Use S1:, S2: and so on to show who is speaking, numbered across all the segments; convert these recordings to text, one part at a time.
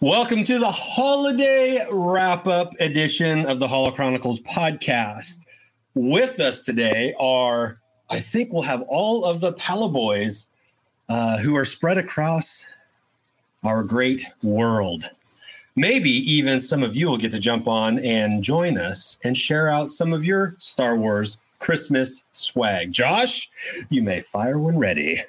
S1: Welcome to the holiday wrap up edition of the Holo Chronicles podcast. With us today are, I think we'll have all of the Palaboys uh, who are spread across our great world. Maybe even some of you will get to jump on and join us and share out some of your Star Wars Christmas swag. Josh, you may fire when ready.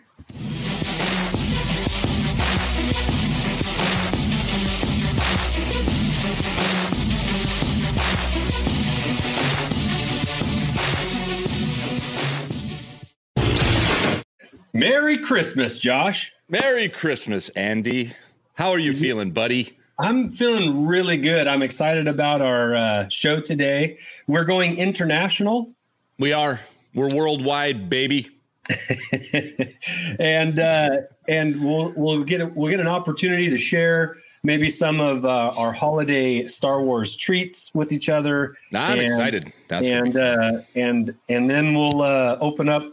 S1: Merry Christmas, Josh. Mm-hmm.
S2: Merry Christmas, Andy. How are you feeling, buddy?
S1: I'm feeling really good. I'm excited about our uh, show today. We're going international
S2: We are. We're worldwide, baby.
S1: and uh, and we'll we'll get a, we'll get an opportunity to share maybe some of uh, our holiday Star Wars treats with each other.
S2: I'm
S1: And-
S2: excited. That's gonna be
S1: and
S2: fun.
S1: uh, and and then we'll uh, open up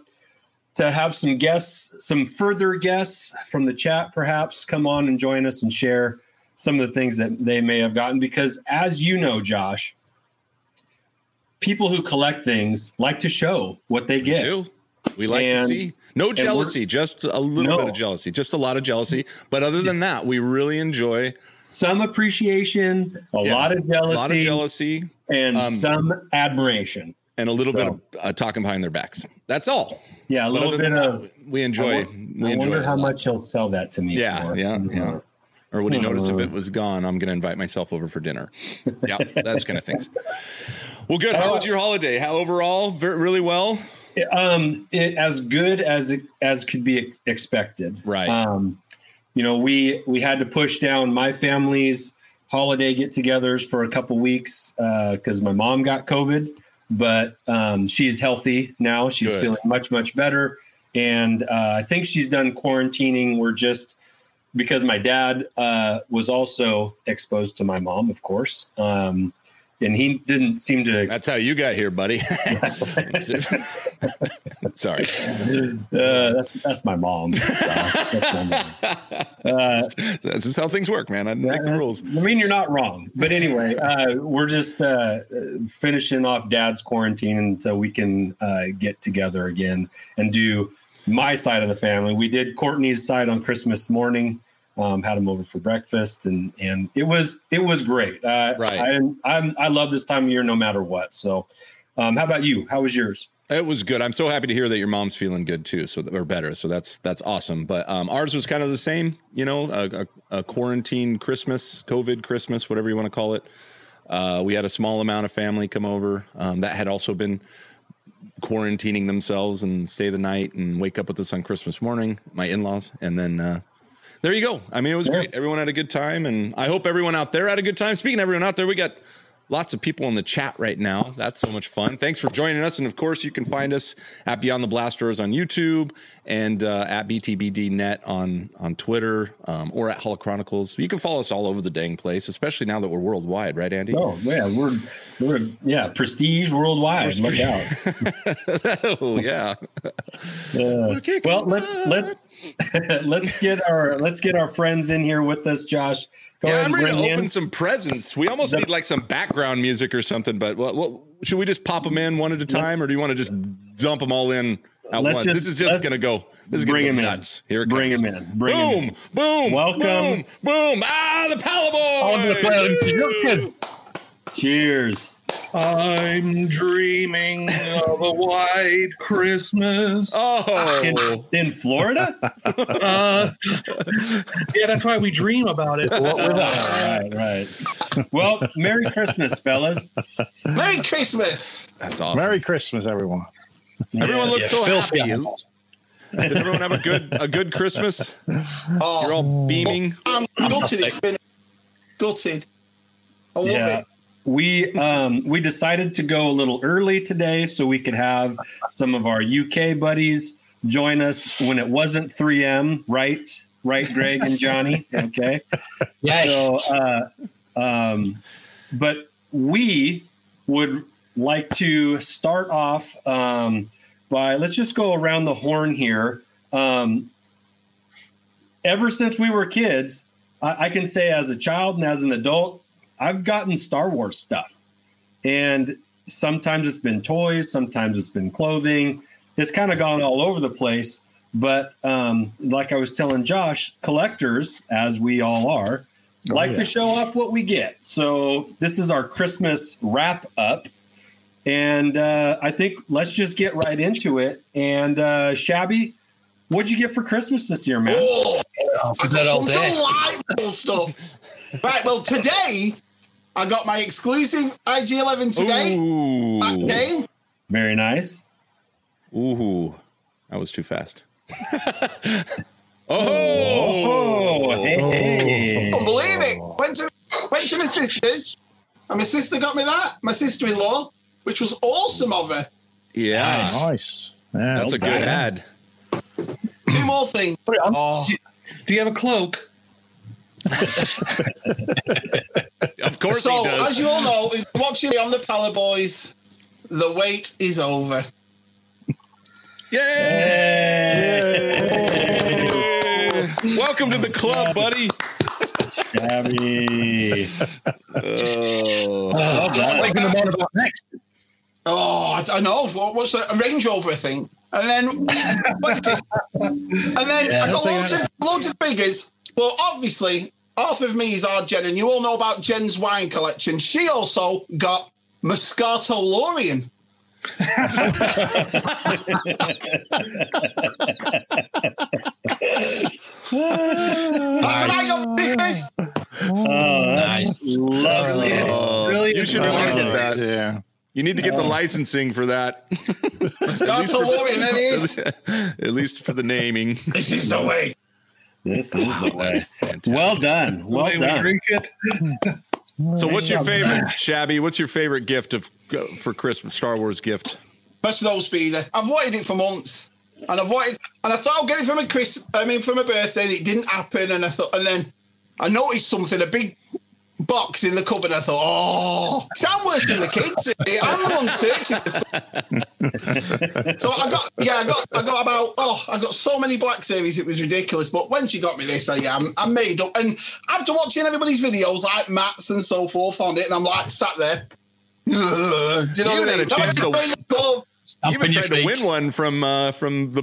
S1: to have some guests, some further guests from the chat, perhaps come on and join us and share some of the things that they may have gotten. Because as you know, Josh, people who collect things like to show what they
S2: we
S1: get.
S2: do. We like to
S1: And-
S2: see no jealousy, just a little
S1: No.
S2: bit of jealousy, just a lot of jealousy. But other than that, we really enjoy
S1: Some appreciation, a
S2: Yeah.
S1: lot of
S2: a lot of
S1: jealousy,
S2: jealousy
S1: and
S2: Um,
S1: some admiration.
S2: and a little bit of uh, talking behind their backs. That's all.
S1: Yeah, a
S2: But
S1: little
S2: other than
S1: bit of.
S2: that, we enjoy.
S1: I
S2: we
S1: I
S2: enjoy
S1: wonder
S2: it a
S1: how
S2: lot.
S1: much he'll sell that to me.
S2: Yeah,
S1: for. Mm-hmm.
S2: yeah, yeah. or would he notice if
S1: Hmm.
S2: it was gone? I'm going to invite myself over for dinner. Yeah, those kind of things. Well, good. How
S1: Uh,
S2: was your holiday? How overall? Ver- really well.
S1: um it, as good as it, as could be ex- expected
S2: Right.
S1: um you know we we had to push down my family's holiday get-togethers for a couple weeks because my mom got covid but um she's healthy now she's
S2: Good.
S1: feeling much much better and uh, i think she's done quarantining we're just because my dad uh, was also exposed to my mom of course um and he didn't seem to
S2: That's how you got here, buddy. Sorry.
S1: Uh, that's, that's my mom. That's my mom. Uh,
S2: This is how things work, man. I make the rules.
S1: I mean, you're not wrong. But anyway, uh, we're just uh, finishing off dad's quarantine until we can uh, get together again and do my side of the family. We did Courtney's side on Christmas morning. Um, had him over for breakfast, and and it was it was great. Uh,
S2: Right.
S1: I, I'm I love this time of year no matter what. So, um, how about you? How was yours?
S2: It was good. I'm so happy to hear that your mom's feeling good too, so or better. So that's that's awesome. But um, ours was kind of the same, you know, a, a, a quarantine Christmas, COVID Christmas, whatever you want to call it. Uh, we had a small amount of family come over um, that had also been quarantining themselves and stay the night and wake up with us on Christmas morning. My in-laws, and then uh, there you go. I mean, it was
S1: Yeah.
S2: great. Everyone had a good time, and I hope everyone out there had a good time. Speaking of everyone out there, we got lots of people in the chat right now. That's so much fun. Thanks for joining us, and of course, you can find us at Beyond the Blasters on YouTube and uh, at BTBDNet on on Twitter um, or at Holo Chronicles. You can follow us all over the dang place, especially now that we're worldwide, right, Andy?
S1: Oh yeah, we're we're yeah prestige worldwide. Look out.
S2: oh yeah.
S1: Yeah.
S2: Okay,
S1: Well, let's let's let's get our let's get our friends in here with us, Josh. Go
S2: Yeah,
S1: ahead
S2: I'm
S1: and
S2: ready to
S1: bring
S2: open
S1: in.
S2: some presents. We almost
S1: The-
S2: need like some background music or something. But what, what should we just pop them in one at a time, or do you want to just dump them all in at
S1: Let's
S2: once?
S1: just-
S2: this is just
S1: let's
S2: gonna go. This is
S1: bring
S2: gonna
S1: 'em
S2: go
S1: in.
S2: nuts. Here it
S1: Bring
S2: comes.
S1: him in. Bring
S2: boom,
S1: him in.
S2: boom,
S1: Welcome.
S2: boom, boom. Ah, the Palaboy.
S3: Palaboy.
S1: Cheers.
S3: I'm dreaming of a white Christmas.
S1: In,
S2: Oh,
S1: in Florida?
S3: Uh, yeah, that's why we dream about it. Uh,
S1: right, right. Well, Merry Christmas, fellas.
S4: Merry Christmas!
S2: that's awesome.
S5: Merry Christmas, everyone.
S2: Everyone
S1: Yeah,
S2: looks
S1: yeah.
S2: so happy. Did everyone have a good a good Christmas?
S4: Oh,
S2: You're all beaming.
S4: I'm gutted. It's been gutted. I love
S1: Yeah.
S4: it.
S1: We um we decided to go a little early today so we could have some of our UK buddies join us when it wasn't 3M, right? Right, Greg and Johnny. Okay. So, uh, um, but we would like to start off um, by let's just go around the horn here. Um, ever since we were kids, I, I can say as a child and as an adult, I've gotten Star Wars stuff. And sometimes it's been toys, sometimes it's been clothing. It's kind of gone all over the place. But um, like I was telling Josh, collectors, as we all are, like to show off what we get. So this is our Christmas wrap up. And uh, I think let's just get right into it. And uh, Shabby, what'd you get for Christmas this year, man?
S4: Oh, I
S5: that
S4: got
S5: all
S4: some
S5: day.
S4: delightful stuff. Right, well, today I got my exclusive IG11 today.
S2: Ooh.
S4: That game.
S1: Very nice.
S2: Ooh, that was too fast. oh,
S1: Oh, hey.
S4: Couldn't believe it. Went to went to my sister's, and my sister got me that. My sister-in-law, which was awesome of her.
S2: yes,
S6: Nice. Yeah,
S2: that's a
S6: okay.
S2: good ad.
S4: Two more things.
S3: Put it on.
S4: Oh,
S3: Do you have a cloak?
S2: Of course
S4: so
S2: he does.
S4: as you all know, if you're watching it on the Palaboys, the wait is over.
S2: Yay!
S1: Hey,
S2: Welcome to the club, buddy.
S1: Shabby.
S2: Oh,
S1: Well done.
S6: Thinking about what about next.
S4: Oh, I, I know. What, what's that? A Range Rover thing. And then, waited. and then I got loads of, loads of figures. Well, obviously, half of me is our Jen, and you all know about Jen's wine collection. She also got Moscato Lorien. That's what I got for Christmas.
S1: Oh, that's
S5: Nice.
S1: Lovely.
S2: oh.
S3: Really?
S2: you should
S3: Oh,
S2: market that.
S6: Yeah.
S2: You need to get the licensing for that.
S4: Moscato Lorien, that is.
S2: At least for the naming.
S4: This is the way.
S1: This is the way.
S2: That's fantastic.
S1: Well done.
S3: The way
S1: Well
S3: we
S1: done.
S3: drink it.
S2: So, what's your favorite, Shabby? What's your favorite gift of uh, for Christmas? Star Wars gift.
S4: My snow speeder. I've wanted it for months, and I've wanted, and I thought I'll get it for my Chris. I mean, for my birthday, and it didn't happen. And I thought, and then I noticed something, a big box in the cupboard. and I thought, oh, sound worse than the kids. I'm the one searching for stuff. So I got, yeah, I got, I got about, oh, I got so many black series, it was ridiculous. But when she got me this, I, yeah, I'm, I'm made up. And after watching everybody's videos, like Matt's and so forth on it, and I'm like sat there. Do you know
S2: haven't
S4: what I
S2: had a
S4: mean?
S2: chance to-
S4: to
S5: Up
S2: you even
S5: in your
S2: tried to win
S5: face.
S2: one from uh, from the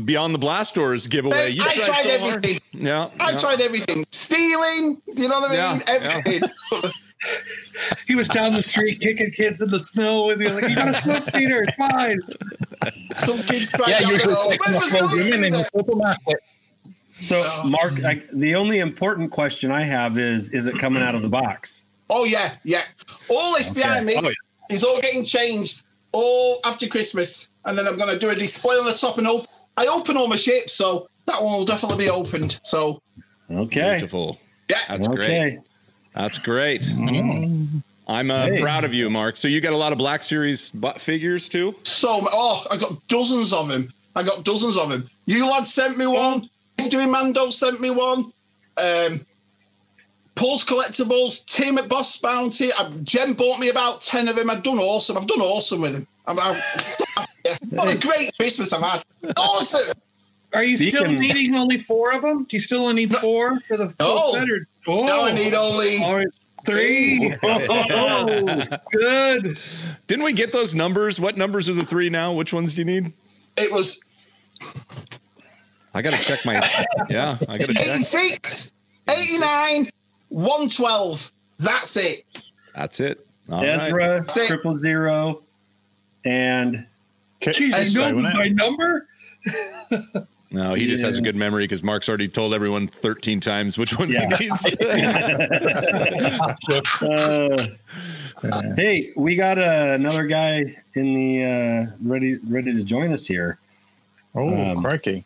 S2: Beyond the Blast Doors giveaway.
S4: Hey,
S2: You
S4: I
S2: tried,
S4: tried
S2: so hard.
S4: everything.
S2: Yeah,
S4: I
S2: yeah.
S4: tried everything. Stealing, you know what I mean?
S2: Yeah,
S4: everything.
S3: He was down the street kicking kids in the snow, and you're like, "You got a snow speeder? It's fine."
S4: Some kids tried
S5: Yeah,
S4: out "Oh,
S5: usually
S4: the-
S5: takes
S4: When
S5: more
S4: was
S2: "Oh,
S4: the
S5: clothing
S4: last
S5: and then
S4: time?
S5: supermarket.
S1: So, Mark, I, the only important question I have is: Is it coming out of the box?
S4: Oh yeah, yeah. All this behind me
S1: Oh, yeah.
S4: is all getting changed all after Christmas, and then I'm going to do a display on the top and open. I open all my shapes, so that one will definitely be opened. So
S1: Okay.
S2: Beautiful.
S4: yeah,
S2: That's great.
S1: Okay. Mm-hmm.
S2: That's great. I'm uh,
S1: Hey.
S2: proud of you, Mark. So you got a lot of Black Series butt figures too.
S4: so oh, I got dozens of them. I got dozens of them. You lad sent me one. He's doing Mando sent me one. Um, Paul's collectibles. Tim at Boss Bounty. I, Jen bought me about ten of them. I've done awesome. I've done awesome with them. I'm, I'm so happy. What a great Christmas I've had. Awesome.
S3: Are you still
S1: Speaking-
S3: needing only four of them? Do you still only need four for the full
S4: No.
S3: set? Or, oh,
S4: Now I need only.
S3: All right, three. Oh, good.
S2: Didn't we get those numbers? What numbers are the three now? Which ones do you need?
S4: It was
S2: I gotta check my. yeah, I gotta check.
S4: 86, 89, 112. That's it.
S2: That's it. All right.
S1: Ezra
S4: Say-
S1: triple zero, and
S3: Jesus,
S4: I
S3: you
S6: Esco,
S3: know
S6: wasn't
S3: my
S6: it?
S3: number?
S2: No, he just has a
S1: Yeah.
S2: good memory because Mark's already told everyone 13 times which ones
S1: Yeah.
S2: he needs.
S1: uh, hey, we got uh, another guy in the uh, ready ready to join us here.
S6: Oh,
S1: Um,
S6: crikey.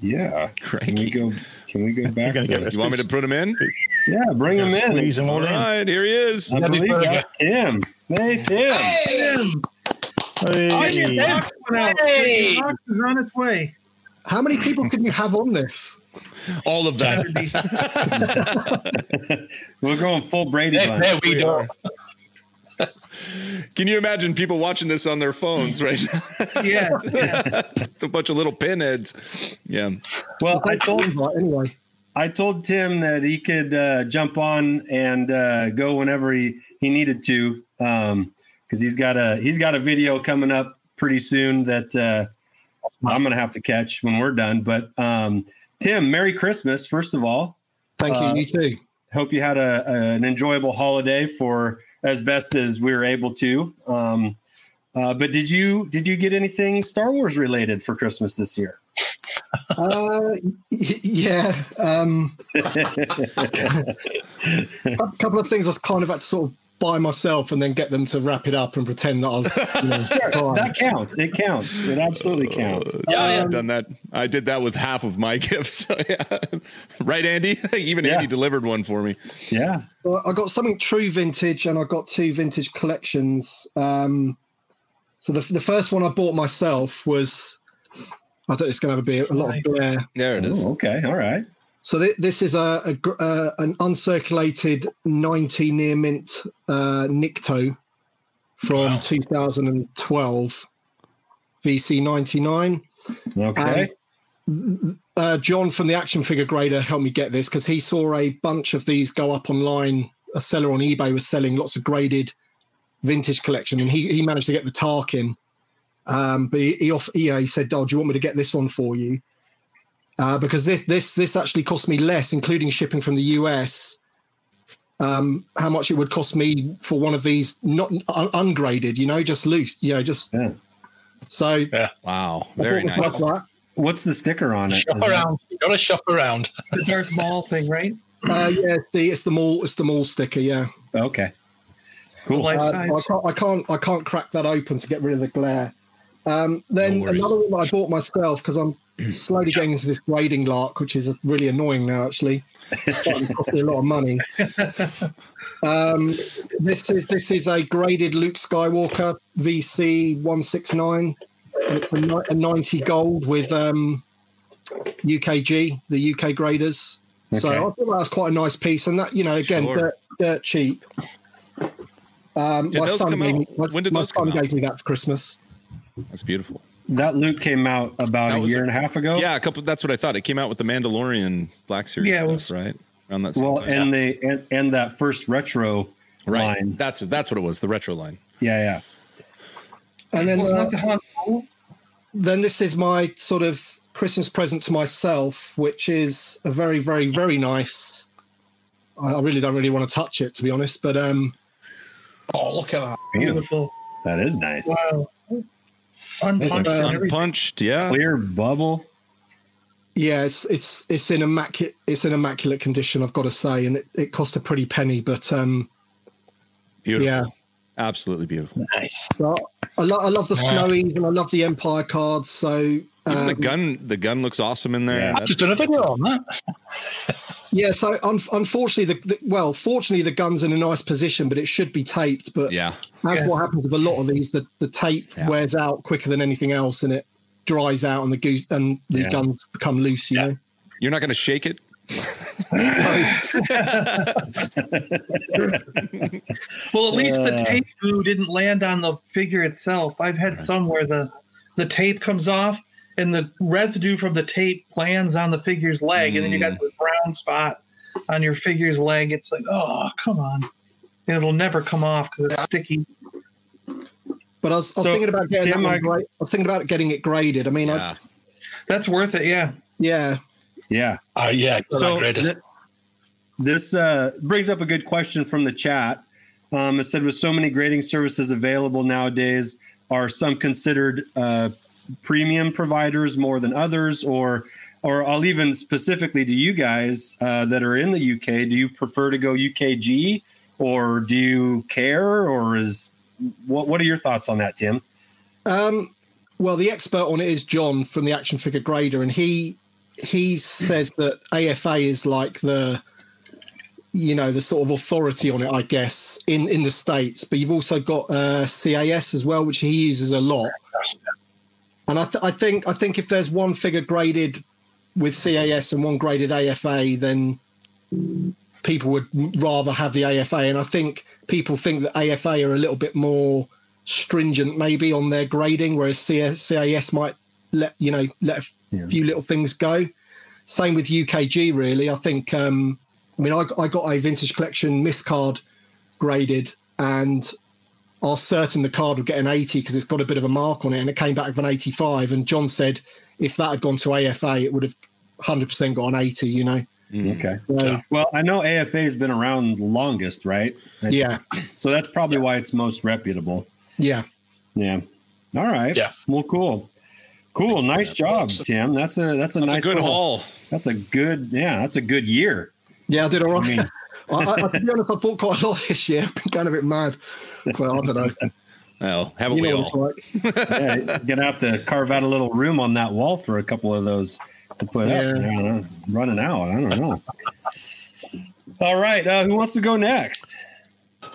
S1: Yeah. Can we
S2: Cranky.
S1: go? Can we go back?
S6: gonna
S1: to
S6: get
S1: it?
S6: this-
S2: You want me to put him in?
S1: Yeah, bring him in.
S6: Squeeze them
S2: All
S6: all in.
S2: right, here he is.
S1: I
S6: Yeah,
S1: believe
S6: before I go.
S1: that's Tim. Hey, Tim.
S4: Hey!
S6: Hey.
S3: Hey. is on its way.
S7: How many people can you have on this?
S2: All of that.
S7: Uh,
S1: We're going full Brady
S5: There,
S1: bunch.
S5: there we go.
S2: Can you imagine people watching this on their phones right now?
S3: Yes.
S2: It's a bunch of little pinheads. Yeah.
S1: Well, I
S7: Thanks for the
S1: told
S7: invite, anyway.
S1: I told Tim that he could uh, jump on and uh, go whenever he, he needed to, because he's got a he's got a video coming up pretty soon that uh, I'm gonna have to catch when we're done. But um, Tim, Merry Christmas first of all.
S7: Thank you.
S1: Uh,
S7: you too.
S1: Hope you had a, a- an enjoyable holiday for as best as we were able to. Um, uh, but did you did you get anything Star Wars related for Christmas this year?
S7: Uh, y- yeah. Um, a couple of things I kind of had to sort of buy myself and then get them to wrap it up and pretend that I was. You know, fine. Um,
S1: That counts. It counts. It absolutely counts.
S2: Yeah,
S6: yeah.
S2: I've done that. I did that with half of my gifts. So, yeah. right, Andy? Even
S1: Yeah.
S2: Andy delivered one for me.
S1: Yeah.
S7: Well, I got something true vintage, and I got two vintage collections. Um, so the the first one I bought myself was, I don't. It's going to be a lot of glare.
S2: There it is.
S1: Oh, okay. All right.
S7: So th- this is a, a gr- uh, an uncirculated ninety near mint uh, Nikto from 2012 VC ninety nine.
S1: Okay. Um,
S7: uh, John from the action figure grader helped me get this because he saw a bunch of these go up online. A seller on eBay was selling lots of graded vintage collection, and he he managed to get the Tarkin. Um, but he he, off, you know, he said, "Oh, do you want me to get this one for you?" Uh, because this this this actually cost me less, including shipping from the US. Um, how much it would cost me for one of these not un- ungraded, you know, just loose, you know, just
S1: Yeah.
S7: so I
S2: Wow. Very
S7: bought myself
S2: nice.
S7: that.
S1: What's the sticker on it?
S6: Shop
S1: Is it-
S6: around. You gotta shop around.
S3: The Darth Maul thing, right?
S7: Uh, yeah, it's the it's the mall it's the mall sticker, yeah.
S1: Okay.
S3: The
S1: Cool.
S3: life
S7: Uh, I,
S3: size.
S7: can't, I can't I can't crack that open to get rid of the glare. Um, then
S2: No worries.
S7: another one that I bought myself because I'm slowly getting into this grading lark, which is really annoying now. Actually, it's starting to cost me a lot of money. Um, this is this is a graded Luke Skywalker VC one six nine. It's a, ni- a ninety gold with um, UKG, the UK graders. So I
S1: Okay.
S7: thought that was quite a nice piece, and that you know again
S2: Sure.
S7: dirt, dirt cheap. Um,
S2: Did
S7: my
S2: those
S7: son,
S2: come
S7: gave
S2: out?
S7: me- my,
S2: When did
S7: my
S2: those
S7: son
S2: come out?
S7: gave me that for Christmas.
S2: That's beautiful.
S1: That Luke came out about
S2: That
S1: a
S2: was
S1: year
S2: a-
S1: and a half ago.
S2: Yeah, a couple. That's what I thought. It came out with the Mandalorian Black Series.
S3: Yeah, it
S2: stuff,
S3: was-
S2: right around that. Same
S1: Well,
S2: time.
S1: and the and, and that first retro
S2: right.
S1: line.
S2: That's that's what it was. The retro line.
S1: Yeah.
S7: And then
S3: Well, it's
S7: uh,
S3: not the Han Solo.
S7: then this is my sort of Christmas present to myself, which is a very, very, very nice. I I really don't really want to touch it, to be honest, but um,
S4: Oh, look at that.
S1: Yeah. Ew,
S3: Beautiful.
S1: that is nice.
S3: Wow. Unpunched
S7: Uh,
S3: and everything.
S2: Unpunched. Yeah.
S1: Clear bubble.
S7: yeah, it's it's it's in immaculate it's in immaculate condition, I've got to say, and it, it cost a pretty penny, but um,
S2: Beautiful.
S7: yeah,
S2: Absolutely beautiful.
S6: Nice.
S7: so I, lo- I love the
S6: Wow.
S7: snowies and I love the Empire cards. So
S2: Even
S7: um,
S2: the gun. The gun looks awesome in there.
S1: Yeah.
S6: I've just done a video on that.
S7: yeah, so un- unfortunately, the, the well, fortunately, the gun's in a nice position, but it should be taped. But
S2: yeah.
S7: That's
S3: Yeah.
S7: what happens with a lot of these. The the tape
S2: Yeah.
S7: wears out quicker than anything else, and it dries out, and the goose and the
S1: Yeah.
S7: guns become loose. You
S6: Yeah.
S7: know.
S2: You're not going to shake it.
S3: Well, at least the
S1: Uh.
S3: tape glue didn't land on the figure itself. I've had some where the the tape comes off and the residue from the tape lands on the figure's leg, and then you
S4: Mm.
S3: got the brown spot on your figure's leg. It's like, oh, come on. And It'll never come off because it's sticky.
S7: But I was, I
S1: So,
S7: was thinking about getting
S1: Tim,
S7: that one
S1: I-
S7: gra- I was thinking about getting it graded. I mean, yeah.
S2: Yeah.
S7: I,
S3: That's worth it. Yeah.
S7: yeah.
S1: Yeah.
S6: Oh yeah,
S1: so
S6: so graded.
S1: th- this uh, brings up a good question from the chat. Um, it said, with so many grading services available nowadays, are some considered uh, premium providers more than others, or or I'll even specifically to you guys uh, that are in the UK, do you prefer to go UKG, or do you care, or is what what are your thoughts on that, Tim?
S7: Um, well, the expert on it is John from the Action Figure Grader, and he he says that AFA is like the you know the sort of authority on it, I guess, in in the states. But you've also got uh, CAS as well, which he uses a lot. And I, th- I think I think if there's one figure graded with CAS and one graded AFA, then people would m- rather have the AFA. And I think people think that AFA are a little bit more stringent, maybe on their grading, whereas CS, CAS might let you know let a
S1: Yeah.
S7: few little things go. Same with UKG, really. I think, um, I mean, I, I got a vintage collection miscard graded, and I was certain the card would get an 80 because it's got a bit of a mark on it, and it came back with an 85. And John said if that had gone to AFA, it would have 100% got an 80, you know?
S1: Okay.
S7: So,
S2: Yeah.
S1: Well, I know AFA has been around longest, right?
S7: yeah,
S1: So that's probably why it's most reputable.
S7: yeah.
S1: Yeah. All right.
S6: Yeah.
S1: Well, cool. Cool. Nice job, Tim. That's a that's a
S2: That's
S1: nice
S2: a good
S1: little-
S2: haul.
S1: That's a good yeah. That's a good year.
S7: Yeah, I did all right.
S1: I mean,
S7: I, I, to be honest, I bought quite a lot this year. I've been going a bit mad. Well, I don't know.
S2: Oh, haven't
S7: You
S2: we
S7: know what
S2: all?
S7: it's like.
S1: yeah, you're gonna have to carve out a little room on that wall for a couple of those to put up.
S7: Yeah.
S1: I don't know. It's running out. I don't know. all right. Uh, who wants to go next?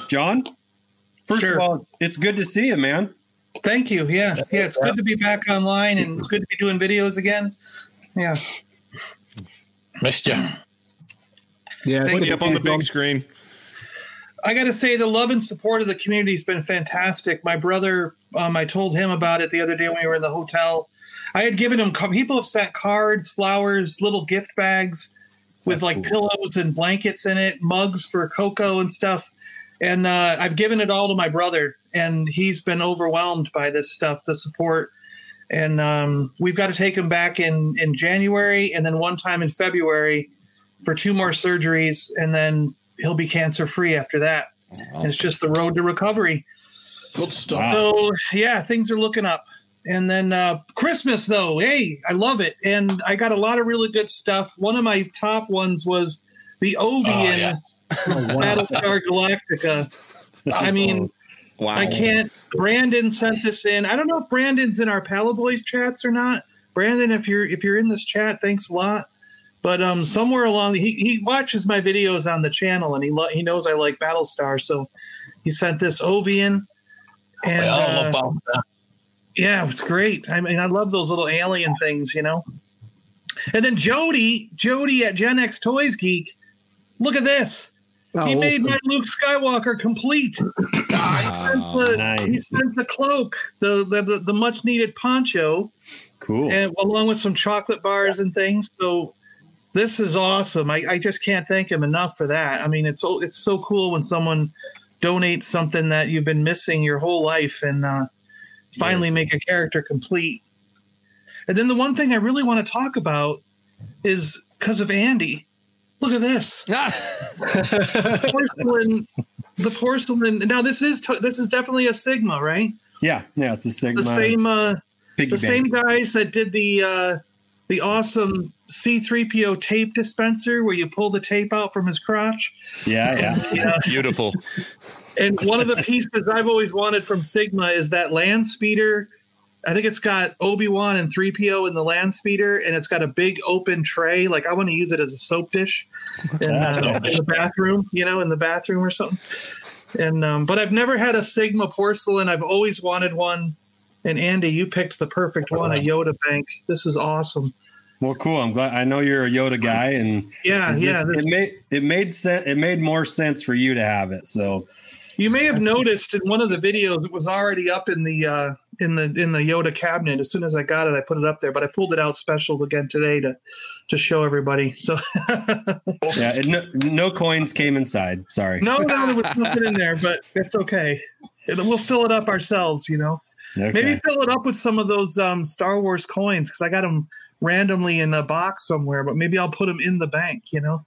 S1: John. First
S3: Sure.
S1: of all, it's good to see you, man.
S3: Thank you. Yeah. Yeah. It's good to be back online and it's good to be doing videos again. Yeah.
S6: Missed you.
S7: Yeah, it's
S2: Put you
S7: good to
S2: up on
S7: be
S2: the big
S7: gone.
S2: screen.
S3: I got to say, the love and support of the community has been fantastic. My brother, um, I told him about it the other day when we were in the hotel. I had given him, people have sent cards, flowers, little gift bags with like pillows and blankets in it, mugs for cocoa and stuff. And uh, I've given it all to my brother, and he's been overwhelmed by this stuff, the support. And um, we've got to take him back in, in January and then one time in February for two more surgeries, and then he'll be cancer free after that. It's just the road to recovery.
S4: Good stuff.
S3: So yeah, things are looking up. And then uh, Christmas though, hey, I love it. And I got a lot of really good stuff. One of my top ones was the Ovian
S6: yeah.
S3: Battlestar Galactica. I mean,
S2: Wow.
S3: I can't. Brandon sent this in. I don't know if Brandon's in our Palaboys chats or not. Brandon, if you're if you're in this chat, thanks a lot. But um, somewhere along, he, he watches my videos on the channel, and he lo- he knows I like Battlestar, so he sent this Ovian. And
S6: We all
S3: uh,
S6: love Bob.
S3: yeah, it was great. I mean, I love those little alien things, you know. And then Jody, Jody at Gen X Toys Geek, look at this.
S7: Oh,
S3: he made
S7: awesome.
S3: my Luke Skywalker complete.
S4: Nice.
S3: Sent the- He
S1: Ah, Nice.
S3: sent the cloak, the the, the, the much needed poncho,
S1: Cool.
S3: and along with some chocolate bars and things. So this is awesome. I, I just can't thank him enough for that. I mean, it's so- it's so cool when someone donates something that you've been missing your whole life and uh, finally make a character complete. And then the one thing I really want to talk about is because of Andy. Look at this porcelain. the porcelain. Now this is to- this is definitely a Sigma, right?
S1: Yeah. Yeah. It's a Sigma
S3: The same. Uh,
S1: piggy
S3: the
S1: bank.
S3: same guys that did the uh, the awesome C3PO tape dispenser where you pull the tape out from his crotch.
S1: Yeah. Yeah.
S3: Yeah.
S2: Beautiful.
S3: and one of the pieces I've always wanted from Sigma is that land speeder. I think it's got Obi-Wan and 3PO in the land speeder and it's got a big open tray. Like I want to use it as a soap dish in, uh, in the bathroom, you know, in the bathroom or something. And um, but I've never had a Sigma porcelain. I've always wanted one. And Andy, you picked the perfect one, a Yoda bank. This is awesome.
S1: Well, cool. I'm glad. I know you're a Yoda guy, and
S3: Yeah, yeah.
S1: it,
S3: this-
S1: it made it made sense. It made more sense for you to have it. So
S3: You may have noticed in one of the videos it was already up in the uh, in the in the Yoda cabinet. As soon as I got it, I put it up there. But I pulled it out special again today to to show everybody. So
S1: yeah, it, no, no coins came inside. Sorry.
S3: no, no, there was nothing in there, but it's okay. And We'll fill it up ourselves, you know.
S1: Okay.
S3: Maybe fill it up with some of those um, Star Wars coins because I got them randomly in a box somewhere. But maybe I'll put them in the bank, you know.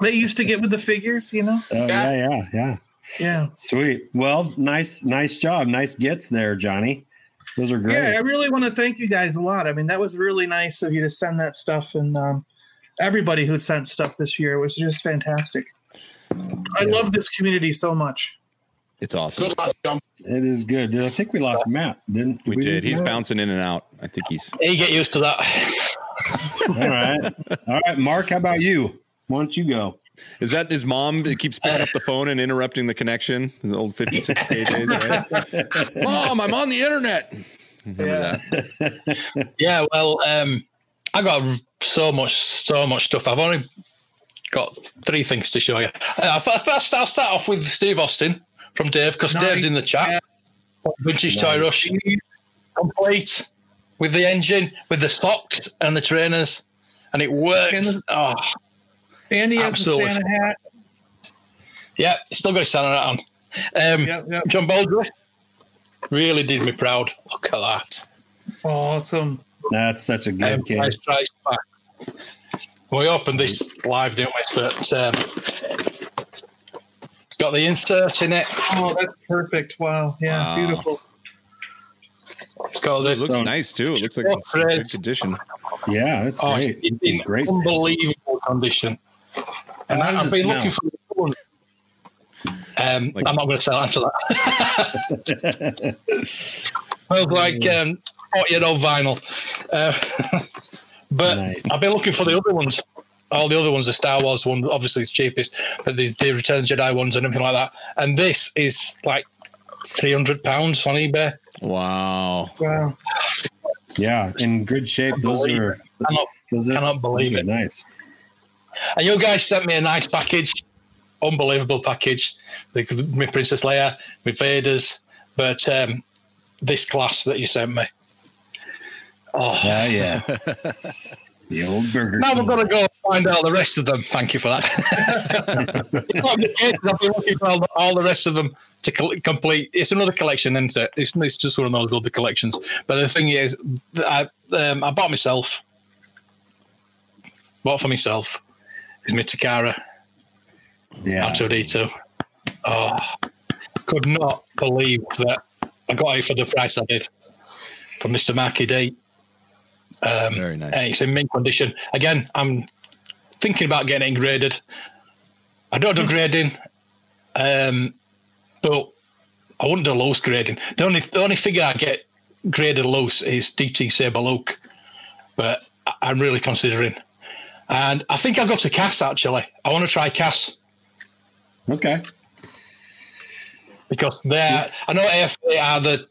S3: they used to get with the figures, you know.
S1: Oh, yeah, yeah, yeah.
S3: Yeah.
S1: Sweet. Well, nice, nice job. Nice gets there, Johnny. Those are great.
S3: Yeah, I really want to thank you guys a lot. I mean, that was really nice of you to send that stuff and um, everybody who sent stuff this year was just fantastic. I love this community so much.
S2: It's awesome.
S4: Good lad, John.
S1: It is good. Did I think we lost Matt? Didn't
S2: We did.
S1: lose
S2: He's
S1: Matt?
S2: bouncing in and out. I think he's.
S6: You get used to that.
S1: All right. All right, Mark. How about you? Why don't you go?
S2: Is that his mom? It keeps picking up the phone and interrupting the connection. The old 56k days, right? mom, I'm on the internet. Remember
S4: Yeah.
S2: that?
S6: Yeah, well, um, I got so much, so much stuff. I've only got three things to show you. Uh, f- first, I'll start off with Steve Austin from Dave because
S3: Nice.
S6: Dave's in the chat. Vintage Toy Rush, complete with the engine, with the socks and the trainers, and it works.
S3: And the-
S6: oh,
S3: And he has
S6: Absolutely.
S3: the Santa hat.
S6: yeah, still got his Santa hat on. Um,
S3: Yep, yep.
S6: John Baldry really did me proud. Look at that.
S3: Awesome.
S1: That's such a good
S6: Um,
S1: kid.
S6: Price- Price back. We opened this live, didn't we? But um, it's got the insert in it.
S3: Oh, that's perfect. Wow. Yeah,
S2: Wow.
S3: beautiful.
S6: It's got
S2: It
S6: the
S2: looks
S1: So-
S2: nice too. It looks like it's in
S6: Fred's-
S2: good condition.
S1: Yeah, that's
S6: Oh,
S1: great.
S6: it's
S1: It's
S6: in
S1: a great.
S6: unbelievable condition. And
S1: How
S6: I,
S1: does
S6: have
S1: it
S6: been
S1: smell?
S6: looking for the colour. um,
S2: Like-
S6: I'm not going to sell after that. Smells like um, 40 year old vinyl. Uh, but
S1: Nice.
S6: I've been looking for the other ones. All the other ones, the Star Wars one, obviously it's cheapest, but these the Return of the Jedi ones and everything like that. And this is like three hundred pounds on eBay.
S2: Wow.
S3: Wow.
S1: Yeah, in good shape. Those are.
S6: Cannot,
S1: Those are
S6: cannot believe
S1: those are
S6: it.
S1: Nice.
S6: And you guys sent me a nice package, unbelievable package. The, my Princess Leia, my Vader's, but um, this class that you sent me. Oh,
S1: Yeah, yeah. the old burger.
S6: now we're
S1: King.
S6: going to go find out the rest of them. Thank you for that. It's not the case, I've been looking for all the, all the rest of them to col- complete. It's another collection, isn't it? It's, it's just one of those little collections. But the thing is, that I, um, I bought myself, bought for myself, is my Takara.
S1: Yeah.
S6: R2D2. Oh, could not believe that I got it for the price I did from Mr. Marky D. Um,
S2: Very nice.
S6: And it's in mint condition. Again, I'm thinking about getting it graded. I don't
S2: Hmm.
S6: do grading, um, but I wouldn't do loose grading. The only the only figure I get graded loose is DT Saber Luke, but I- I'm really considering. And I think I got to Cass actually. I want to try Cass.
S1: Okay.
S6: because they're I know AFA are the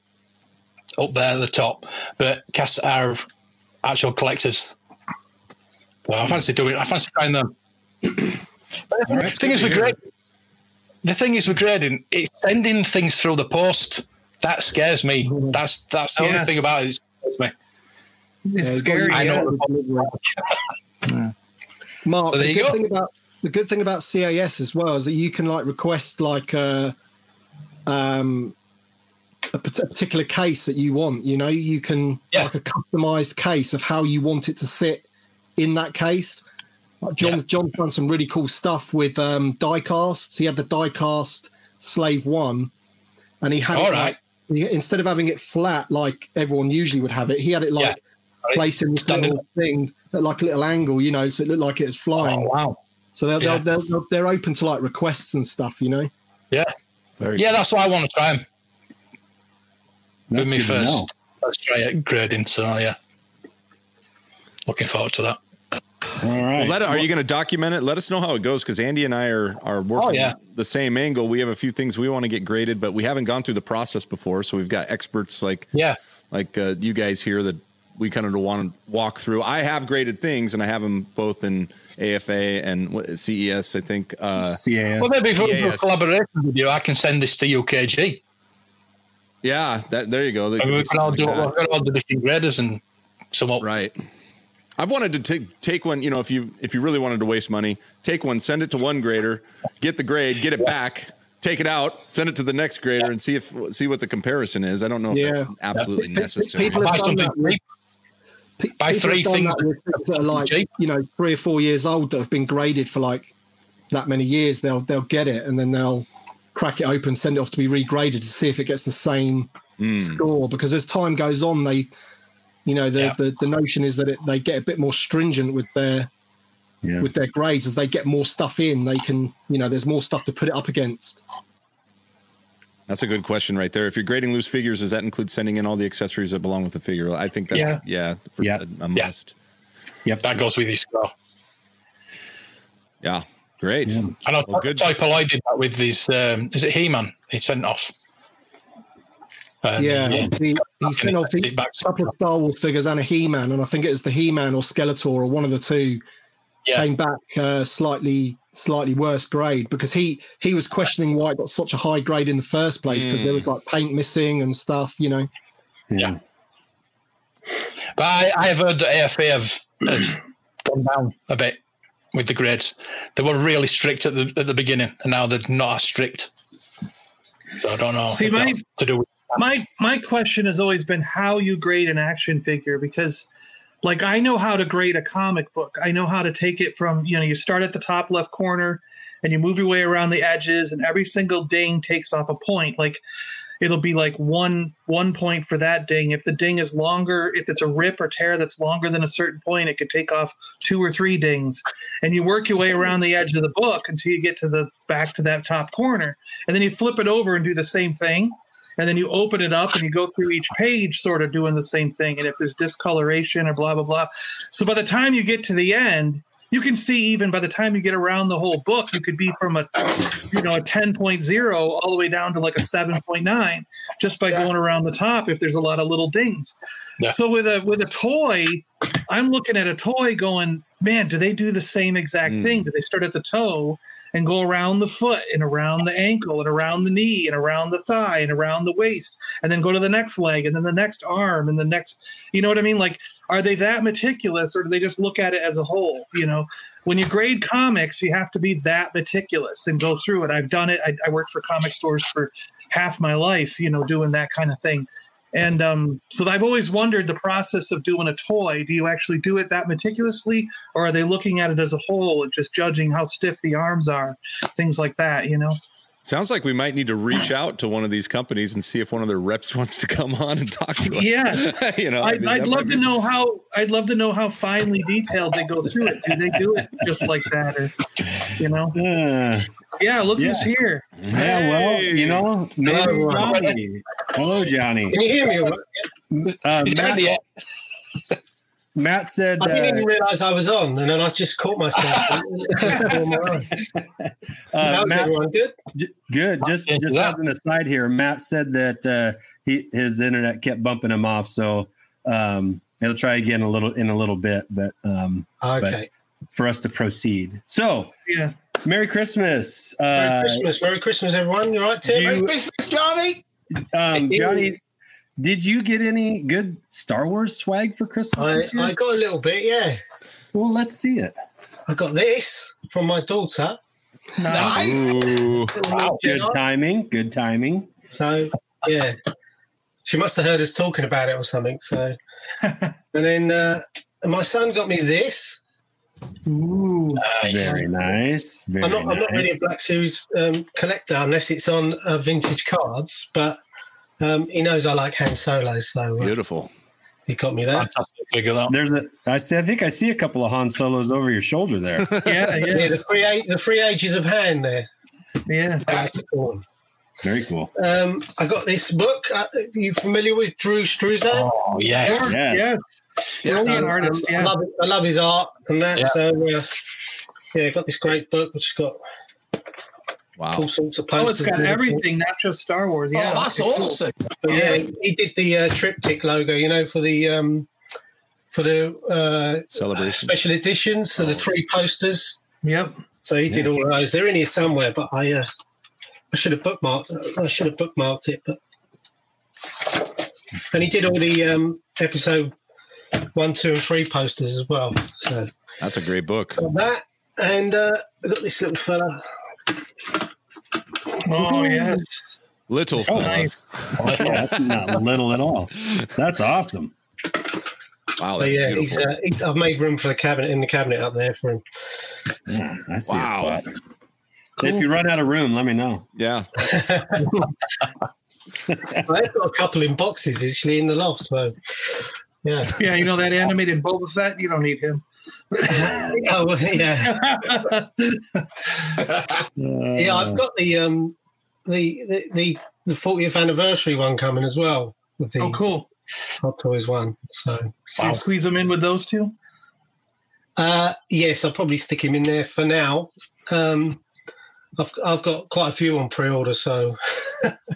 S6: up there the top, but Cass are actual collectors. Well, I fancy doing. I fancy trying them. the
S2: that's
S6: thing
S2: good
S6: is,
S2: to
S6: we're
S2: hear.
S6: great. The thing is, we're grading. It's sending things through the post that scares me. That's that's the
S3: Yeah.
S6: only thing about it. That scares me.
S3: It's
S7: Yeah,
S3: scary.
S6: I
S3: yeah.
S6: know.
S7: Mark,
S6: So there
S7: the
S6: you
S7: good
S6: go.
S7: thing about the good thing about CAS as well is that you can like request like a um a, pat- a particular case that you want. You know, you can
S6: Yeah.
S7: like a customized case of how you want it to sit in that case. Like John's John's done some really cool stuff with um diecasts. He had the diecast Slave One, and he had
S6: All
S7: it,
S6: right.
S7: like, he- instead of having it flat like everyone usually would have it, he had it
S6: Yeah.
S7: like placing this
S6: Standing
S7: little thing at like a little angle, you know, so it looked like it's
S6: Oh
S7: flying.
S6: wow.
S7: So they're,
S6: Yeah.
S7: they're, they're, they're open to like requests and stuff, you know?
S6: Yeah.
S2: Very
S6: Yeah, that's what I want to try 'em
S1: That's
S6: with me
S1: good to know.
S6: first. Let's try it grading. So yeah, looking forward to that.
S1: All right.
S2: Well, let, are you going to document it? Let us know how it goes because Andy and I are are working
S6: Oh, yeah.
S2: the same angle. We have a few things we want to get graded, but we haven't gone through the process before. So we've got experts like
S6: Yeah.
S2: like uh, you guys here that we kind of want to walk through. I have graded things, and I have them both in AFA and what- CES. I think uh,
S1: CAS.
S6: Well, maybe if we do a
S2: Yes.
S6: collaboration with you, I can send this to UKG.
S2: yeah. That there you go. There
S6: I mean,
S2: could
S6: we
S2: be
S6: can all
S2: something
S6: do
S2: like that.
S6: we can all do different graders and some up.
S2: Right. I've wanted to take take one. You know, if you if you really wanted to waste money, take one, send it to one grader, get the grade, get it back, take it out, send it to the next grader, and see if see what the comparison is. I don't know if
S7: Yeah.
S2: that's absolutely
S7: Pe- pe-
S2: necessary.
S7: people
S6: Buy
S7: have done
S6: something
S7: that with,
S6: cheap.
S7: pe-
S6: buy
S7: people have
S6: three
S7: done
S6: things
S7: that, with things that are like,
S6: cheap.
S7: you know, three or four years old that have been graded for like that many years. They'll, they'll get it and then they'll crack it open, send it off to be regraded to see if it gets the same
S2: Hmm,
S7: score. Because as time goes on, they, you know, the,
S6: Yeah.
S7: the, the notion is that it, they get a bit more stringent with their
S1: Yeah.
S7: with their grades as they get more stuff in they can you know there's more stuff to put it up against
S2: That's a good question right there. If you're grading loose figures, does that include sending in all the accessories that belong with the figure? I think that's yeah, for-
S1: Yeah.
S2: a must.
S1: Yep.
S6: That goes with his score.
S2: Yeah. Great.
S6: And I
S2: Well,
S6: good.
S2: good.
S6: Toy Polloy did that with his. Um, is it He Man? He sent off. Uh, And,
S7: yeah, He, he sent off
S6: Sit
S7: a
S6: back.
S7: couple of star wars figures and a he-man and i think it was the he-man or skeletor or one of the two
S6: Yeah.
S7: came back uh, slightly slightly worse grade because he he was questioning why it got such a high grade in the first place because there was like paint missing and stuff you know
S1: Yeah.
S6: But I, I have heard that AFA have, have gone down a bit with the grades. They were really strict at the at the beginning, and now they're not as strict. So I don't know.
S3: See,
S6: if that's
S3: my-
S6: to do with
S3: my my question has always been how you grade an action figure because like I know how to grade a comic book. I know how to take it from, you know, you start at the top left corner and you move your way around the edges and every single ding takes off a point. Like it'll be like one one point for that ding. If the ding is longer, if it's a rip or tear that's longer than a certain point, it could take off two or three dings. And you work your way around the edge of the book until you get to the back to that top corner. And then you flip it over and do the same thing and then you open it up and you go through each page sort of doing the same thing and if there's discoloration or blah blah blah so by the time you get to the end you can see even by the time you get around the whole book you could be from a you know a 10.0 all the way down to like a 7.9 just by
S4: Yeah.
S3: going around the top if there's a lot of little dings
S6: Yeah.
S3: so with a with a toy i'm looking at a toy going man do they do the same exact
S2: Mm.
S3: thing do they start at the toe and go around the foot and around the ankle and around the knee and around the thigh and around the waist and then go to the next leg and then the next arm and the next you know what i mean like are they that meticulous or do they just look at it as a whole you know when you grade comics you have to be that meticulous and go through it i've done it i, I worked for comic stores for half my life you know doing that kind of thing and um, so i've always wondered the process of doing a toy do you actually do it that meticulously or are they looking at it as a whole and just judging how stiff the arms are things like that you know
S2: Sounds like we might need to reach out to one of these companies and see if one of their reps wants to come on and talk to us.
S3: Yeah.
S2: you know, I
S3: I'd,
S2: mean,
S3: I'd
S2: that
S3: love
S2: might
S3: to
S2: be-
S3: know how I'd love to know how finely detailed they go through it. Do they do it just like that, or you know?
S1: Uh,
S3: Yeah, look
S1: Yeah.
S3: who's here.
S1: yeah, well, you know, maybe
S7: Hello, everyone.
S1: Johnny. Hello, Johnny.
S7: Can you hear me? all right?
S1: Uh,
S6: He's
S1: Matt,
S6: ready yet.
S1: Matt said
S5: I didn't even
S1: uh,
S5: realise I was on, and then I just caught myself.
S1: uh,
S5: How's
S1: Matt
S5: everyone? Good.
S1: J- Good. Just
S6: Yeah,
S1: just
S6: yeah.
S1: as an aside here, Matt said that uh, he his internet kept bumping him off, so um, he'll try again a little in a little bit. But um,
S5: Okay.
S1: for us to proceed, so
S3: Yeah,
S1: Merry Christmas, uh,
S5: Merry Christmas. Merry Christmas, everyone. You all right, Tim?
S1: do
S4: Merry
S1: you-
S4: Christmas, Johnny.
S1: Um, Johnny. Did you get any good Star Wars swag for Christmas?
S5: I,
S1: this year?
S5: I got a little bit, yeah.
S1: well, let's see it.
S5: I got this from my daughter.
S4: Nice.
S2: Ooh.
S1: Good timing. Good timing.
S5: So yeah, she must have heard us talking about it or something. So, and then uh, my son got me this.
S3: ooh,
S1: Very nice. Very
S5: I'm not,
S1: nice.
S5: I'm not really a Black Series um, collector unless it's on uh, vintage cards, but um, he knows I like Han Solo, so uh,
S2: Beautiful.
S5: he got me that.
S6: Fantastic figure that.
S1: There's a. I see. I think I see a couple of Han Solos over your shoulder there.
S3: yeah, yeah,
S5: Yeah, the three a- the three ages of Han there.
S3: yeah.
S5: I like to call 'em.
S1: Very cool.
S5: Um, I got this book. Uh, you familiar with Drew Struzan? um,
S6: Oh yes.
S1: Yes.
S3: Yes,
S4: Yeah.
S3: brilliant artist.
S5: I
S3: Yeah,
S5: love, I love his art and that.
S6: Yeah.
S5: So uh, yeah, got this great book which has got
S2: Wow.
S5: all sorts of
S3: oh,
S5: posters.
S3: it's got
S5: in it.
S3: everything, not just Star Wars. Yeah,
S4: oh, that's awesome.
S5: But yeah, he did the uh, triptych logo, you know, for the um, for the uh,
S2: Celebration.
S5: special editions,
S1: Oh.
S5: so the three posters.
S3: Yep.
S5: So he did all of those. They're in here somewhere, but I uh, I should have bookmarked. I should have bookmarked it, but and he did all the um, episode one, two, and three posters as well. So.
S2: That's a great book.
S5: Got that, and uh, I got this little fella.
S3: Oh yes.
S2: Little.
S1: Oh,
S2: fella.
S3: nice.
S1: Yeah, that's not little at all. That's awesome. Oh,
S2: Wow.
S5: so
S2: that's
S5: yeah, he's,
S2: beautiful.
S5: uh, he's, I've made room for the cabinet in the cabinet up there for him.
S1: Yeah, I see a
S2: Wow.
S1: spot. If you run out of room, let me know.
S2: yeah.
S5: I've got a couple in boxes actually in the loft. So yeah,
S3: Yeah, you know that animated Boba Fett. You don't need him.
S5: oh, well, yeah, yeah. I've got the um the the the, the 40th anniversary one coming as well with the
S3: oh, cool.
S5: Hot Toys one. So
S3: Do you squeeze them in with those two?
S5: uh, yes, I'll probably stick him in there for now. Um, I've I've got quite a few on pre-order, so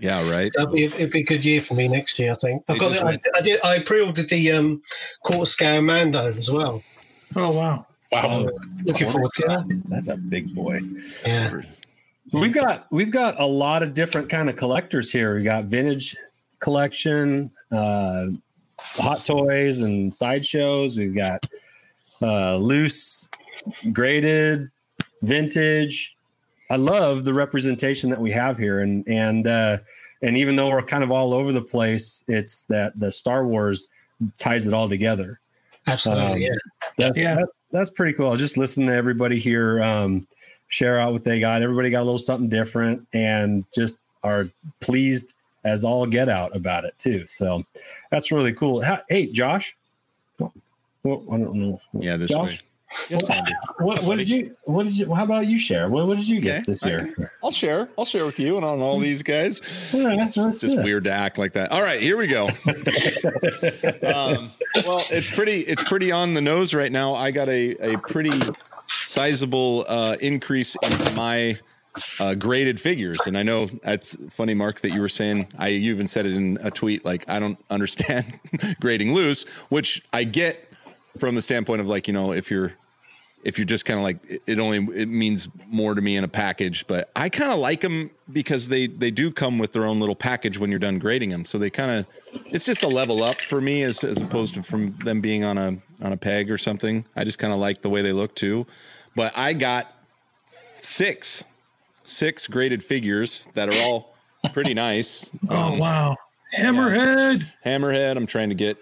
S2: Yeah. Right.
S5: That'd be, it'd be a good year for me next year, I think. I've
S2: It
S5: got.
S2: is,
S5: I,
S2: right.
S5: I did. I pre-ordered the um, quarter scale Mando as well.
S3: Oh wow.
S6: Wow.
S5: Looking forward to that.
S1: That's a big boy.
S5: Yeah.
S1: So we've got we've got a lot of different kind of collectors here. We got vintage collection, uh, hot toys and sideshows. We've got uh, loose, graded, vintage. I love the representation that we have here, and and uh, and even though we're kind of all over the place, it's that the Star Wars ties it all together.
S5: Absolutely.
S1: Um,
S5: yeah.
S1: That's,
S3: Yeah.
S1: that's that's pretty cool. Just listen to everybody here um, share out what they got. Everybody got a little something different, and just are pleased as all get out about it too. So that's really cool. Ha- Hey, Josh. Well, I don't know.
S2: Yeah, this
S1: Josh,
S2: way. Yes, Andy.
S1: What, what did you? What did you? How about you share? What, what did you get
S2: Okay,
S1: this
S2: I
S1: year?
S2: I'll share. I'll share with you and on all these guys.
S1: Yeah, that's
S2: It's just weird to act like that. All right, here we go. um, well, it's pretty. It's pretty on the nose right now. I got a a pretty sizable uh, increase in my uh, graded figures, and I know that's funny, Mark, that you were saying. I you even said it in a tweet. Like I don't understand grading loose, which I get from the standpoint of like you know if you're if you're just kind of like it- it only it means more to me in a package but i kind of like them because they they do come with their own little package when you're done grading them so they kind of it's just a level up for me as as opposed to from them being on a on a peg or something i just kind of like the way they look too but i got six six graded figures that are all pretty nice
S3: Oh
S2: Um,
S3: wow, Hammerhead.
S2: hammerhead i'm trying to get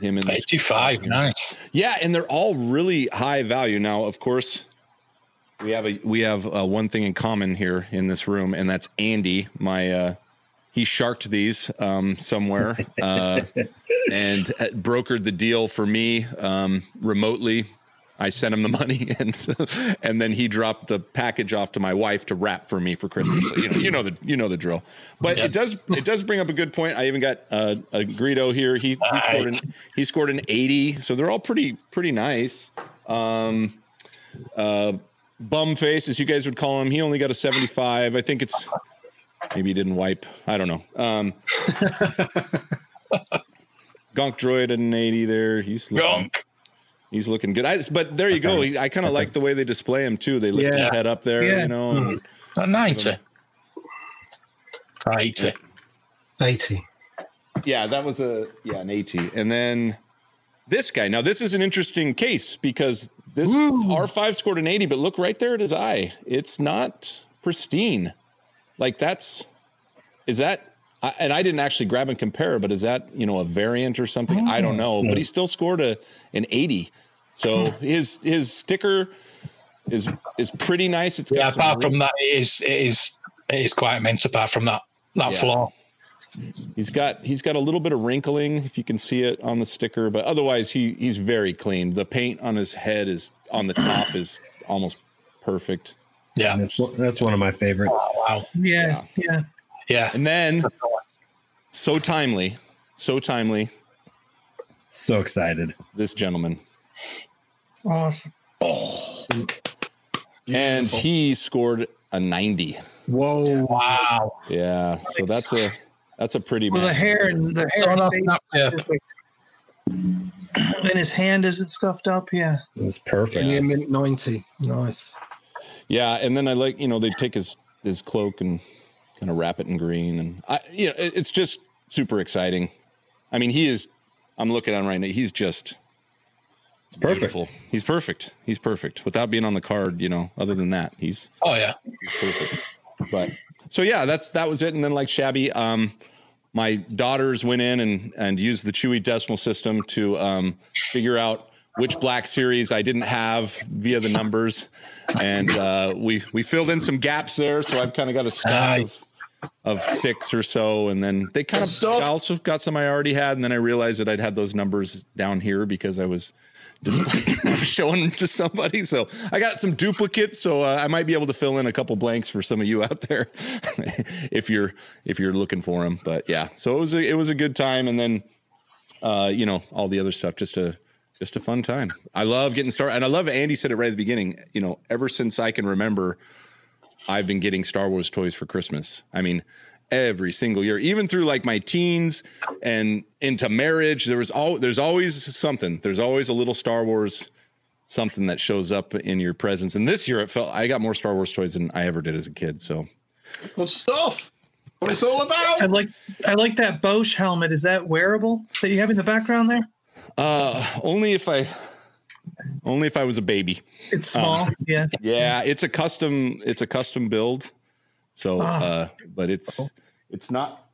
S2: him in this
S6: 85, nice.
S2: yeah, and they're all really high value. Now, of course, we have a we have uh, one thing in common here in this room, and that's Andy. My uh, he sharked these um, somewhere uh, and uh, brokered the deal for me um, remotely. I sent him the money, and and then he dropped the package off to my wife to wrap for me for Christmas. So, you know, you know the you know the drill. But
S6: Yeah.
S2: it does it does bring up a good point. I even got uh, a Greedo here. He, he scored an
S6: Nice.
S2: he scored an eighty, so they're all pretty pretty nice. Um, uh, bum face, as you guys would call him, he only got a seventy-five. I think it's maybe he didn't wipe. I don't know. Um, Gonk Droid at an eighty there. He's looking,
S6: Gronk.
S2: he's looking good. I, but there you go. He, I kind of like the way they display him too. They lift his
S6: Yeah.
S2: head up there,
S3: Yeah.
S2: you know. and-
S6: Not 90. 80.
S5: 80.
S2: yeah, that was a yeah an eighty, and then this guy. Now this is an interesting case because this R five scored an eighty, but look right there at his eye. It's not pristine. Like that's is that. I, and I didn't actually grab and compare, but is that you know a variant or something? I don't know. But he still scored a an eighty, so his his sticker is is pretty nice. It's got
S6: Yeah,
S2: some
S6: apart
S2: real-
S6: from that, it is, it is, it is quite immense apart from that, that
S2: Yeah.
S6: flaw.
S2: He's got he's got a little bit of wrinkling if you can see it on the sticker, but otherwise he he's very clean. The paint on his head is on the top is almost perfect.
S6: Yeah. Oh,
S1: That's, one- that's one of my favorites.
S6: Wow.
S3: Yeah, yeah.
S6: Yeah.
S2: And then so timely, so timely,
S1: So excited.
S2: this gentleman.
S3: Awesome.
S2: And he scored a 90.
S7: Whoa.
S6: Wow.
S2: Yeah. So that's a that's a pretty
S3: Well, the
S2: man.
S3: hair and the hair
S6: Sort
S3: and,
S6: of,
S3: face
S6: not- yeah.
S3: is perfect. and his hand isn't scuffed up. Yeah,
S1: It's perfect.
S2: Yeah.
S7: Yeah, mint 90.
S1: Oh,
S7: Nice.
S2: Yeah, and then I like you know they take his his cloak and kind of wrap it in green, and I you know it- it's just super exciting. I mean, he is. I'm looking at him right now. He's just
S1: perfect.
S2: beautiful. He's perfect. He's perfect without being on the card. You know, other than that, he's
S6: Oh, yeah.
S2: perfect. But so yeah, that's that was it. And then like Shabby, um, my daughters went in and and used the Chewy decimal system to um, figure out which Black Series I didn't have via the numbers, and uh, we we filled in some gaps there. So I've kind of got a stack of, of six or so, and then they kind of
S4: Stop.
S2: I also got some I already had, and then I realized that I'd had those numbers down here because I was displaying, showing them to somebody. So I got some duplicates, so uh, I might be able to fill in a couple blanks for some of you out there if you're if you're looking for them. But yeah, so it was a, it was a good time, and then uh, you know all the other stuff. Just a just a fun time. I love getting started, and I love Andy said it right at the beginning. You know, ever since I can remember, I've been getting Star Wars toys for Christmas. I mean. Every single year, even through like my teens and into marriage, there was all there's always something. There's always a little Star Wars something that shows up in your presence. And this year, it felt I got more Star Wars toys than I ever did as a kid. So
S4: Good stuff. What it's all about.
S3: I like I like that Bosch
S1: Uh-huh.
S3: helmet. Is that wearable that you have in the background there?
S2: uh, only if I Only if I was a baby. Um,
S3: It's small. yeah.
S2: Yeah, it's a custom. It's a custom build. So,
S1: Ah.
S2: uh, but it's it's not.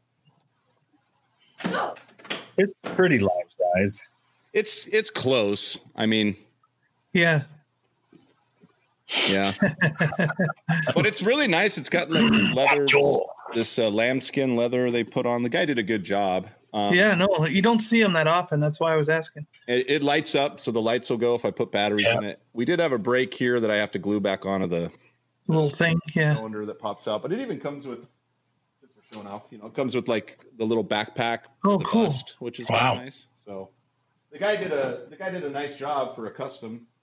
S1: It's pretty life size.
S2: It's it's close. I mean,
S3: Yeah.
S2: yeah. but it's really nice. It's got like this leather, this, this uh, lambskin leather they put on. The guy did a good job.
S1: Uh-huh.
S2: Um,
S3: yeah. No, you don't see them that often. That's why I was asking.
S2: It, it lights up, so the lights will go if I put batteries in it. We did have a break here that I have to glue back onto the
S3: Little thing. Yeah.
S2: cylinder that pops out, but it even comes with. since we're Showing off, you know, it comes with like the little backpack. for
S3: Oh,
S2: the
S3: cool.
S2: which is
S6: Wow.
S2: wow. nice. So the guy did a the guy did a nice job for a custom.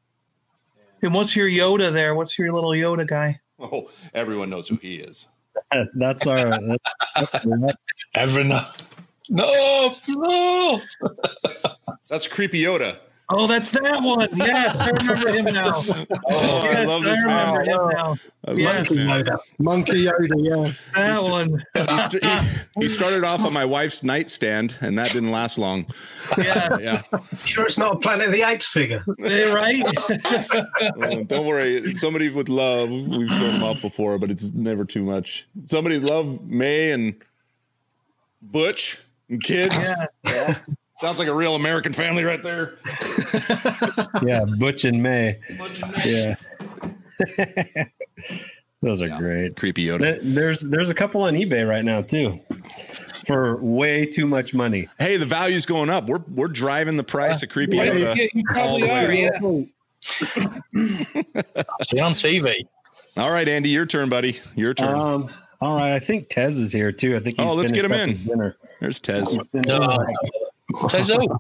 S3: And what's your Yoda there? What's your little Yoda guy?
S2: Oh, everyone knows who he is.
S1: That's our. That's, that's-
S6: Every no, no, no.
S2: That's creepy Yoda.
S3: Oh, that's that one. Yes, I remember him now.
S2: Oh,
S3: yes,
S2: I love this
S3: remember
S2: man.
S3: him now.
S2: I love
S3: Yes.
S2: this man.
S7: Monkey Yoda, yeah.
S3: That one.
S2: He st- he- he started off on my wife's nightstand, and that didn't last long.
S3: Yeah.
S2: Yeah,
S5: Sure, it's not a Planet of the Apes figure.
S3: Eh, right?
S2: Well, Uh, don't worry. Somebody with love, we've shown him up before, but it's never too much. Somebody love May and Butch and kids.
S3: Yeah.
S2: Sounds like a real American family right there.
S1: yeah, Butch and May. Yeah. Those are great.
S2: Creepy Yoda.
S1: There- There's there's a couple on eBay right now too, for way too much money.
S2: Hey, the value's going up. We're we're driving the price of creepy
S3: Yeah,
S2: Yoda.
S3: you- you
S2: all the
S3: probably
S2: way
S3: are.
S2: up.
S3: Yeah.
S1: Oh.
S6: See on TV.
S2: All right, Andy, your turn, buddy. Your turn.
S3: Oh,
S1: Um, all right, I think Tez is here too. I think he's
S2: Oh, let's
S1: finished
S2: get him
S1: up
S2: in.
S1: his dinner.
S2: There's Tez.
S1: He's finished-
S6: No. Says who?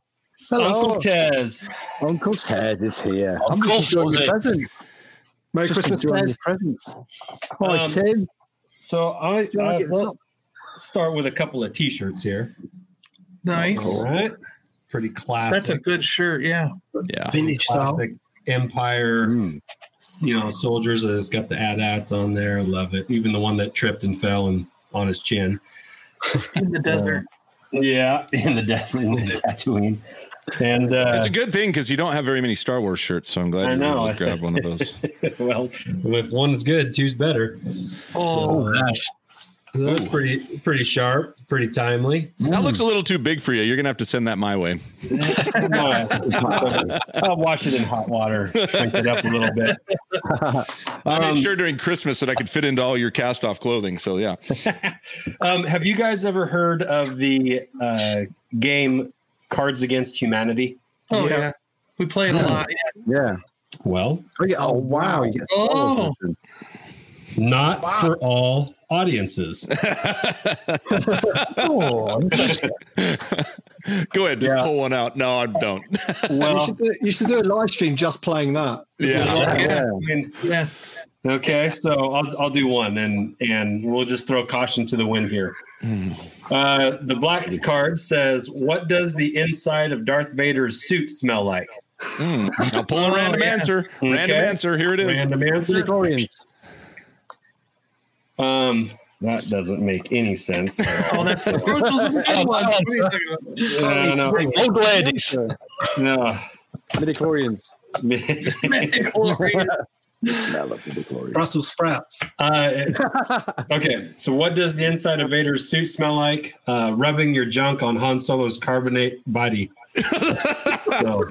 S1: Uncle Tez.
S8: Uncle Ted is here. I'm
S6: Uncle
S8: just enjoying
S6: Ted.
S8: your presents.
S7: Merry
S8: Just
S7: Christmas,
S8: enjoying
S7: Des.
S8: your presents. Hi,
S1: Um,
S8: Tim.
S1: So I,
S8: Do you wanna
S1: I
S8: get
S1: let's
S8: some?
S1: start with a couple of T-shirts here.
S3: Nice.
S1: All right,
S9: Pretty classic.
S3: That's a good shirt. Yeah.
S2: Yeah.
S5: Vintage style.
S9: Uh, classic Empire. You know, soldiers. It's got the AT-ATs on there. Love it. Even the one that tripped and fell and on his chin.
S3: In the desert.
S1: yeah, in the desert, in the Tatooine, and
S2: It's
S1: uh,
S2: a good thing because you don't have very many Star Wars shirts, so I'm glad
S1: I
S2: you were able
S1: know.
S2: to grab one of those.
S1: well,
S9: If one's good, two's better. uh,
S3: Oh,
S6: Nice.
S9: That's pretty pretty sharp, pretty timely.
S2: That looks a little too big for you. You're gonna have to send that my way.
S1: I'll wash it in hot water, shrink it up a little bit.
S2: I
S1: Um,
S2: made sure during Christmas that I could fit into all your cast off clothing. So yeah.
S1: Um, have you guys ever heard of the uh, game Cards Against Humanity?
S3: oh yeah. We played a lot. Yeah.
S8: Yeah.
S9: Well,
S8: Oh, yeah. oh wow. You get Star Wars
S3: Oh.
S8: version.
S9: not for all audiences.
S8: Oh,
S2: Go ahead, just pull one out. No, I don't.
S7: you, should do, you should do a live stream just playing that. uh,
S2: yeah.
S3: Yeah.
S8: Yeah.
S1: I mean,
S3: Yeah.
S1: Okay, so I'll I'll do one, and and we'll just throw caution to the wind here.
S2: Hmm.
S1: Uh, the black card says, "What does the inside of Darth Vader's suit smell like?"
S2: Hmm. I'll pull
S3: Oh,
S2: a random answer. Random
S1: Okay.
S2: answer. Here it is.
S1: Random answer.
S8: Midichlorians.
S1: Um, that doesn't make any sense.
S3: Oh, that's the those are the good ones. What are you talking about?
S1: no, no,
S6: Old ladies.
S1: no.
S8: Midichlorians.
S3: Glorious.
S8: The smell of midichlorians.
S5: Brussels sprouts.
S1: Uh, okay, so what does the inside of Vader's suit smell like? Uh, rubbing your junk on Han Solo's carbonate body. So,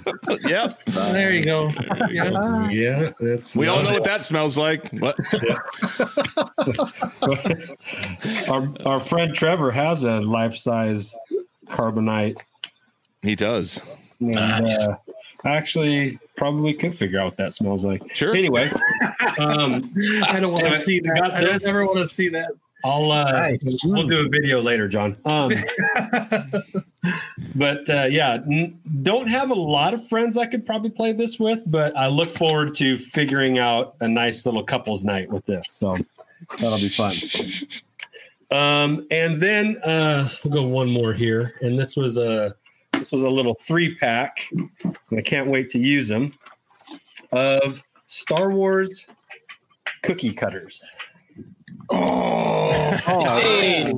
S2: Yep.
S3: There you go. Yeah.
S9: yeah, that's
S2: We all know what that smells like. What?
S1: our our friend Trevor has a life size carbonite.
S2: He does.
S1: And,
S6: Nice.
S1: uh, I actually probably could figure out what that smells like.
S2: Sure.
S1: Anyway, um,
S3: I don't want to see that.
S1: Got
S3: I don't ever want to see that.
S1: I'll uh,
S8: Nice.
S1: we'll do a video later, John. Um, but uh, yeah, n- don't have a lot of friends I could probably play this with, but I look forward to figuring out a nice little couples night with this. So that'll be fun. Um, and then uh, we'll go one more here, and this was a this was a little three pack, and I can't wait to use them of Star Wars cookie cutters.
S3: Oh,
S6: Hey.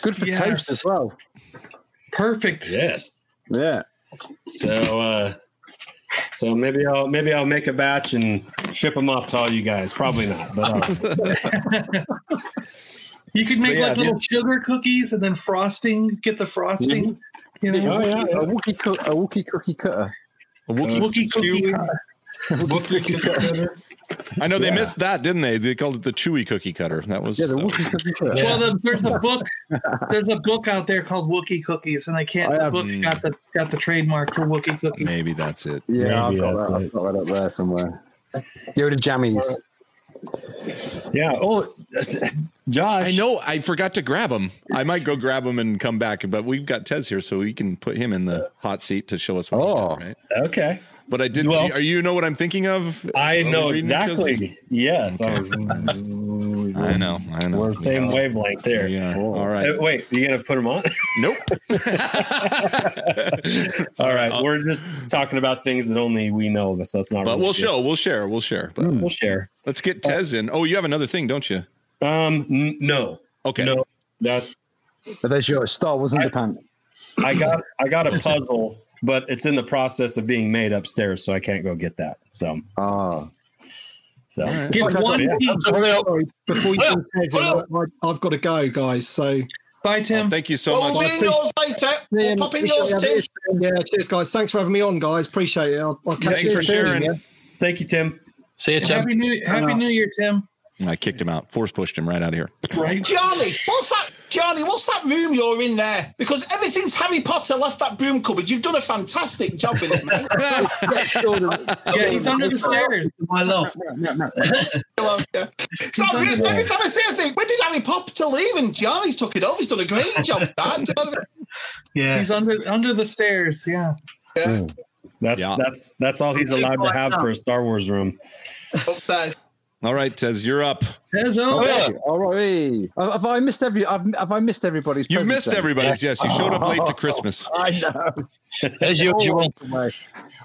S8: Good for
S3: Yes.
S8: taste as well.
S3: perfect.
S1: Yes.
S8: Yeah.
S1: So uh So maybe I'll maybe I'll make a batch and ship them off to all you guys. Probably not, but I'll-
S3: You could make
S1: But yeah,
S3: like little sugar cookies and then frosting. Get the frosting. You know,
S1: oh yeah, Uh,
S8: A Wookie, coo- a Wookie cookie cutter.
S2: A Wookiee-
S3: Wookie cookie.
S2: I know they missed that, didn't they? They called it the Chewy Cookie Cutter. That was
S8: Yeah, the
S2: that was-
S8: Wookie cookie cutter.
S6: Yeah.
S3: Well, the, there's a book. There's a book out there called Wookie Cookies, and I can't.
S8: I
S3: the
S8: have-
S3: book got the got the trademark for Wookie Cookies.
S2: maybe that's it.
S8: Yeah, I've
S1: Maybe
S8: got,
S1: that's
S8: that. I've
S1: it.
S8: got that up there somewhere. Yoda jammies.
S1: yeah. Oh, that's- Josh.
S2: I know I forgot to grab him. I might go grab him and come back, but we've got Tez here, so we can put him in the hot seat to show us what. we got,
S8: Oh.
S2: right.
S1: Okay,
S2: But I did.
S1: Well-
S2: are you know what I'm thinking of?
S1: I
S2: Are we
S1: know
S2: reading each other's-
S1: exactly. Yes, I
S2: Okay.
S1: was-
S2: I know. I know.
S1: We're the same wavelength
S2: There
S1: there.
S2: you are. All right.
S1: Uh, Wait, you gonna put them on?
S2: Nope.
S1: All right,
S2: Uh,
S1: we're just talking about things that only we know of, so it's not.
S2: but
S1: really
S2: we'll
S1: good.
S2: show. We'll share. We'll share. But
S8: Hmm.
S1: We'll share.
S2: let's get Tez in. Oh, you have another thing, don't you?
S1: Um, n- no,
S2: Okay.
S1: no, that's
S8: But there's your Star Wars underpants.
S1: I got I got a puzzle, but it's in the process of being made upstairs, so I can't go get that. So
S8: Ah,
S1: so
S2: All right.
S3: Get one
S1: Yeah.
S3: piece.
S6: Hurry up.
S7: Sorry, before you go, Ted,
S6: Well-
S7: I- I've got to go, guys. So
S3: Bye,
S2: Well,
S3: Tim.
S2: Oh, thank you so
S4: Well,
S2: much.
S4: we'll be in yours later. We'll pop in yours, Tim.
S7: yeah, cheers, guys. Thanks for having me on, guys. Appreciate it. I'll, I'll catch
S2: Thanks
S7: you
S2: for
S7: soon,
S2: sharing.
S7: yeah?
S1: thank you, Tim.
S6: See you, Tim.
S3: Happy New Happy New Year, Tim.
S2: I kicked him out, force pushed him right out of here.
S3: Right.
S4: Johnny, what's that? Johnny, what's that room you're in there? Because ever since Harry Potter left that broom cupboard, you've done a fantastic job with it, mate.
S3: Yeah, he's under the stairs.
S5: My love.
S4: Hello, yeah. So
S3: He's
S4: every,
S3: under
S4: every time I say a thing, when did Harry Potter leave? And Johnny's took it over. He's done a great job. Dad.
S5: Yeah.
S3: He's under under the stairs. Yeah.
S4: Yeah,
S1: That's
S2: Yeah.
S1: that's that's all he's allowed to have for a Star Wars room.
S4: upstairs.
S2: All right, Tez, you're up.
S3: There's
S8: all
S3: over.
S6: yeah.
S8: right, all right. Have have I missed every? Have, have I missed everybody's?
S2: You've
S8: presence
S2: missed
S8: then?
S2: everybody's. Yes, you showed up late to Christmas.
S8: I know.
S6: As usual.
S8: Always away.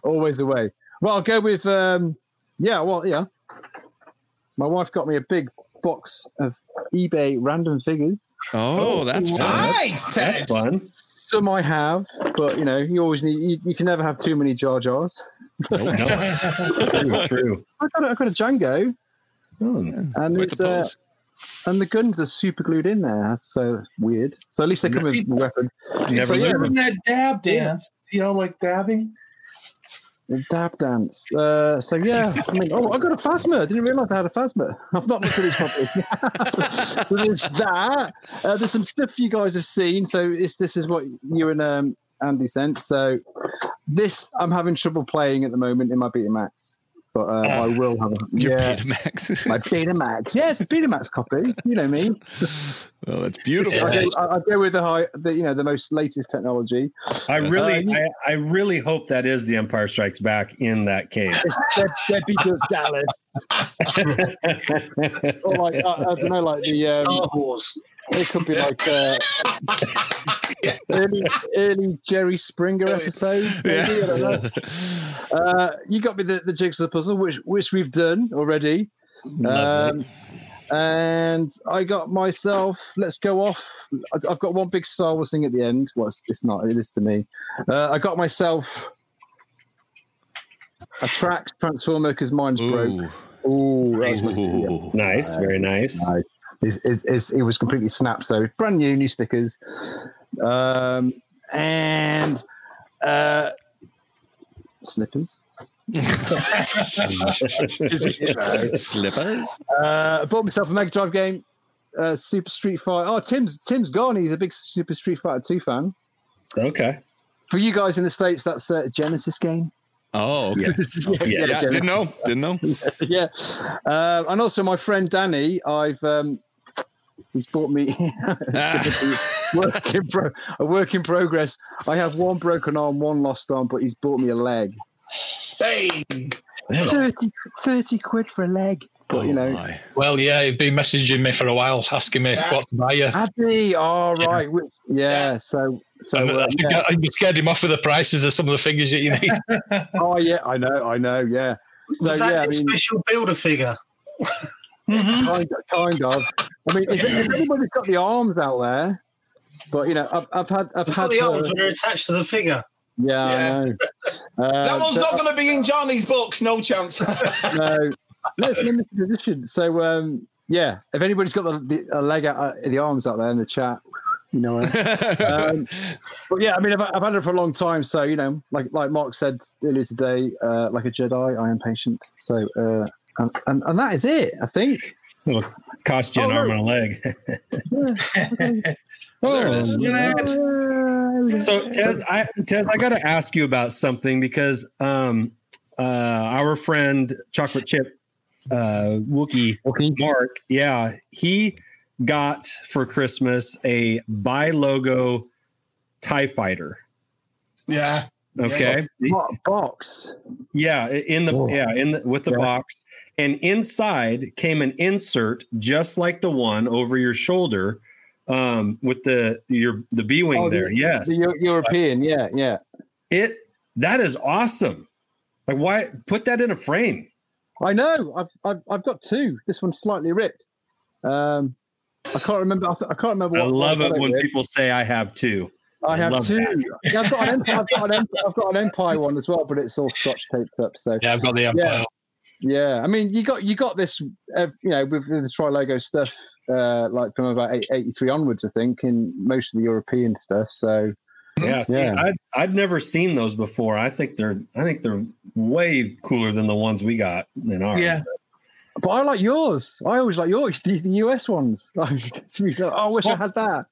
S8: Always away. Well, I'll go with. Um, yeah. Well, yeah. My wife got me a big box of eBay random figures.
S2: Oh, that's fun.
S4: Nice, Ted.
S1: That's fun.
S8: Some I have, but you know, you always need. You, you can never have too many Jar Jars.
S1: True, true.
S8: I got a, I got a Django,
S1: Oh,
S8: and
S2: Quite
S8: it's
S2: the
S8: uh,
S2: pose.
S8: and the guns are super glued in there. So it's weird. So at least they come with weapons.
S1: Never
S8: so yeah,
S1: leave
S3: Isn't that dab dance? You know, like dabbing.
S8: The dab dance. Uh, so yeah, I mean, oh, I got a phasma. I didn't realise I had a phasma. I've not looked at this properly. there's that. Uh, there's some stuff you guys have seen. So it's this is what you and um, Andy sent. So this I'm having trouble playing at the moment in my Betamax, but uh, I will have. A,
S2: Ah, Your
S8: yeah,
S2: Betamax.
S8: my Betamax. Yeah, it's a Betamax copy. You know me.
S2: oh, that's
S8: I
S2: beautiful.
S8: go, I, I go with the high, the, you know, the most latest technology.
S1: I really,
S8: Uh,
S1: I, I really hope that is the Empire Strikes Back in that case.
S8: It's Deb, Debbie does Dallas, or like uh, I, I don't know, like the um,
S5: Star Wars.
S8: It could be like uh, early, early Jerry Springer episode. Maybe, I don't know. Uh, you got me the, the jigsaw puzzle, which which we've done already.
S1: Lovely.
S8: Um, and I got myself. Let's go off. I- I've got one big Star Wars thing at the end. Well, it's, it's not. It is to me. Uh, I got myself a track transformer because mine's broke.
S2: Ooh.
S8: Ooh, that was my- yeah.
S2: Ooh.
S1: nice, very nice.
S8: Nice. Is, is, is, it was completely snapped. So brand new, new stickers. Um, and uh, slippers.
S2: Slippers.
S8: Uh, I bought myself a Mega Drive game. Uh, Super Street Fighter. Oh, Tim's Tim's gone. He's a big Super Street Fighter 2 fan.
S1: Okay.
S8: For you guys in the States, that's a Genesis game.
S2: Oh, okay.
S8: yeah,
S2: Yeah,
S8: yeah, Genesis.
S2: didn't know. Didn't know.
S8: yeah. Um, and also my friend Danny, I've um, he's bought me work in pro- a work in progress. I have one broken arm, one lost arm, but he's bought me a leg.
S4: Hey,
S8: 30, 30 quid for a leg. But you know,
S2: my.
S6: Well, yeah, he've been messaging me for a while, asking me what to buy you.
S8: Abby, all
S6: Yeah.
S8: right. we- Yeah. so so
S6: And
S8: uh,
S6: I think
S8: yeah.
S6: I, I scared him off with the prices of some of the figures that you need.
S8: oh yeah, I know, I know, yeah. So
S5: Was that
S8: yeah, I
S5: your
S8: mean,
S5: special builder figure? Mm-hmm.
S8: kind of, kind of. I mean, is it, if anybody's got the arms out there, but you know, I've, I've had, I've had
S5: I've got the
S8: her-
S5: arms when they're attached to the figure.
S8: Yeah,
S4: Yeah.
S8: I know.
S4: That
S8: Uh,
S4: one's
S8: so-
S4: not going to be in Johnny's book. No chance.
S8: no, no, it's a limited edition. So um, yeah, if anybody's got the, the a leg out, uh, the arms out there in the chat, you know. it. um, but yeah, I mean, I've, I've had it for a long time, so you know, like like Mark said earlier today, uh, like a Jedi, I am patient. So uh, and, and and that is it, I think.
S1: It'll cost you an
S8: Oh, no.
S1: arm and a leg.
S9: There it is.
S3: Oh, Look at that.
S8: Uh,
S1: So Tez, I Tez, I got to ask you about something because um, uh, our friend Chocolate Chip uh, Wookie
S8: okay.
S1: Mark, yeah, he got for Christmas a by logo Tie Fighter.
S4: yeah.
S1: Okay,
S8: What box?
S1: yeah, in the
S8: Whoa.
S1: yeah in the, with the
S8: Yeah.
S1: box, and inside came an insert just like the one over your shoulder um with the your the b wing
S8: Oh, the-
S1: there yes
S8: The Eu- European, yeah, yeah.
S1: it that is awesome like why put that in a frame
S8: I know. I've, I've I've got two. This one's slightly ripped. Um, I can't remember. I, th- I can't remember.
S1: i
S8: what-
S1: love
S8: what
S1: it
S8: I
S1: when
S8: did.
S1: people say i have two
S8: I have
S1: love
S8: two.
S1: that.
S8: Yeah, I've got an Empire. I've got an Empire, I've got an Empire one as well, but it's all scotch taped up. So
S6: Yeah, I've got the
S8: Yeah.
S6: Empire.
S8: yeah, I mean, you got you got this, uh, you know, with the Tri Logo stuff, uh, like from about eight- '83 onwards, I think, in most of the European stuff. So
S1: yeah, see,
S8: Yeah.
S1: I'd, I'd never seen those before i think they're i think they're way cooler than the ones we got in ours
S3: Yeah.
S8: But I like yours. I always like yours. These the US ones. Like, it's really like, oh, I wish I had that.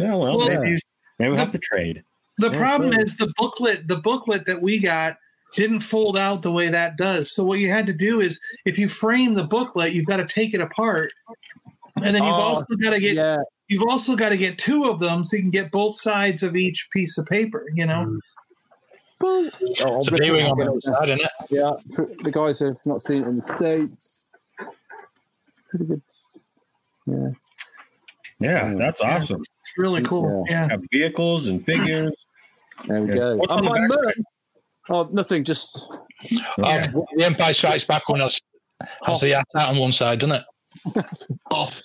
S1: yeah well,
S3: Well,
S1: maybe maybe we have
S3: the-
S1: to trade
S3: The
S8: Yeah,
S3: problem
S8: totally.
S3: is the booklet. The booklet that we got didn't fold out the way that does. So what you had to do is, if you frame the booklet, you've got to take it apart, and then you've
S8: Oh,
S3: also got to get
S8: Yeah,
S3: you've also got to get two of them so you can get both sides of each piece of paper. You know,
S8: Well,
S6: It's a B-wing on the outside, isn't it?
S8: yeah. For the guys who have not seen it in the states, it's pretty good. Yeah.
S1: yeah that's
S3: Yeah.
S1: awesome uh,
S3: it's really cool. Yeah.
S1: have vehicles and figures
S8: There we
S1: Yeah.
S8: go.
S1: What's
S8: And
S1: on the
S8: my
S1: back
S8: merch- Oh, nothing. Just
S3: Yeah.
S6: Oh, the Empire Strikes Back one has, has the hat on one side, doesn't it?
S4: Off.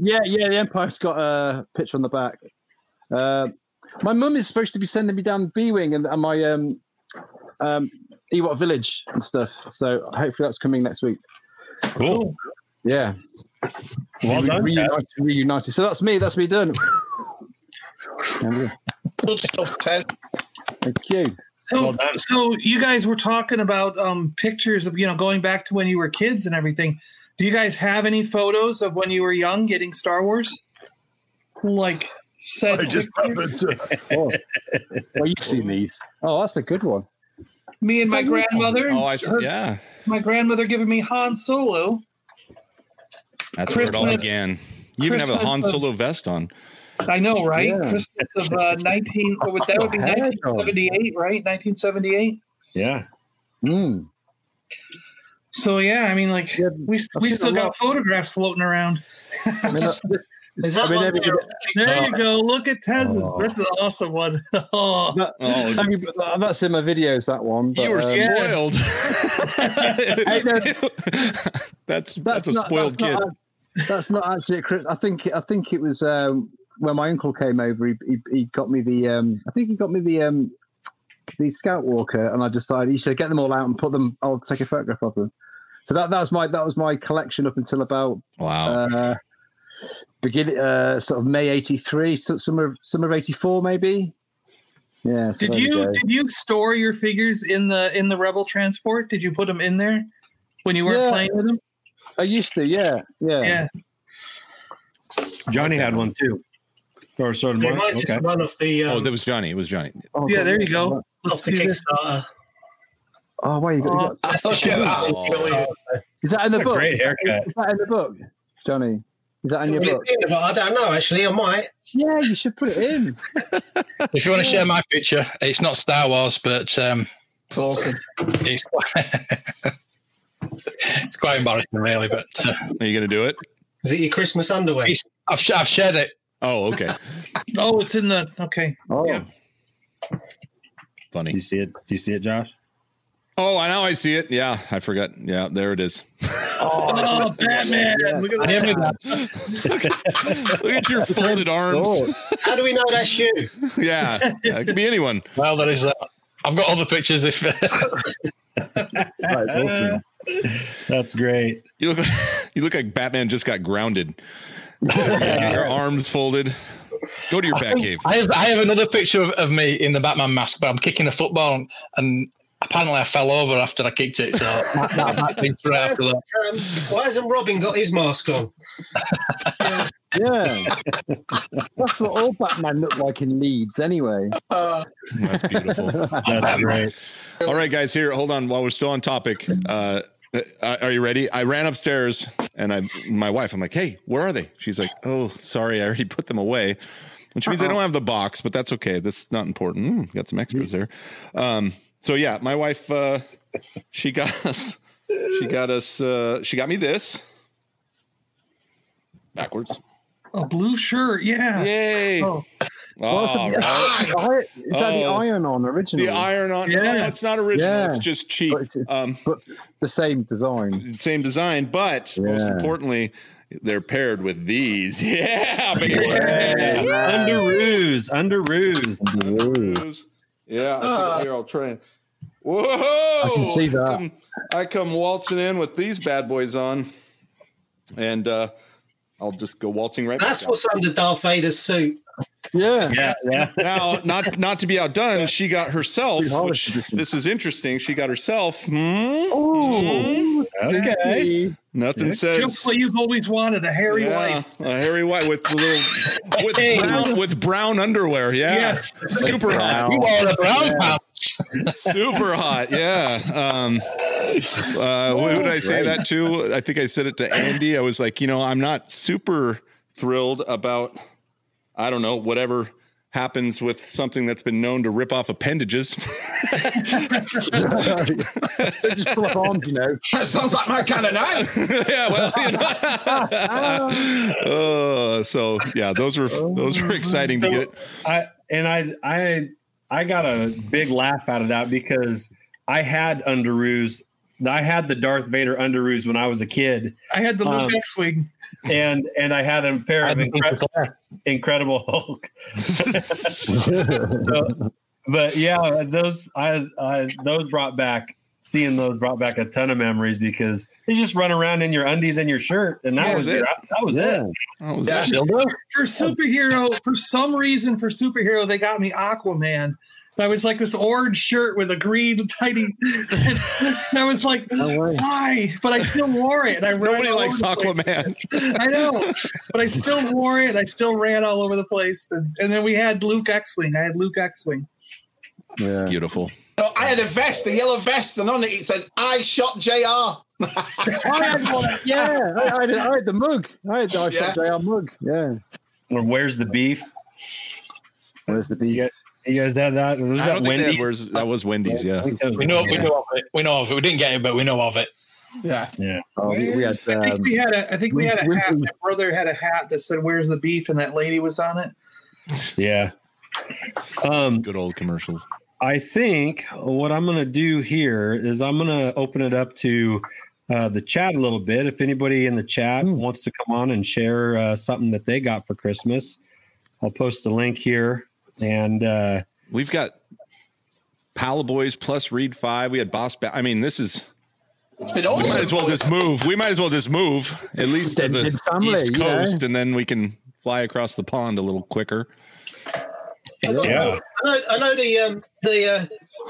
S8: yeah, yeah. The Empire's got a picture on the back. Uh, my mum is supposed to be sending me down B Wing and, and my um, um, Ewok Village and stuff. So hopefully that's coming next week.
S1: cool
S8: Yeah.
S1: well done Ted.
S8: reunited, reunited. So that's me. That's me done. There we go.
S4: Good stuff, Ted.
S8: Thank you.
S3: So,
S1: Well done.
S3: so you guys were talking about um, pictures of you know going back to when you were kids and everything. Do you guys have any photos of when you were young getting Star Wars? Like said, picture?
S8: Oh. Well, you've seen these. Oh, that's a good one.
S3: me and my
S8: Is that you?
S3: grandmother.
S2: Oh, I
S3: her-
S2: see. Yeah,
S3: My grandmother giving me Han Solo.
S2: that's where it all
S3: Christmas-
S2: began. You even have a
S3: Christmas
S2: Han
S3: of-
S2: Solo vest on.
S3: I know, right?
S8: Yeah.
S3: Christmas of uh, nineteen. What would that would be?
S8: What the heck?
S3: Nineteen seventy-eight, right? Nineteen seventy-eight.
S1: yeah
S8: Mm.
S3: So yeah, I mean, like
S8: Yeah,
S3: we
S8: I've
S3: we
S8: seen
S3: still
S8: a
S3: got
S8: lot.
S3: photographs floating around.
S8: I mean, that- this-
S5: Is
S8: I
S5: that
S8: mean,
S5: one
S8: everybody-
S5: there?
S3: There
S8: Oh.
S3: you go. Look at Tez's. That's an awesome one. oh,
S8: that-
S2: Oh,
S8: Oh. I mean, but that's in my videos. That one. But,
S2: you were
S8: um,
S3: yeah.
S2: spoiled. that's that's, a
S8: not-
S2: spoiled
S8: that's
S2: kid.
S8: not a- that's not actually. A, cri- I think I think it was um, when my uncle came over. He, he, he got me the. Um, I think he got me the. Um, the Scout Walker, and I decided he said, "Get them all out and put them. I'll take a photograph of them." So that, that was my that was my collection up until about
S2: wow.
S8: uh, begin uh, sort of May '83, so summer summer of '84 maybe. Yeah. so
S3: did
S8: there we
S3: you
S8: go.
S3: did you store your figures in the in the Rebel transport? Did you put them in there when you weren't
S8: Yeah.
S3: playing with them?
S8: I used to. Yeah. Yeah.
S3: Yeah.
S1: johnny had one too or so did
S5: They
S1: Mark.
S5: might just
S1: okay
S5: one of the um,
S2: oh, that was Johnny. It was Johnny.
S8: Oh,
S3: Yeah,
S8: God,
S3: there you go.
S5: off the
S3: See this?
S5: Kickstarter.
S8: Oh, wow, you got, you got-
S4: I thought you
S2: Yeah.
S4: were out.
S2: Oh.
S4: Brilliant.
S8: is that in the
S1: What a
S8: book?
S1: great haircut
S8: Is that in the book, Johnny? Is that in your
S5: Will it
S8: book?
S5: be in the book? I don't know. Actually, I might.
S8: Yeah, you should put it in.
S6: If you want to share my picture, it's not Star Wars, but um,
S4: It's awesome.
S6: it's quite, it's quite embarrassing, really. But uh,
S2: Are you gonna do it?
S5: Is it your Christmas underwear?
S6: It's- I've, sh- I've shared it.
S2: Oh, okay.
S3: Oh, it's in the okay.
S8: Oh,
S3: Yeah.
S1: do you
S2: Funny.
S1: see it do you see it josh
S2: Oh, I now I see it. Yeah, I forgot. Yeah, there it is.
S3: Oh, Batman! Look at
S6: I never
S3: that.
S6: knew that.
S2: Look at your folded arms.
S8: God.
S5: How do we know that's you?
S2: yeah, Uh, it could be anyone.
S6: Well, there is that. I've got other pictures. If
S8: Right, both of them.
S1: That's great.
S2: You look, you look like Batman just got grounded. Your arms folded. Go to your bat cave.
S6: I have, I have another picture of, of me in the Batman mask, but I'm kicking a football and, and apparently I fell over after I kicked it. So that, that, that thing straight after that.
S5: Um, why hasn't Robin got his mask on?
S8: Yeah. That's what all Batman look like in Leeds, anyway.
S4: Uh,
S2: That's beautiful.
S1: That's great.
S2: All right, guys, here, hold on. While we're still on topic, uh, uh, are you ready? I ran upstairs and I, my wife, I'm like, hey, where are they? She's like, oh, sorry, I already put them away, which means I don't have the box, but that's okay. This is not important. Mm, got some extras there. Um, so yeah, my wife, uh, she got us, she got us, uh, she got me this backwards.
S3: A blue shirt, yeah.
S2: Yay!
S3: Oh.
S2: All right.
S8: I- Is that the
S2: Oh.
S8: iron on originally?
S2: The iron on. No,
S3: Yeah.
S2: it's not original.
S8: Yeah.
S2: It's just cheap.
S8: But it's-
S2: Um,
S8: The same design.
S2: same design, but most
S8: Yeah.
S2: importantly, they're paired with these. Yeah, big
S1: Yeah. Under ruse. Under ruse.
S2: rose. Yeah, I think here I'll try and. Whoa! I
S8: can see that.
S2: come, I come waltzing in with these bad boys on, and uh, I'll just go waltzing right.
S5: That's
S2: back out.
S5: what's under Darth Vader's suit.
S8: Yeah.
S1: Yeah, yeah.
S2: now, not not to be outdone, she got herself.
S8: Dude, holiday
S2: Which,
S8: edition.
S2: this is interesting. She got herself. Hmm?
S8: Oh,
S1: Okay.
S2: Nothing says
S3: Just what you've always wanted, a hairy wife.
S2: A hairy wife with the little with brown with brown underwear. Yeah.
S3: Yes.
S2: Super hot.
S6: You are a brown pants.
S2: Super hot. Yeah. Um uh who did I say that to? I think I said it to Andy. I was like, you know, I'm not super thrilled about I don't know, whatever happens with something that's been known to rip off appendages.
S8: they just pull up arms, you know.
S4: that sounds like my kind of night.
S2: yeah, well, you know. Uh, so yeah, those were those were exciting
S1: So-
S2: to get.
S1: I and I I I got a big laugh out of that because I had underoos. I had the Darth Vader underoos when I was a kid,
S3: I had the Luke
S8: Uh.
S1: Um,
S3: X-wing.
S1: and and I had a pair
S6: I
S1: of
S6: didn't think
S1: incre-
S6: so.
S1: Incredible Hulk. So, but yeah, those I, I those brought back seeing those brought back a ton of memories because they just run around in your undies and your shirt, and that
S2: Yeah,
S1: was
S2: that's
S1: your, that was
S8: Yeah.
S1: it.
S2: That
S8: Oh,
S2: was
S4: Yeah.
S2: it.
S3: For superhero, for some reason, for superhero, they got me Aquaman. I was like this orange shirt with a green tiny. I was like,
S8: No way.
S3: why? But I still wore it. And I ran
S2: Nobody
S3: all
S2: likes
S3: over the place.
S2: Aquaman.
S3: I know, but I still wore it. I still ran all over the place. And, and then we had Luke X-wing. I had Luke X-wing.
S8: Yeah.
S2: Beautiful.
S4: No, I had a vest, a yellow vest, and on it it said, "I shot Jr."
S8: I had one- yeah, I, I, had, I had the mug. I had the I shot JR mug. Yeah.
S1: Or where's the beef?
S8: Where's the beef?
S1: Yeah. You guys had that? Was
S2: I
S1: that
S2: don't think
S1: Wendy's?
S2: that was, that was Wendy's. Yeah.
S1: That was
S6: We know, we
S1: Wendy's.
S6: know of it. We know of it. We didn't get it, but we know of it.
S4: Yeah,
S8: Oh, we, we had
S3: I think
S8: um,
S3: we had a. I think we had a
S8: Win-
S3: hat.
S8: Winfrey's-
S3: My brother had a hat that said "Where's the beef?" and that lady was on it.
S1: Yeah. Um,
S2: Good old commercials.
S1: I think what I'm going to do here is I'm going to open it up to uh, the chat a little bit. If anybody in the chat
S10: Hmm.
S1: wants to come on and share uh, something that they got for Christmas, I'll post a link here. And uh,
S2: We've got Palaboys plus Reed Five. We had Boss. Ba- I mean, this is.
S4: it
S2: We
S4: also
S2: might as well just move. We might as well just move at least to the
S8: Extended family,
S2: East
S8: you know?
S2: Coast, and then we can fly across the pond a little quicker.
S1: yeah,
S5: I know, I know the um, the uh,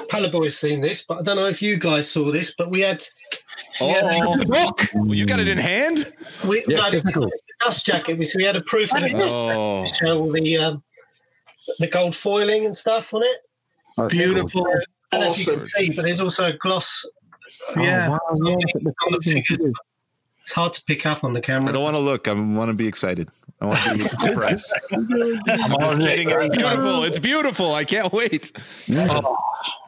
S5: Palaboy's seen this, but I don't know if you guys saw this. But we had
S2: Oh, look! You got it in hand.
S5: we
S8: Yeah,
S5: no, this is
S8: physical.
S5: the dust jacket. We, we had a proof of the dust
S2: Oh,
S5: show all the um, the gold foiling and stuff on it.
S8: oh, it's
S3: Beautiful.
S5: I don't know if you
S4: awesome.
S5: can see, but there's also a gloss.
S8: cool.
S3: Yeah.
S8: Oh, wow, yeah, look at the colours and figures.
S5: It's hard to pick up on the
S2: I
S5: camera.
S2: don't want to look. I want to be excited. I want to be surprised.
S6: I'm
S2: I'm just
S6: already-
S2: kidding. It's beautiful. It's beautiful. I can't wait. Oh.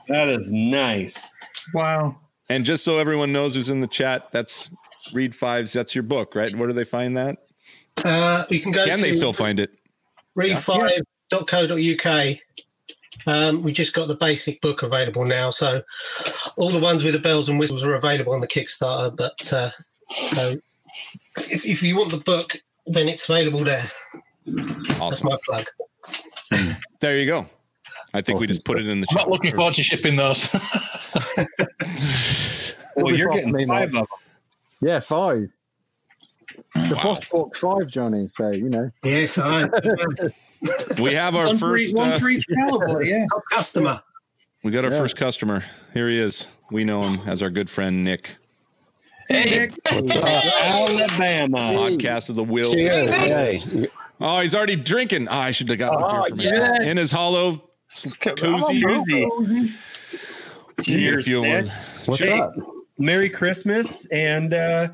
S1: that is nice.
S3: Wow.
S2: And just so everyone knows who's in the chat, that's Read Fives. That's your book, right? Where do they find that?
S5: Uh, you can go
S2: Can
S5: to
S2: they still find it?
S5: read5.co.uk. Um, we just got the basic book available now, so all the ones with the bells and whistles are available on the Kickstarter. But uh, so if, if you want the book, then it's available there. That's
S2: Awesome.
S5: my plug.
S2: There you go. I think we just put it in the
S6: I'm
S2: chat.
S6: not looking forward to shipping those.
S1: Well,
S8: It'll be
S1: you're
S8: fine for
S1: getting
S8: me,
S1: five
S8: mate.
S1: of them.
S8: Yeah, five. The boss bought five, Johnny. So you know,
S5: Yes, I am.
S2: We have our
S3: one,
S2: first.
S3: for,
S2: uh,
S3: one for each caliber, yeah.
S5: Top customer.
S2: we got our
S8: Yeah.
S2: first customer. Here he is. We know him as our good friend Nick.
S6: hey,
S1: Alabama.
S2: Podcast of the Will.
S10: Cheers. Hey.
S2: Oh, he's already drinking. Oh, I should have got one
S8: Oh,
S2: here for myself. In his hollow s- cozy.
S1: Koozie.
S2: Cheers,
S1: Cheers,
S2: you
S1: Nick.
S2: one.
S10: What's
S1: Hey.
S10: up?
S1: Merry Christmas. And uh,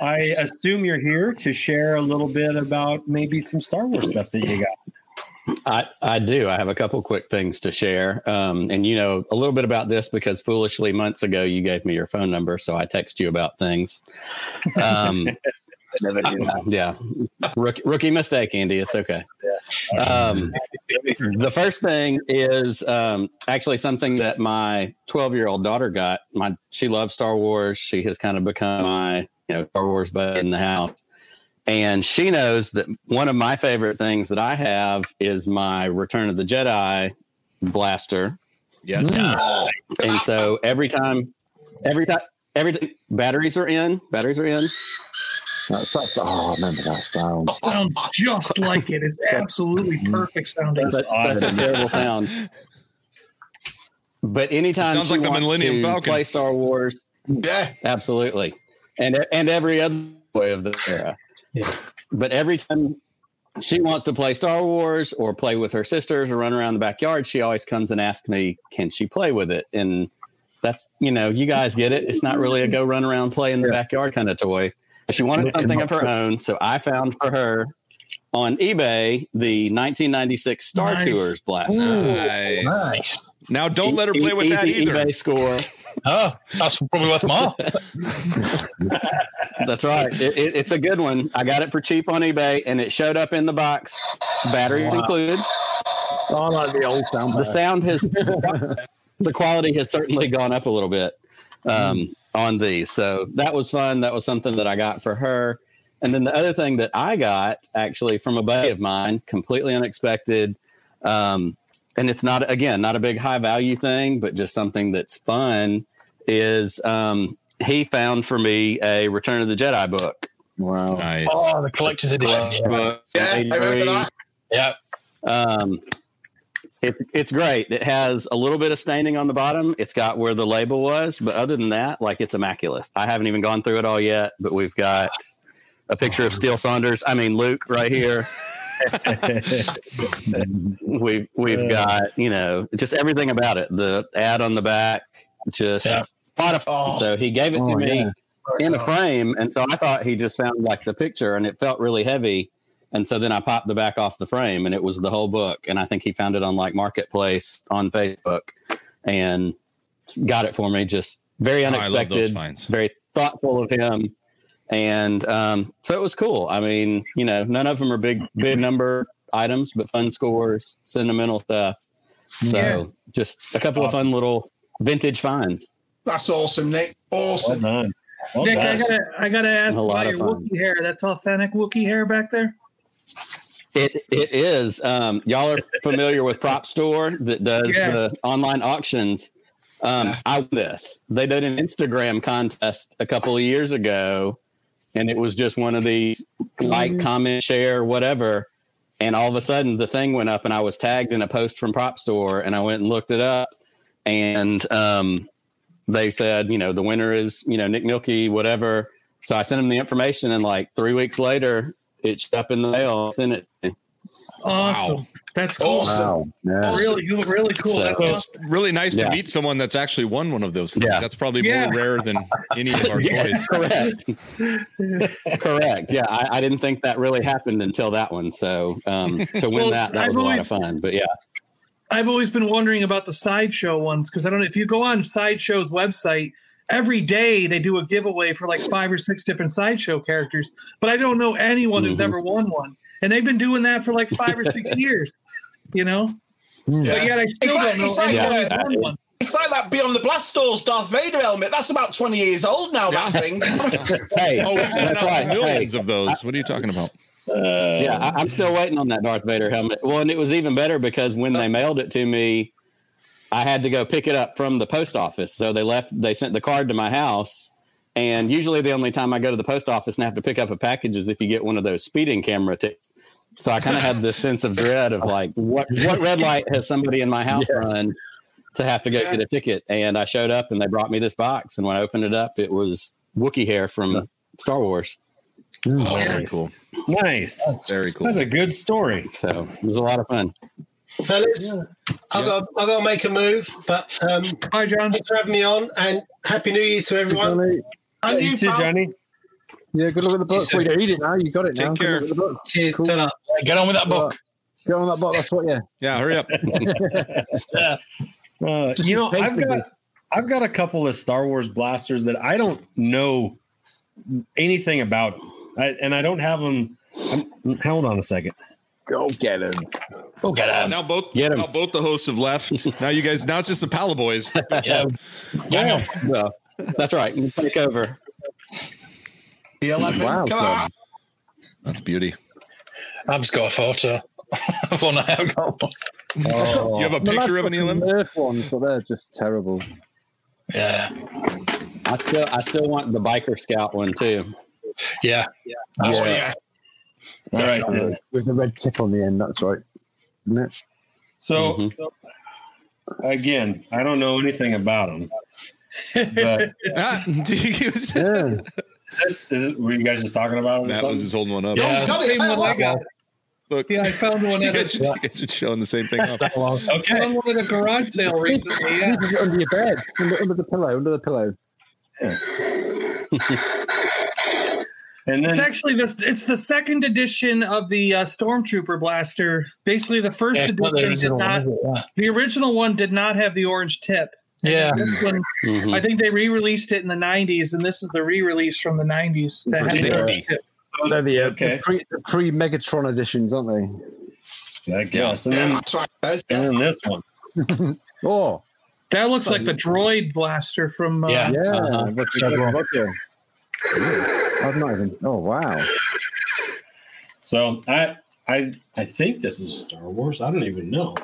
S1: I assume you're here to share a little bit about maybe some Star Wars stuff that you got.
S10: I, I do. I have a couple quick things to share. Um, and you know a little bit about this because foolishly months ago you gave me your phone number, so I text you about things. Um,
S11: Never do.
S10: yeah, rookie, rookie mistake, Andy. It's okay. Um, the first thing is um, actually something that my 12 year old daughter got. My she loves Star Wars. She has kind of become my you know Star Wars buddy in the house, and she knows that one of my favorite things that I have is my Return of the Jedi blaster.
S2: Yes.
S10: And so every time, every time, every t- batteries are in, batteries are in.
S8: that's, that's oh, I remember that sound.
S3: Sounds just like it. It's absolutely perfect sounding.
S10: That's, that's a terrible sound. But anytime
S2: Sounds
S10: she
S2: like the
S10: wants
S2: Millennium
S10: to
S2: Falcon.
S10: play Star Wars,
S4: Yeah.
S10: absolutely, and and every other way of the era.
S5: Yeah.
S10: But every time she wants to play Star Wars or play with her sisters or run around the backyard, she always comes and asks me, "Can she play with it?" And that's you know, you guys get it. It's not really a go run around play in the backyard kind of toy. She wanted something of her own, so I found for her on eBay the 1996 Star
S3: Nice.
S10: Tours blaster.
S2: Nice. Now don't let her
S10: E-
S2: play with that
S10: easy
S2: either.
S10: eBay score.
S6: oh, that's probably worth more.
S10: That's right. It, it, it's a good one. I got it for cheap on eBay, and it showed up in the box, batteries included.
S8: Oh, I like the old sound.
S10: The sound has, the quality has certainly gone up a little bit um, on these. So that was fun. That was something that I got for her. And then the other thing that I got actually from a buddy of mine, completely unexpected. Um, and it's not, again, not a big high value thing, but just something that's fun is um, he found for me a Return of the Jedi book.
S8: Wow.
S2: Nice.
S6: Oh, the collector's edition.
S10: Book
S4: Yeah, I remember that.
S6: Yeah.
S10: Um, it, it's great. It has a little bit of staining on the bottom. It's got where the label was, but other than that, like it's immaculate. I haven't even gone through it all yet, but we've got a picture of Steele Saunders. I mean Luke right here. we've we've got you know just everything about it. The ad on the back, just
S6: Yeah.
S10: a lot of fun.
S4: Oh.
S10: So he gave it to
S8: Oh,
S10: me
S8: yeah.
S10: in a frame, and so I thought he just found like the picture, and it felt really heavy. And so then I popped the back off the frame, and it was the whole book. And I think he found it on like Marketplace on Facebook, and got it for me. Just very
S2: Oh, I love those
S10: unexpected,
S2: finds.
S10: very thoughtful of him. And um, so it was cool. I mean, you know, none of them are big, big number items, but fun scores, sentimental stuff. So
S3: Yeah.
S10: just a couple of fun little vintage finds.
S4: That's awesome, Nick.
S1: Well
S4: Awesome.
S1: done. Well
S3: Nick, I
S1: done.
S3: gotta, I gotta ask
S10: A lot
S3: about
S10: of
S3: your
S10: fun.
S3: Wookiee hair. That's authentic Wookiee hair back there.
S10: It it is. Um, y'all are familiar with Prop Store that does
S3: Yeah.
S10: the online auctions. Um, I won this. They did an Instagram contest a couple of years ago, and it was just one of these
S3: Mm-hmm.
S10: like, comment, share, whatever. And all of a sudden, the thing went up, and I was tagged in a post from Prop Store, and I went and looked it up, and um, they said, you know, the winner is you know Nick Milky, whatever. So I sent him the information, and like three weeks later, it's up in the mail. Send it. to me.
S3: Awesome. That's cool.
S4: Awesome.
S8: Wow. Yeah.
S4: Awesome.
S3: Really, you look really cool.
S10: So-
S3: That's
S10: so-
S2: It's really nice
S10: Yeah.
S2: to meet someone that's actually won one of those things.
S10: Yeah.
S2: That's probably
S3: Yeah.
S2: more rare than any of our
S10: Yeah,
S2: toys.
S10: correct. correct. Yeah, I, I didn't think that really happened until that one. So um, to win
S3: Well,
S10: that, that
S3: I've
S10: was a lot of
S3: always-
S10: fun. But yeah,
S3: I've always been wondering about the sideshow ones because I don't know if you go on sideshow's website every day they do a giveaway for like five or six different sideshow characters, but I don't know anyone who's
S10: Mhm.
S3: ever won one, and they've been doing that for like five or six years, you know. But
S4: Yeah.
S3: yet I still
S4: like-
S3: don't know
S4: it's like,
S3: anyone
S10: uh,
S3: who's won one.
S4: It's like that Beyond the Blast Doors Darth Vader helmet. That's about 20 years old now, that thing.
S10: hey,
S2: Oh, we've sent
S10: that's
S2: out
S10: right. Hey,
S2: millions of those. What are you talking about?
S10: yeah, I, I'm still waiting on that Darth Vader helmet. Well, and it was even better because when they mailed it to me, I had to go pick it up from the post office. So they left, they sent the card to my house. And usually the only time I go to the post office and have to pick up a package is if you get one of those speeding camera tickets. So I kind of had this sense of dread of like, what, what red light has somebody in my house run to have to go get a ticket? And I showed up and they brought me this box. And when I opened it up, it was Wookiee hair from Star Wars.
S2: Very cool.
S1: Nice.
S2: Oh, Very cool.
S1: That's a good story.
S10: So it was a lot of fun.
S5: fellas. I've got I've got to make a move, but um,
S3: Hi, John.
S5: thanks for having me on, and happy New Year to everyone.
S8: Johnny.
S4: And
S1: You too,
S4: pal.
S1: Johnny.
S8: Yeah, good luck with the book.
S5: Jason.
S8: Well, you don't need it now. You got it
S2: Take
S8: now. Good
S2: care.
S8: luck with the book.
S5: Cheers,
S8: Cool.
S5: till up.
S6: Get on with that book.
S8: Get on that book. That's what, yeah.
S2: Yeah, hurry up.
S1: Uh, you know, I've
S8: Basically.
S1: got I've got a couple of Star Wars blasters that I don't know anything about, I, and I don't have them. I'm, hold on a second.
S8: Go get him.
S6: Go get him.
S2: Now both
S10: Get 'em.
S2: now both the hosts have left. now you guys now it's just the Pala boys.
S6: Yeah. Yeah.
S10: So that's right. You Take over.
S4: The 11.
S8: Wow,
S4: Come on.
S2: That's beauty.
S6: I've just got a photo of one I have got. one. Oh.
S8: Oh.
S2: You have a picture of an Elam?
S8: Earth ones, but they're just terrible.
S6: Yeah.
S10: I still, I still want the biker scout one too.
S6: Yeah.
S4: That's what, yeah.
S1: All right. then.
S8: With the red tip on the end, that's right. Isn't it?
S1: So
S3: Mm-hmm.
S1: again, I don't know anything about them. But
S2: Ah, do you use-
S8: Yeah.
S1: is this is were you guys just talking about them? or
S2: Matt
S1: something?
S2: was just holding one up.
S6: Yeah.
S4: John's got it.
S3: Same
S4: I
S3: one I
S4: love it.
S3: got.
S2: Look,
S3: Yeah, I found one
S2: you,
S3: at
S2: guys,
S3: a,
S2: you guys are showing the same thing up.
S1: okay.
S3: found one at a garage sale recently. Yeah.
S8: You can get under your bed, under, under the pillow, under the pillow.
S1: And
S3: It's
S1: then
S3: actually this. It's the second edition of the uh, Stormtrooper blaster. Basically, the first
S6: Yeah, it's not the
S3: edition did
S6: original one,
S3: not.
S6: is it?
S3: The original one did not have the orange tip.
S6: Yeah.
S3: This one,
S10: Mhm.
S3: I think they re-released it in the '90s, and this is the re-release from the '90s. That had the orange tip.
S8: They're the, uh,
S1: Okay.
S8: the pre, the pre Megatron editions, aren't
S1: I guess. And
S4: Yeah,
S1: then
S4: that's right. That's,
S1: and
S4: yeah.
S1: then this one.
S8: they? Oh,
S3: That looks like the droid blaster from. Uh,
S6: Yeah.
S8: yeah.
S10: Uh-huh.
S8: Roger, Roger, Roger. Ooh, I've not even. Oh, wow.
S1: So I I I think this is Star Wars. I don't even know.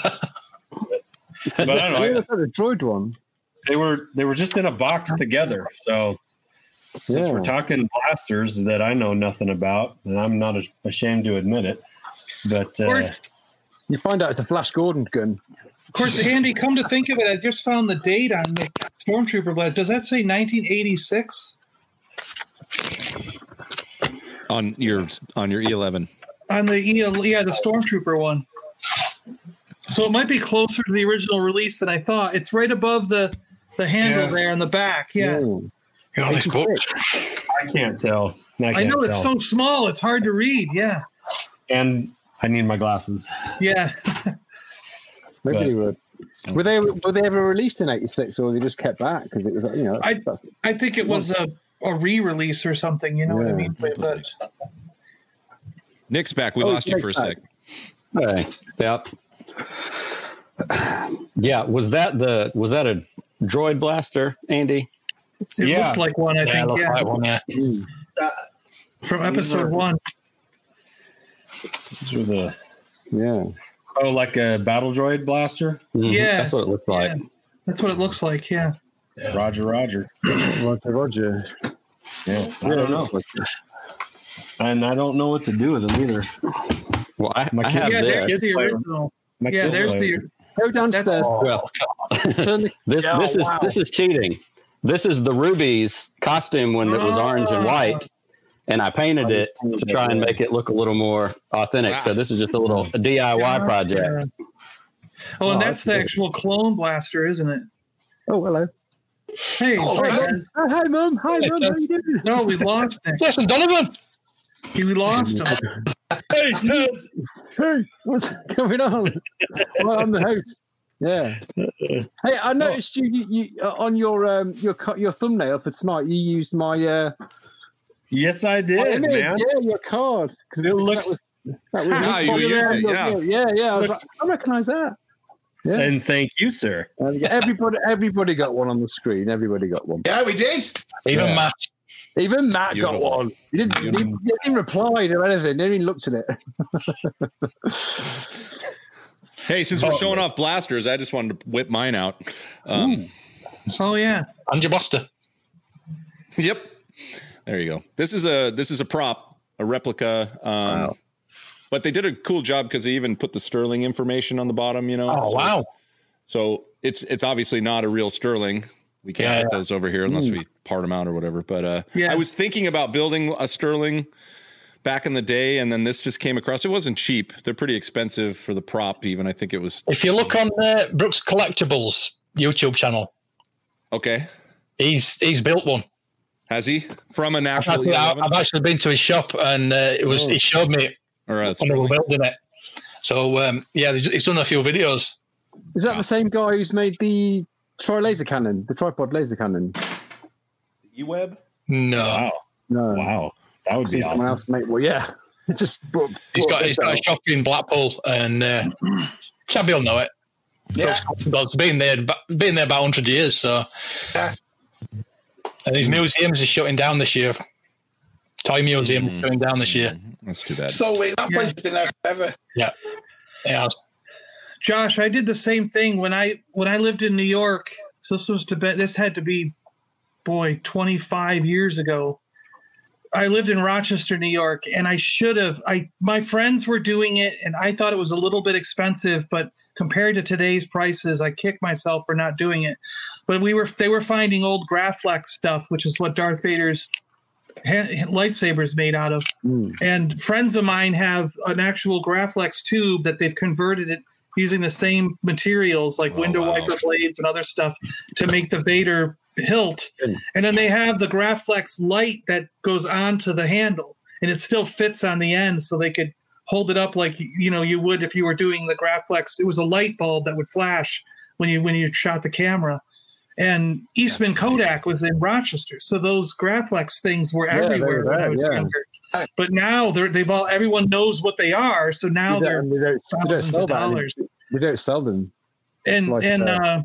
S1: but I
S8: Yeah,
S1: don't know. I-
S8: that's like the droid one.
S1: they were they were just in a box together. So since
S8: Yeah.
S1: we're talking blasters that I know nothing about, and I'm not as- ashamed to admit it. But
S3: Of
S1: uh,
S3: course,
S8: You find out it's a Flash Gordon gun.
S3: of course, Andy. Come to think of it, I just found the date on the Stormtrooper blaster. Does that say 1986
S2: on your on your E E11.
S3: on the EL yeah the Stormtrooper one? So it might be closer to the original release than I thought. It's right above the the handle
S6: Yeah.
S3: there on the back. Yeah,
S8: Ooh.
S6: You know, these books.
S1: I can't tell. I,
S3: I
S1: can't
S3: know
S1: tell.
S3: it's so small; it's hard to read. Yeah,
S1: and I need my glasses.
S3: yeah.
S8: Maybe
S1: But-
S8: they were. Were they were they ever released in '86, or they just kept back because it was you know
S3: I-
S8: that's,
S3: I think it was a a re-release or something. You know what I
S8: Yeah.
S3: mean? But, but
S2: Nick's back. We
S8: Oh,
S2: lost you
S8: Nick's
S2: for a
S8: back.
S2: sec.
S10: Okay. Yeah. Yeah. Was that the was that a droid blaster, Andy? Mm.
S3: it
S1: Yeah.
S3: looked like one. I
S6: Yeah, I
S3: think
S6: love
S3: yeah,
S6: that one. Yeah.
S3: from episode
S1: are-
S3: one.
S1: These are the
S8: yeah.
S1: oh, like a battle droid blaster.
S10: Mhm.
S3: Yeah.
S10: That's what it looks like.
S3: Yeah. That's what it looks like. Yeah.
S1: Roger, Roger.
S8: Roger, Roger.
S1: Yeah, I don't know, and I don't know what to do with them either.
S10: Well, I,
S1: My
S10: I
S1: kid-
S10: have
S3: Yeah,
S10: this.
S3: there's the
S1: Flavor.
S3: original.
S1: My
S3: Yeah,
S1: kids
S3: there's
S1: like-
S3: the
S8: Go downstairs.
S10: Well,
S8: turn the
S10: this
S8: Yeah,
S10: this is
S8: wow.
S10: this is cheating. This is the Ruby's costume one that was orange
S8: Ah.
S10: and white, and I painted it to try and make it look a little more authentic. So this is just a little DIY project.
S3: Oh, and
S8: Oh,
S3: that's
S8: that's
S3: the
S8: good.
S3: actual clone blaster, isn't it?
S8: Oh, hello.
S3: Hey,
S4: Oh,
S3: Brad.
S8: Oh, hi, mum. Hi,
S6: Yeah,
S8: mum. How you doing?
S3: no, we lost him.
S6: Listen, Donovan.
S3: He- We lost him.
S1: Hey, Tess.
S8: Hey, what's going on? well, I'm the host. Yeah. Hey, I noticed you, you, you uh, on your um your co- your thumbnail for tonight. You used my uh
S1: Yes, I
S8: my
S1: did,
S8: image.
S1: man.
S8: yeah your card because
S1: It looks
S8: that was,
S2: Ah, you used it, yeah.
S8: yeah yeah yeah. I, was
S1: Looks-
S8: like, I recognize that. Yeah.
S1: and thank you, sir.
S8: And everybody everybody got one on the screen. Everybody got one.
S4: yeah, we did.
S6: Even Matt.
S8: Even Matt
S2: Beautiful.
S8: got one. He didn't, he, didn't- he didn't reply to anything. He didn't even look at it.
S2: Hey, since
S6: Oh.
S2: we're showing off blasters, I just wanted to whip mine out. Um,
S3: Oh yeah.
S6: And your Buster.
S2: yep. There you go. This is a this is a prop, a replica. Um, But they did a cool job because they even put the Sterling information on the bottom. You know.
S6: Oh,
S2: So
S6: wow.
S2: it's- so it's it's obviously not a real Sterling. We can't
S6: Yeah,
S2: get those over here unless
S10: Hmm.
S2: we part them out or whatever. But uh,
S3: Yeah.
S2: I was thinking about building a Sterling back in the day, and then this just came across. It wasn't cheap. They're pretty expensive for the prop. Even I think it was
S6: If you look on uh, Brooks Collectibles YouTube channel,
S2: okay.
S6: he's he's built one.
S2: Has he from an actual?
S6: Actually, I,
S2: 11?
S6: I've actually been to his shop and uh, it was he showed me it
S2: Or a
S6: when they were
S2: Sterling?
S6: building it. So um, yeah, he's he's done a few videos.
S8: Is that the same guy who's made the tri laser cannon, the tripod laser cannon?
S2: E-web?
S6: No,
S9: Wow.
S8: No.
S9: Wow. That would
S8: Seen
S9: be
S8: someone
S9: awesome.
S8: else make one. Yeah. It just brought,
S6: he's
S8: brought
S6: got he's got a
S8: this out.
S6: shop in Blackpool and uh, Shabby will know it.
S4: Yeah.
S6: Well, it's been there, been there about hundred years. So,
S4: Yeah.
S6: and his museums are shutting down this year. Toy museum
S2: Mhm.
S6: shutting down this year.
S2: That's too bad.
S4: So weird. That
S3: Yeah.
S4: place has been there forever.
S6: Yeah,
S3: Josh, I did the same thing when I when I lived in New York. So this was to be, this had to be, boy, twenty five years ago. I lived in Rochester, New York, and I should have. I my friends were doing it, and I thought it was a little bit expensive, but compared to today's prices, I kick myself for not doing it. But we were they were finding old Graflex stuff, which is what Darth Vader's hand, lightsaber is made out of.
S10: Hmm.
S8: Mm.
S3: And friends of mine have an actual Graflex tube that they've converted it using the same materials like
S2: Oh,
S3: window
S2: wow.
S3: wiper blades and other stuff to make the Vader hilt. And then they have the Graflex light that goes onto the handle and it still fits on the end so they could hold it up like you know you would if you were doing the Graflex. It was a light bulb that would flash when you when you shot the camera. And Eastman Kodak was in Rochester, so those Graflex things were
S8: Yeah, they
S3: everywhere
S8: were
S3: when I
S8: there,
S3: was
S8: yeah.
S3: younger. But now they're, they've all everyone knows what they are, so now
S8: They
S3: they're
S8: don't, they don't- they don't
S3: thousands
S8: sell
S3: of
S8: that.
S3: dollars.
S8: anymore. They don't sell them.
S3: And
S8: like
S3: and uh,
S8: that.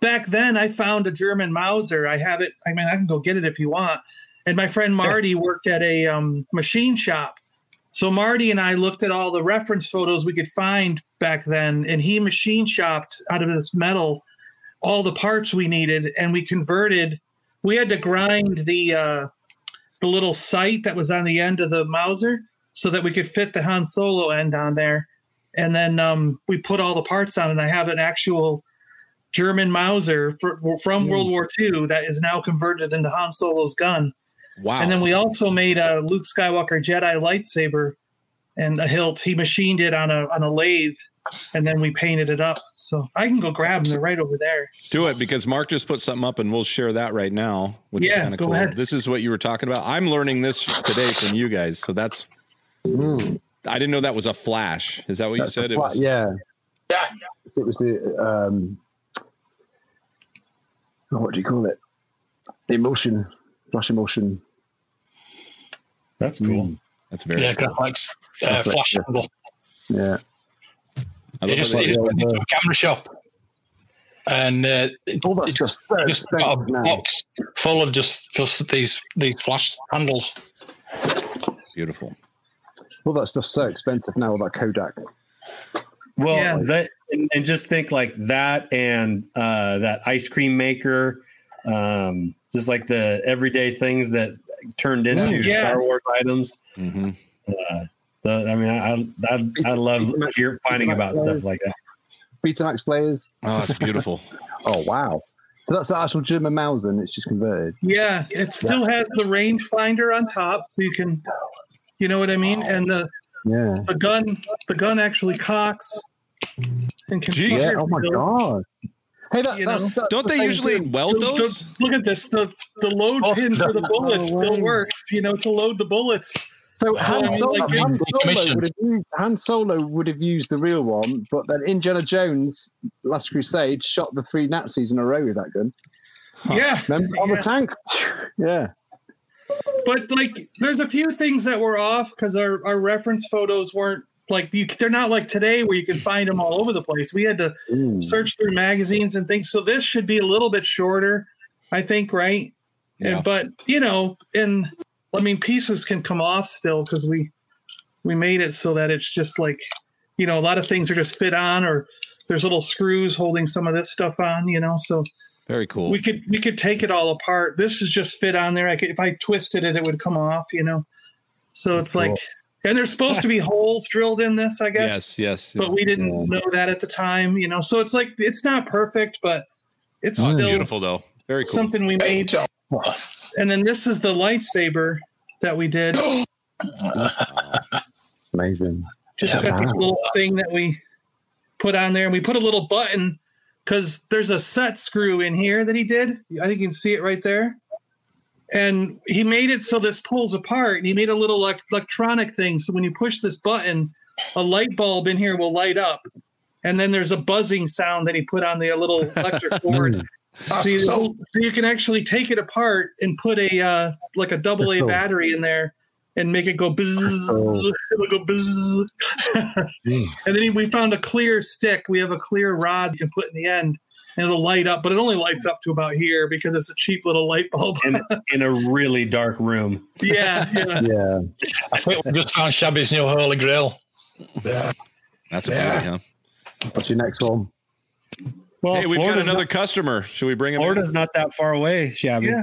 S3: back then, I found a German Mauser. I have it. I mean, I can go get it if you want. And my friend Marty worked at a um, machine shop, so Marty and I looked at all the reference photos we could find back then, and he machine shopped out of this metal all the parts we needed, and we converted. We had to grind the uh, the little sight that was on the end of the Mauser so that we could fit the Han Solo end on there, and then um, we put all the parts on. And I have an actual German Mauser for, from World War II that is now converted into Han Solo's gun.
S2: Wow.
S3: And then we also made a Luke Skywalker Jedi lightsaber and a hilt. He machined it on a on a lathe, and then we painted it up. So I can go grab them. They're right over there.
S2: Do it because Mark just put something up and we'll share that right now, which is
S3: Yeah,
S2: kind of
S3: go
S2: cool.
S3: ahead.
S2: This is what you were talking about. I'm learning this today from you guys. So that's I didn't know that was a flash. Is that what
S8: That's
S2: you said?
S8: the
S2: It
S8: fla-
S2: was
S8: Yeah.
S4: Yeah.
S8: It was the um, oh, what do you call it? The emotion, flash emotion.
S9: That's cool.
S2: that's very
S6: yeah, Graflex uh, flash
S8: yeah.
S6: handle.
S8: Yeah.
S2: I
S6: He
S2: love
S6: just,
S2: how they-
S6: he just
S8: yeah,
S6: went into
S8: yeah.
S6: a camera shop, and uh,
S8: All that
S6: It's
S8: stuff's
S6: just
S8: so
S6: got a
S8: expensive now.
S6: box full of just just these these flash handles.
S2: beautiful.
S8: All that stuff's so expensive now. All that Kodak.
S1: Well,
S3: Yeah.
S1: that and, and just think like that, and uh, that ice cream maker, um, just like the everyday things that turned into
S3: Yeah.
S1: Star Wars items.
S8: Mm-hmm.
S2: Mhm.
S1: Uh, the, I mean, I I, I, I love hear, finding about stuff like that.
S8: Betamax players.
S2: Oh, it's beautiful.
S8: Oh wow. So that's the actual German Mauser, and it's just converted.
S3: Yeah, it still has the rangefinder on top, so you can, you know what I mean. And the
S8: Yeah.
S3: the gun the gun actually cocks. And can
S2: Jeez.
S8: Yeah. Oh my god. Hey, that,
S3: You
S8: that's,
S3: know?
S8: that's
S2: Don't
S8: the
S2: they
S8: same
S2: usually
S8: thing.
S2: weld
S3: The- the-
S2: those?
S3: look at this. The the load
S6: Oh,
S3: pin for the bullet still
S8: way.
S3: works. You know to load the bullets.
S8: So Han
S3: I mean,
S8: Solo,
S3: like being
S8: Han, Solo
S6: decommissioned.
S8: would have used, Han Solo would have used the real one, but then Indiana Jones, Last Crusade, shot the three Nazis in a row with that gun.
S3: Yeah,
S8: Remember on
S3: Yeah.
S8: the tank? yeah.
S3: but like there's a few things that were off because our, our reference photos weren't like you, they're not like today where you can find them all over the place we had to
S8: Mm.
S3: search through magazines and things so this should be a little bit shorter i think right
S2: Yeah.
S3: And, but you know, and I mean, pieces can come off still because we we made it so that it's just like you know, a lot of things are just fit on, or there's little screws holding some of this stuff on. You know, so
S2: Very cool.
S3: we could we could take it all apart. This is just fit on there. I could, if I twisted it, it would come off. You know, so it's like, and there's supposed to be holes drilled in this, I guess
S2: yes, yes.
S3: but we didn't know that at the time, you know. So it's like it's not perfect, but it's still
S2: Oh, beautiful though. Very cool.
S3: something we made.
S4: Angel.
S3: And then this is the lightsaber that we did.
S8: Amazing.
S3: Just got this little thing that we put on there, and we put a little button because there's a set screw in here that he did. I think you can see it right there. And he made it so this pulls apart, and he made a little elec- electronic thing. So when you push this button, a light bulb in here will light up, and then there's a buzzing sound that he put on the little electric
S2: Mm.
S3: cord. so, you,
S4: That's so
S3: so you can actually take it apart and put a uh, like a double A
S8: Crystal.
S3: battery in there and make it go bzzz.
S8: Crystal.
S3: It'll go bzzz. and then we found a clear stick. We have a clear rod you can put in the end, and it'll light up, but it only lights up to about here because it's a cheap little light bulb.
S1: in, in a really dark room.
S3: yeah, yeah.
S8: Yeah.
S6: I think we just found Shabby's new holy grail.
S2: That's a
S4: Yeah.
S2: beauty, huh?
S8: What's your next one?
S1: Well,
S2: hey, we've
S1: Florida's,
S2: got another
S1: not,
S2: customer. Should we bring him? in?
S1: Florida's not that far away, Shabby.
S3: Yeah.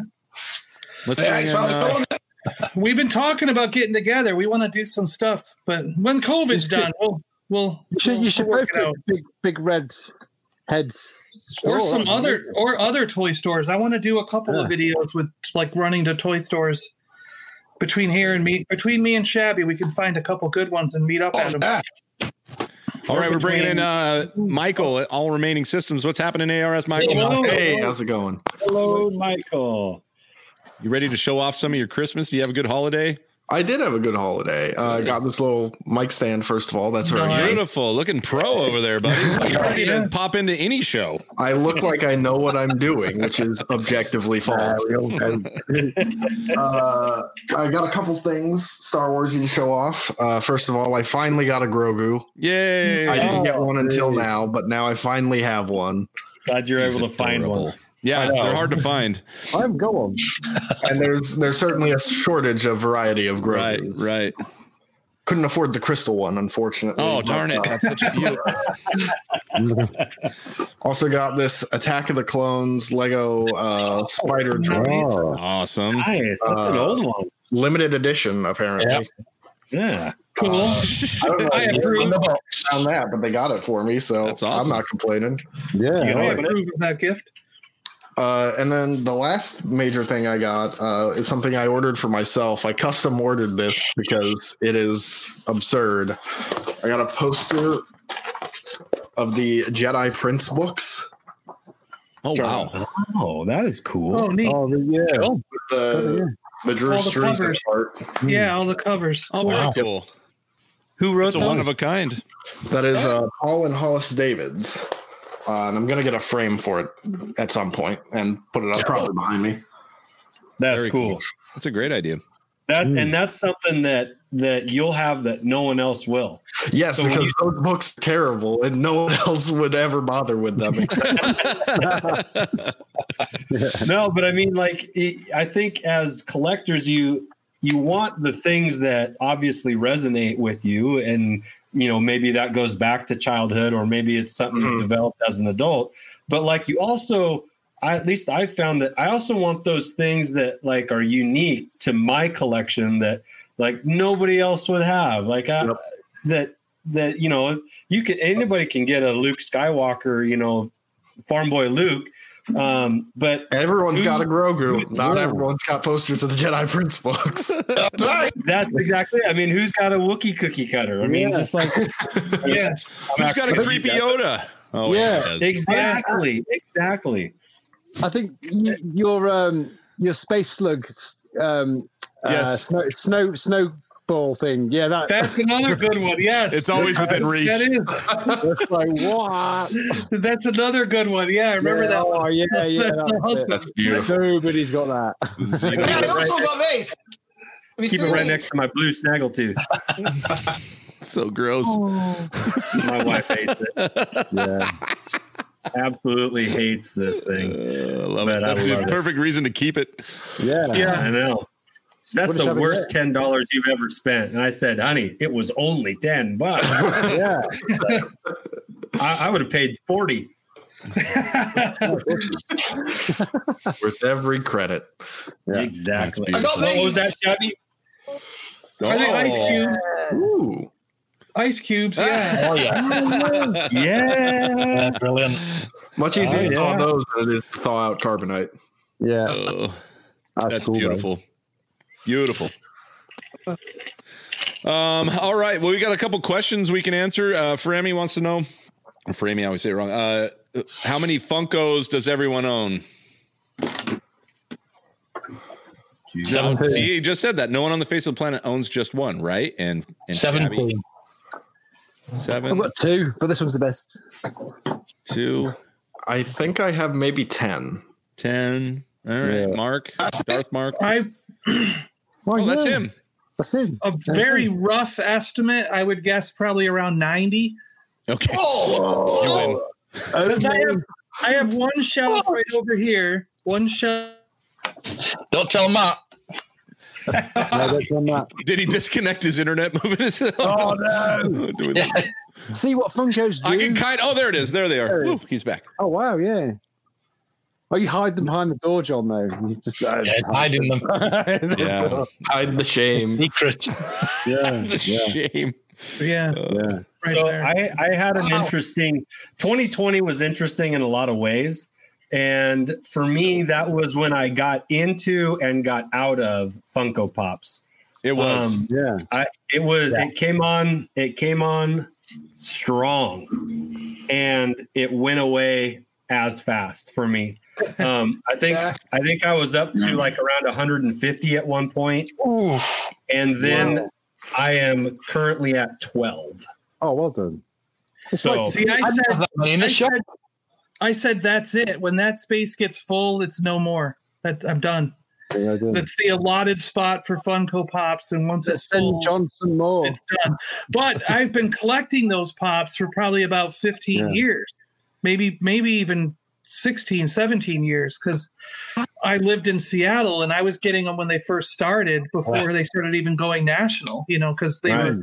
S2: Let's
S4: yeah,
S2: bring
S4: it's
S2: in,
S4: rather
S2: uh,
S4: cool, isn't it?
S3: We've been talking about getting together. We want to do some stuff, but when COVID's done, we'll we'll,
S8: You should,
S3: we'll
S8: you should
S3: work
S8: both
S3: it out.
S8: get big, big red heads.
S3: or
S8: store,
S3: some
S8: right?
S3: other or other toy stores. I want to do a couple of videos with like running to toy stores between here and me. Between me and Shabby, we can find a couple good ones and meet up at
S4: Oh,
S3: them.
S4: yeah.
S2: all right, we're bringing in
S3: between-
S2: uh, Michael at All Remaining Systems. What's happening, ARS Michael?
S3: Hello.
S11: Hey, how's it going?
S1: Hello, Michael.
S2: You ready to show off some of your Christmas? Do you have a good holiday?
S11: I did have a good holiday. Uh, I got this little mic stand first of all. That's very
S3: Nice.
S11: nice.
S2: Beautiful, looking pro over there, buddy. You're ready
S3: Yeah.
S2: to pop into any show.
S11: I look like I know what I'm doing, which is objectively
S8: Yeah,
S11: false.
S8: we all know.
S11: Uh, I got a couple things Star Warsy to show off. Uh, first of all, I finally got a Grogu.
S2: Yay!
S11: I didn't get one until now, but now I finally have one.
S1: Glad you're able to find one.
S2: yeah, they're hard to find.
S8: I'm going.
S11: And there's there's certainly a shortage of variety of
S2: Right,
S11: Grogu's.
S2: right.
S11: Couldn't afford the crystal one, unfortunately.
S2: Oh, darn it!
S11: But, uh,
S2: That's such a beaut.
S11: also got this Attack of the Clones Lego uh, spider droid.
S8: Oh,
S2: Awesome.
S1: Nice. That's an
S11: Uh,
S1: old one.
S11: limited edition apparently. Uh,
S6: Yeah.
S1: Yeah.
S3: Cool.
S11: I don't know
S3: I
S11: if they
S3: approve.
S11: found that, but they got it for me, so
S2: That's awesome.
S11: I'm not complaining.
S1: You
S8: yeah.
S1: got
S3: I
S1: it.
S3: approve of that gift.
S11: Uh, and then the last major thing I got uh, is something I ordered for myself. I custom ordered this because it is absurd. I got a poster of the Jedi Prince books.
S2: Oh wow!
S1: Oh, that is cool.
S3: Oh, neat.
S8: Oh, yeah.
S11: The the Drew
S3: All the
S11: Struzan
S3: covers.
S11: art.
S8: Hmm.
S2: Hmm.
S3: yeah, all the covers. Oh,
S2: Very
S6: wow.
S2: cool.
S1: Who
S2: It's
S1: wrote
S2: a one
S1: those?
S2: of a kind.
S11: That is uh, Paul and Hollis Davids. Uh, and I'm gonna get a frame for it at some point and put it up probably behind me.
S1: That's
S2: Very
S1: cool.
S2: cool. That's a great idea.
S1: That
S8: Mm.
S11: Hmm.
S1: and that's something that that you'll have that no one else will.
S11: Yes,
S1: So when
S11: because those books are terrible, and no one else would ever bother with them.
S1: no, but I mean, like, it, I think as collectors, you you want the things that obviously resonate with you, and you know maybe that goes back to childhood, or maybe it's something
S11: Mhm.
S1: you've developed as an adult. But like, you also, I, at least I found that I also want those things that like are unique to my collection that like nobody else would have. Like I,
S11: Yep.
S1: that that you know you can anybody can get a Luke Skywalker, you know, farm boy Luke. Um, but
S11: Everyone's got a Grogu.
S1: Dude,
S11: Not
S1: no.
S11: everyone's got posters of the Jedi Prince books.
S4: That's right.
S1: That's exactly. I mean, who's got a Wookiee cookie cutter? I mean,
S8: Yeah.
S1: just like
S3: yeah.
S2: Who's got a creepy Yoda? Oh
S8: Yeah.
S2: he does.
S1: exactly, exactly.
S8: I think y- your um your space slug um
S2: Yes.
S8: uh, snow, snow snowball thing. Yeah, that,
S3: That's another good one. Yes.
S11: It's always within reach.
S3: That is.
S8: that's like what?
S3: That's another good one. Yeah, I remember
S8: yeah,
S3: that one.
S8: Oh, yeah, yeah.
S3: That's
S8: that's it.
S3: awesome.
S11: That's beautiful.
S8: Nobody's got that.
S2: Xeno-
S4: Yeah, I also got this. Have you
S1: Keep it
S4: seen
S1: right
S4: it?
S1: next to my blue snaggletooth.
S2: so gross.
S4: Oh.
S2: Oh.
S1: My wife hates it.
S8: Yeah.
S1: absolutely hates this thing.
S2: Uh, love
S1: but I
S2: That's the
S1: love it.
S2: perfect reason to keep it.
S8: Yeah.
S1: Yeah, I know. So
S8: What
S1: that's
S8: a
S1: the
S8: shove in
S1: worst ten dollars you've ever spent. And I said, honey, it was only ten bucks.
S8: Yeah.
S1: I, I would have paid forty.
S11: Worth every credit.
S8: Yeah.
S1: Exactly.
S4: I got
S1: What was that,
S4: these.
S1: Shabby?
S3: Are they ice cubes?
S11: Oh. Ooh.
S3: Ice cubes, yeah.
S6: Oh yeah,
S1: Yeah.
S6: Yeah, brilliant.
S11: Much easier
S1: Oh,
S11: to thaw
S1: yeah.
S11: those than it is to thaw out carbonite.
S8: Yeah.
S2: Oh,
S8: That's,
S2: that's
S8: cool, though.
S2: beautiful. Beautiful. Um, all right. Well, we got a couple questions we can answer. Uh, Frammy wants to know, or Frammy, I always say it wrong. Uh, how many Funkos does everyone own? So,
S6: Seventeen.
S2: see, he just said that. No one on the face of the planet owns just one, right? And, and Gabby,
S6: Seventeen.
S8: I've
S2: seven,
S8: got two, but this one's the best.
S2: two,
S11: I think I have maybe 10.
S2: ten. All right,
S8: Yeah.
S2: Mark, Darth Mark.
S3: I
S8: Why,
S2: Oh, that's
S8: yeah,
S2: him.
S8: That's him.
S3: a very rough estimate, I would guess probably around 90.
S2: Okay,
S4: Oh,
S2: you
S4: oh,
S2: win.
S3: Because I, have, I have one shelf right over here. One shelf.
S6: Don't tell Matt.
S8: No, that's him, Matt.
S2: Did he disconnect his internet moving? oh no!
S6: Yeah.
S8: See what Funkos do.
S2: I can kind. Oh, there it is. There they are. Woo, he's back.
S8: Oh wow, yeah. Oh, you hide them behind the door, John. Though you just uh,
S6: Yeah, hiding them.
S2: Yeah,
S11: Hide the shame.
S6: Secret.
S8: yeah,
S2: the
S8: yeah,
S2: shame.
S3: Yeah,
S8: yeah.
S3: right
S1: so
S3: there.
S1: I, I had an
S4: Wow.
S1: interesting 2020 was interesting in a lot of ways. And for me, that was when I got into and got out of Funko Pops.
S2: It was.
S1: Um,
S8: yeah.
S1: I, it was it came on it came on strong and it went away as fast for me. Um, I think
S4: Yeah.
S1: I think I was up to like around 150 at one point,
S6: Ooh,
S1: and then I am currently at 12.
S8: Oh, well done. It's
S1: So-
S8: like
S3: See, I
S6: I
S3: said,
S6: have that money in the
S3: I
S6: shop.
S3: said, I said, that's it. When that space gets full, it's no more. That I'm done.
S8: yeah, I did.
S3: That's the allotted spot for Funko Pops, and once
S8: Let's
S3: it's
S8: send
S3: full,
S8: Johnson more.
S3: it's done. But I've been collecting those pops for probably about 15
S8: Yeah.
S3: years, maybe, maybe even 16, 17 years, because I lived in Seattle and I was getting them when they first started before they started even going national, you know, because they were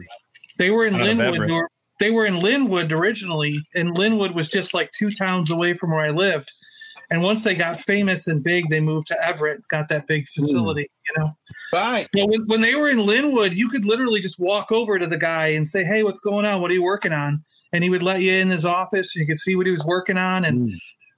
S3: they were in
S1: Out of
S3: Linwood.
S1: Everett.
S3: They were, they were in Linwood originally, and Linwood was just like two towns away from where I lived. And once they got famous and big, they moved to Everett, got that big facility, you know.
S4: right.
S3: Well, when, when they were in Linwood, you could literally just walk over to the guy and say, "Hey, what's going on? What are you working on?" And he would let you in his office, and you could see what he was working on. And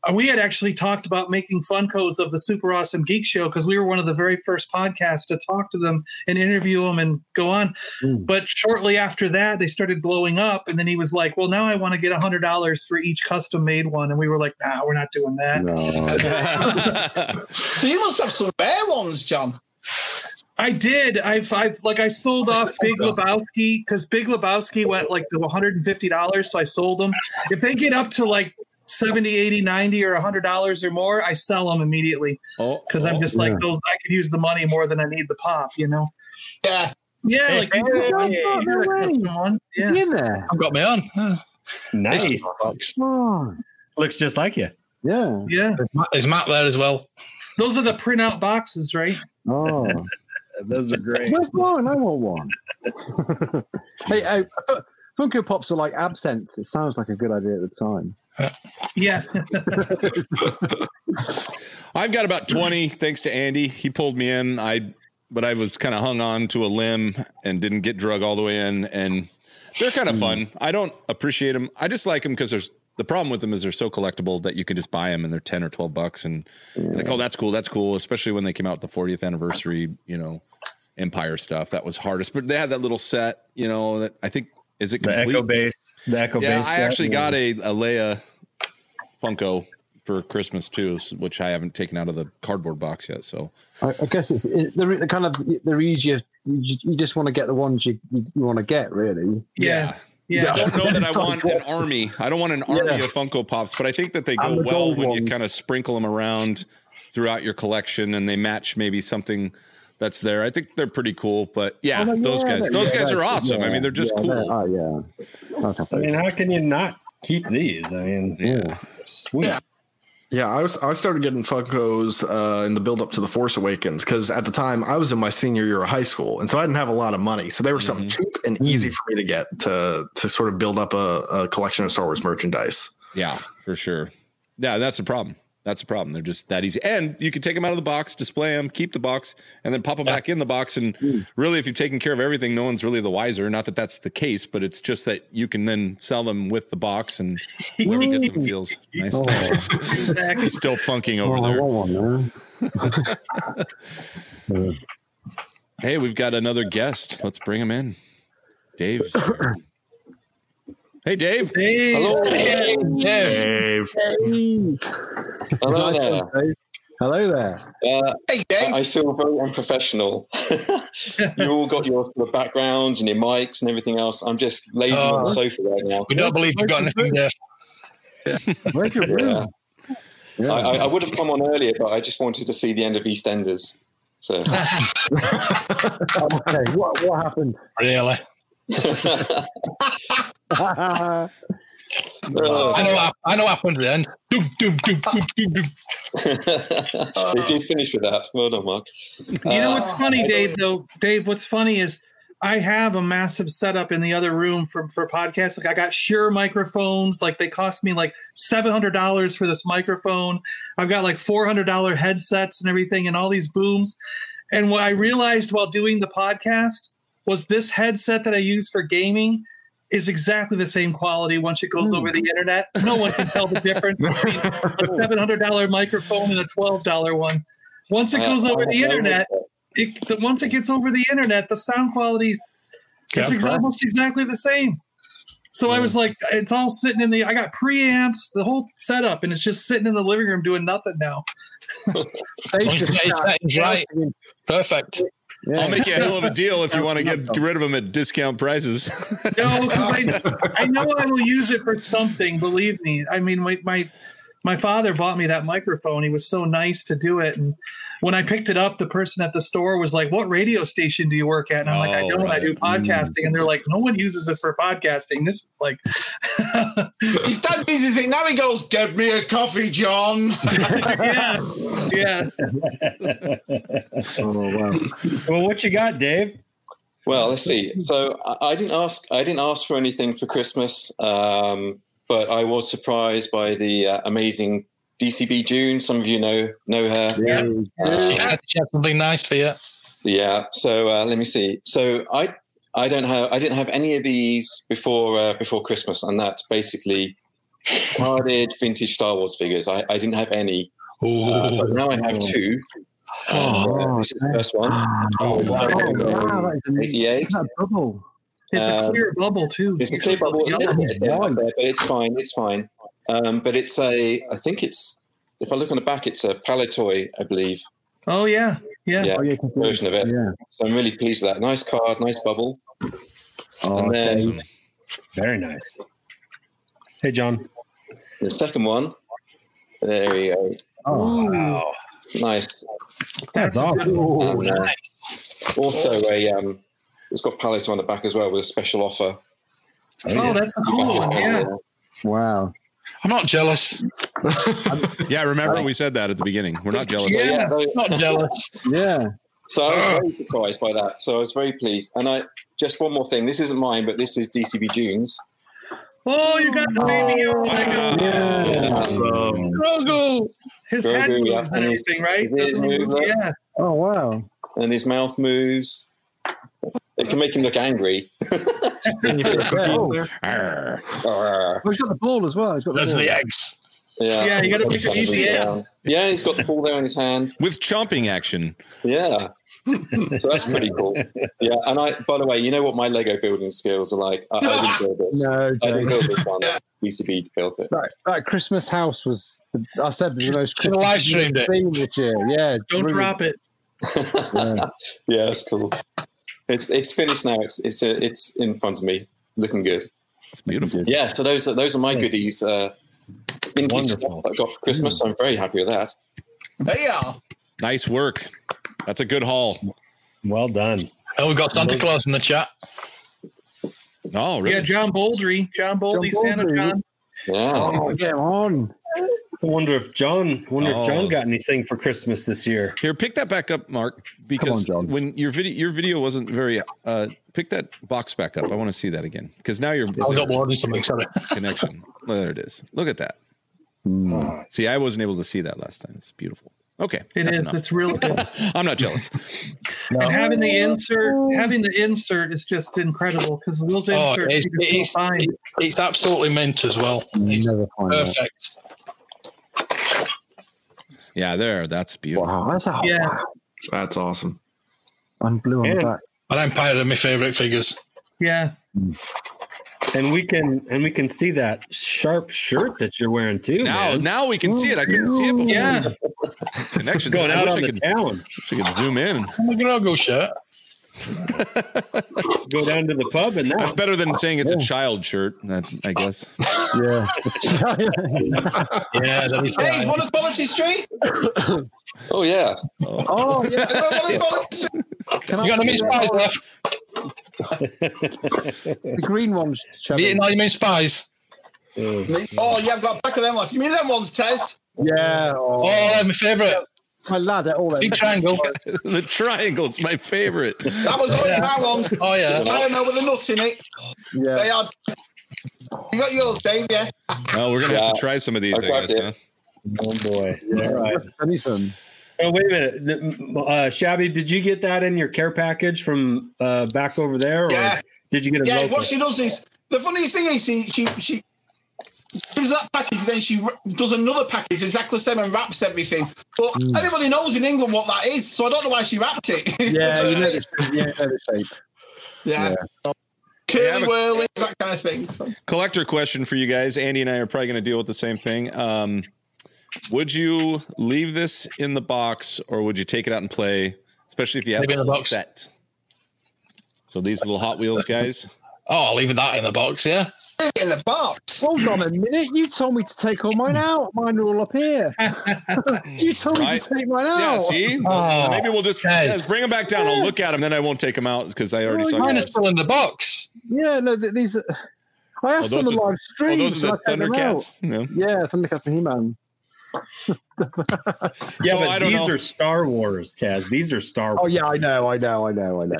S3: uh, we had actually talked about making Funkos of the Super Awesome Geek Show because we were one of the very first podcasts to talk to them and interview them and go on.
S8: Mm.
S3: But shortly after that, they started blowing up, and then he was like, "Well, now I want to get hundred dollars for each custom made one," and we were like, "Nah, we're not doing that."
S8: No.
S4: So you must have some rare ones, John.
S3: I did. I've, I've like I sold off Big Lebowski because Big Lebowski went like to $150, so I sold them. If they get up to like 70, 80, 90 or $100 or more, I sell them immediately
S2: oh,
S3: because I'm
S2: oh.
S3: just
S8: yeah.
S3: like those I could use the money more than I need the pop, you know.
S4: Yeah.
S3: Yeah,
S1: Hey,
S3: like
S1: hey,
S3: you could-
S8: no,
S3: you
S8: no,
S3: could
S8: no
S3: custom
S8: way.
S3: one. Yeah.
S8: Get in there.
S6: I've got my own. Huh.
S1: Nice.
S8: Come on.
S1: Looks just like you.
S8: Yeah.
S3: Yeah.
S6: Is Matt there as well?
S3: Those are the printout boxes, right?
S8: Oh.
S1: Those are great.
S8: Where's mine? I want one. hey, hey, Fu- Funko Pops are like absinthe. It sounds like a good idea at the time.
S3: Yeah.
S2: I've got about twenty, thanks to Andy. He pulled me in. I, but I was kind of hung on to a limb and didn't get drug all the way in. And they're kind
S1: Hmm.
S2: of fun. I don't appreciate them. I just like them because there's the problem with them is they're so collectible that you can just buy them and they're ten or twelve bucks and you're like oh that's cool that's cool. Especially when they came out with the 40th anniversary, you know, Empire stuff that was hardest. But they had that little set, you know, that I think is it
S1: The
S2: complete?
S1: Echo Base. The Echo
S2: yeah,
S1: Base.
S2: I
S1: set.
S2: actually got a, a Leia Funko for Christmas too, s- which I haven't taken out of the cardboard box yet. So
S8: I, I guess it's it, they're they're kind of they're easier. You, you just want to get the ones you, you, want to get, really.
S3: Yeah. Yeah.
S2: I don't know that I want an army. I don't want an army
S8: Yeah.
S2: of Funko Pops, but I think that they go
S8: I'm the
S2: well
S8: gold
S2: when you
S8: ones.
S2: kind of sprinkle them around throughout your collection and they match maybe something that's there. I think they're pretty cool, but yeah,
S8: Although,
S2: those
S8: Oh, yeah,
S2: guys,
S8: they-
S2: those
S8: yeah,
S2: guys
S8: they-
S2: are awesome. I
S8: yeah,
S2: mean, they're just
S8: yeah,
S2: cool.
S8: Oh yeah. I'd have
S1: I
S8: to-
S1: mean, how can you not keep these? I mean,
S2: yeah.
S1: Sweet.
S4: Yeah.
S11: Yeah, I was I started getting Funkos uh, in the build up to the Force Awakens because at the time I was in my senior year of high school, and so I didn't have a lot of money. So they were something cheap and easy for me to get to to sort of build up a, a collection of Star Wars merchandise.
S2: Yeah, for sure. Yeah, that's a problem. That's a problem. They're just that easy. And you can take them out of the box, display them, keep the box, and then pop them back in the box. And really, if you've taken care of everything, no one's really the wiser. Not that that's the case, but it's just that you can then sell them with the box, and whoever gets them feels nice. He's still funking
S8: Oh,
S2: over there. Hey, we've got another guest. Let's bring him in. Dave's there. Hey, Dave.
S10: Hello, Dave. Hello
S8: Nice
S10: there.
S8: one, Dave. Hello there.
S12: Uh,
S4: Hey,
S12: I
S4: Dave.
S12: I feel very unprofessional. you all got your sort of backgrounds and your mics and everything else. I'm just lazy on the
S6: Oh.
S12: sofa right now.
S6: We don't believe you've got anything there.
S8: Where's your
S12: Yeah.
S8: room? Yeah.
S12: I, I, I would have come on earlier, but I just wanted to see the end of EastEnders. So
S8: okay, what what happened?
S6: Really?
S8: Oh,
S6: I know. what- I know what happened at the end. Doom, doom, doom, doom, doom, doom.
S12: they did finish with that. Well done, Mark.
S3: You know
S12: Uh,
S3: what's funny, Dave? Though, Dave, what's funny is I have a massive setup in the other room for for podcasts. Like I got Shure microphones. Like they cost me like seven hundred dollars for this microphone. I've got like four hundred dollar headsets and everything, and all these booms. And what I realized while doing the podcast was this headset that I use for gaming is exactly the same quality once it goes over the internet. No one can tell the difference between a seven hundred dollar microphone and a twelve dollar one. Once it
S12: I-
S3: goes
S12: I
S3: over
S12: have
S3: the
S12: no
S3: internet, it, the, once it gets over the internet, the sound quality
S6: Yeah,
S3: it's ex-
S6: bro.
S3: almost exactly the same. So I was like, it's all sitting in the. I got preamps, the whole setup, and it's just sitting in the living room doing nothing now.
S8: Dave's just
S6: Okay,
S8: shouting.
S6: that's right. Perfect.
S8: Yeah.
S2: I'll make you a hell of a deal if you want to get, get rid of them at discount prices.
S3: No, 'cause I, I know I will use it for something. Believe me. I mean, my, my my father bought me that microphone. He was so nice to do it, and when I picked it up, the person at the store was like, "What radio station do you work at?" And I'm like, "I
S2: Oh,
S3: don't. I
S2: right.
S3: do podcasting." And they're like, "No one uses this for podcasting. This is like."
S4: His dad uses it now. He goes, "Get me a coffee, John."
S3: yeah, yeah.
S8: Oh wow.
S1: Well, what you got, Dave?
S12: Well, let's see. So I- I didn't ask. I didn't ask for anything for Christmas, um, but I was surprised by the uh, amazing DCB June. Some of you know know her.
S8: Yeah.
S12: Uh,
S6: She had, she had something nice for you.
S12: Yeah. So uh, let me see. So I I don't have I didn't have any of these before uh, before Christmas, and that's basically carded vintage Star Wars figures. I, I didn't have any, uh,
S6: Ooh.
S12: but now I have two. And, uh, this is the first one.
S8: Oh, wow. that is amazing.
S12: 88.
S8: Look at that bubble.
S3: It's a
S12: Um,
S3: clear bubble too.
S12: It's a clear bubble, a
S3: Yellow.
S12: little bit down there, but it's fine. It's fine. Um, but it's a, I think it's, if I look on the back, it's a Palatoy, I believe,
S3: Oh yeah, yeah.
S12: Yeah.
S8: Oh, yeah, 'cause it-
S12: version of it.
S8: Yeah.
S12: So I'm really pleased with that. Nice card, nice bubble.
S8: Oh,
S12: and then
S8: Dave.
S1: Very nice. Hey, John.
S12: the second one, there we go.
S8: Oh,
S1: Wow.
S12: Nice.
S3: That's, awesome.
S12: And, uh, also, a, um, it's got Palatoy on the back as well with a special offer.
S3: Oh, that's a cool one. Yeah.
S8: wow.
S6: I'm not jealous.
S2: yeah, remember we said that at the beginning. We're not jealous.
S12: So, yeah, those-
S6: Not jealous.
S8: Yeah.
S12: So I was very
S8: Ah.
S12: surprised by that. So I was very pleased. And I just one more thing. This isn't mine, but this is DCB June's.
S3: Oh, you got the baby oh, my God.
S8: Yeah.
S11: So
S6: Grogu.
S3: His
S12: Very
S3: head
S12: good, yeah.
S3: moves and everything, right?
S12: It is
S3: Doesn't he?
S12: moving.
S3: Yeah.
S8: Oh, wow.
S12: and his mouth moves. It can make him look angry.
S8: Yeah, oh,
S2: Arr.
S12: Arr.
S8: he's got the ball as well. He's got the
S6: Those are
S8: ball.
S6: the eggs.
S12: yeah,
S3: Yeah, you gotta E make it easy, yeah.
S12: Yeah, and he's got the ball there in his hand.
S2: With chomping action.
S12: Yeah, so that's pretty cool. Yeah, and I, by the way, you know what my Lego building skills are like? I, I didn't build this.
S8: No,
S12: I didn't
S8: Dave.
S12: build this one. UCB built it.
S8: That, that Christmas house was. The, I said it was the most.
S6: Should have live streamed it.
S8: thing this year. Yeah.
S3: Don't
S8: really-
S3: drop it.
S8: Yeah.
S12: Yeah, that's cool. It's it's finished now. It's it's uh, it's in front of me, looking good.
S2: It's beautiful.
S12: Yeah, so those are those are my goodies. Uh, vintage
S1: Wonderful.
S12: stuff that I got for Christmas. I'm very happy with that.
S4: there you are.
S2: Nice work. That's a good haul.
S1: Well done.
S6: Oh, we've got Santa Claus in the chat.
S2: Oh,
S3: Yeah,
S2: really?
S3: John Boldry. John Boldry, Santa
S8: Boldry.
S3: John.
S12: Yeah.
S8: Oh, get on.
S1: I wonder if John. I wonder
S2: Oh.
S1: if John got anything for Christmas this year.
S2: Here, pick that back up, Mark, because
S1: John.
S2: when your video your video wasn't very uh pick that box back up. I want to see that again. Because now you're
S6: I got more than something, sorry.
S2: connection. Well, there it is. Look at that.
S8: Mm.
S2: See, I wasn't able to see that last time. It's beautiful. Okay.
S3: It
S2: that's
S3: is.
S2: enough.
S3: It's really good.
S2: I'm not jealous.
S3: And having the
S8: Oh,
S3: insert, having the insert is just incredible because Will's
S6: Oh,
S3: insert,
S6: it's,
S3: you can
S6: it's,
S3: still find.
S6: it's absolutely mint as well. It's perfect.
S2: Yeah, there. That's beautiful.
S8: Wow, that's a
S3: Yeah,
S11: That's awesome.
S8: I'm blue on the back.
S6: An Empire are my favourite figures.
S3: yeah.
S1: And we can and we can see that sharp shirt that you're wearing too.
S2: Now
S1: man.
S2: now we can see it. I couldn't see it before.
S3: Yeah.
S2: Connection.
S1: going
S2: I
S1: out
S2: wish
S1: on
S2: I
S1: the
S2: could,
S1: town.
S2: wish I could zoom in.
S6: I'm a Grogo shirt.
S1: Go down to the pub and
S2: That's
S1: that.
S2: better than saying it's a child shirt, I, I guess.
S8: Yeah.
S6: Yeah, that is
S4: Hey,
S6: that.
S4: one of Quality Street.
S12: Oh yeah,
S8: oh, yeah.
S4: Is that one of Quality Street?
S8: Can
S6: You got no mince pies left.
S8: the green ones,
S6: Have you
S8: Chubby?
S6: eaten all your mince pies?
S4: Oh, yeah, I've got a pack of them left. You mean them ones, Tez?
S8: Yeah.
S6: Oh,
S8: Oh,
S6: they're my favourite.
S8: my lad, they're all there.
S6: Big triangle.
S2: the triangle's my favorite.
S4: That was only my one.
S6: Oh yeah.
S4: I don't know with the nuts in it.
S8: Yeah.
S4: They are. You got yours, Dave, yeah?
S2: Well, we're gonna have to
S12: Yeah.
S2: try some of these, I,
S12: I grabbed
S2: guess.
S12: it.
S2: Huh?
S1: Oh boy. All right.
S8: Sunny Sun.
S1: Oh wait a minute, N- uh, Shabby. Did you get that in your care package from uh, back over there, or
S4: Yeah.
S1: did you get it?
S4: Yeah,
S1: local?
S4: what she does is the funniest thing is she she she gives that package, then she wra- does another package exactly the same and wraps everything. But everybody knows in England what that is, so I don't know why she wrapped it.
S8: Yeah, you know the shape. Yeah, you know the shape.
S4: yeah.
S2: Yeah,
S4: Curly
S2: but-
S4: whirlies, that kind of thing. So,
S2: Collector question for you guys. Andy and I are probably gonna deal with the same thing. Um, would you leave this in the box or would you take it out and play? Especially if you have
S6: Leave it in the
S2: whole
S6: box.
S2: set. So these little Hot Wheels guys.
S6: Oh, I'll leave that in the box. Yeah.
S4: in the box.
S8: Hold on a minute. You told me to take all mine out. Mine are all up here. you told me
S2: Right.
S8: to take mine out.
S2: Yeah, see?
S6: Oh,
S2: Maybe we'll just
S6: guys.
S2: just bring them back down. I'll look at them, then I won't take them out because I already
S8: Oh,
S2: saw
S6: Mine
S2: you.
S6: is still in the box.
S8: Yeah, no, th- these. Are, I have
S2: Oh,
S8: some
S2: those
S8: in
S2: are-
S8: live
S2: Oh,
S8: stream.
S2: those
S8: so
S2: are
S8: I
S2: the
S8: take them out.
S2: Thundercats. No.
S8: Yeah, Thundercats and He Man.
S1: Yeah,
S2: So
S1: but
S2: I don't
S1: these
S2: know.
S1: are Star Wars, Taz. These are Star
S8: Oh
S1: Wars.
S8: yeah, I know, I know, I know, I know.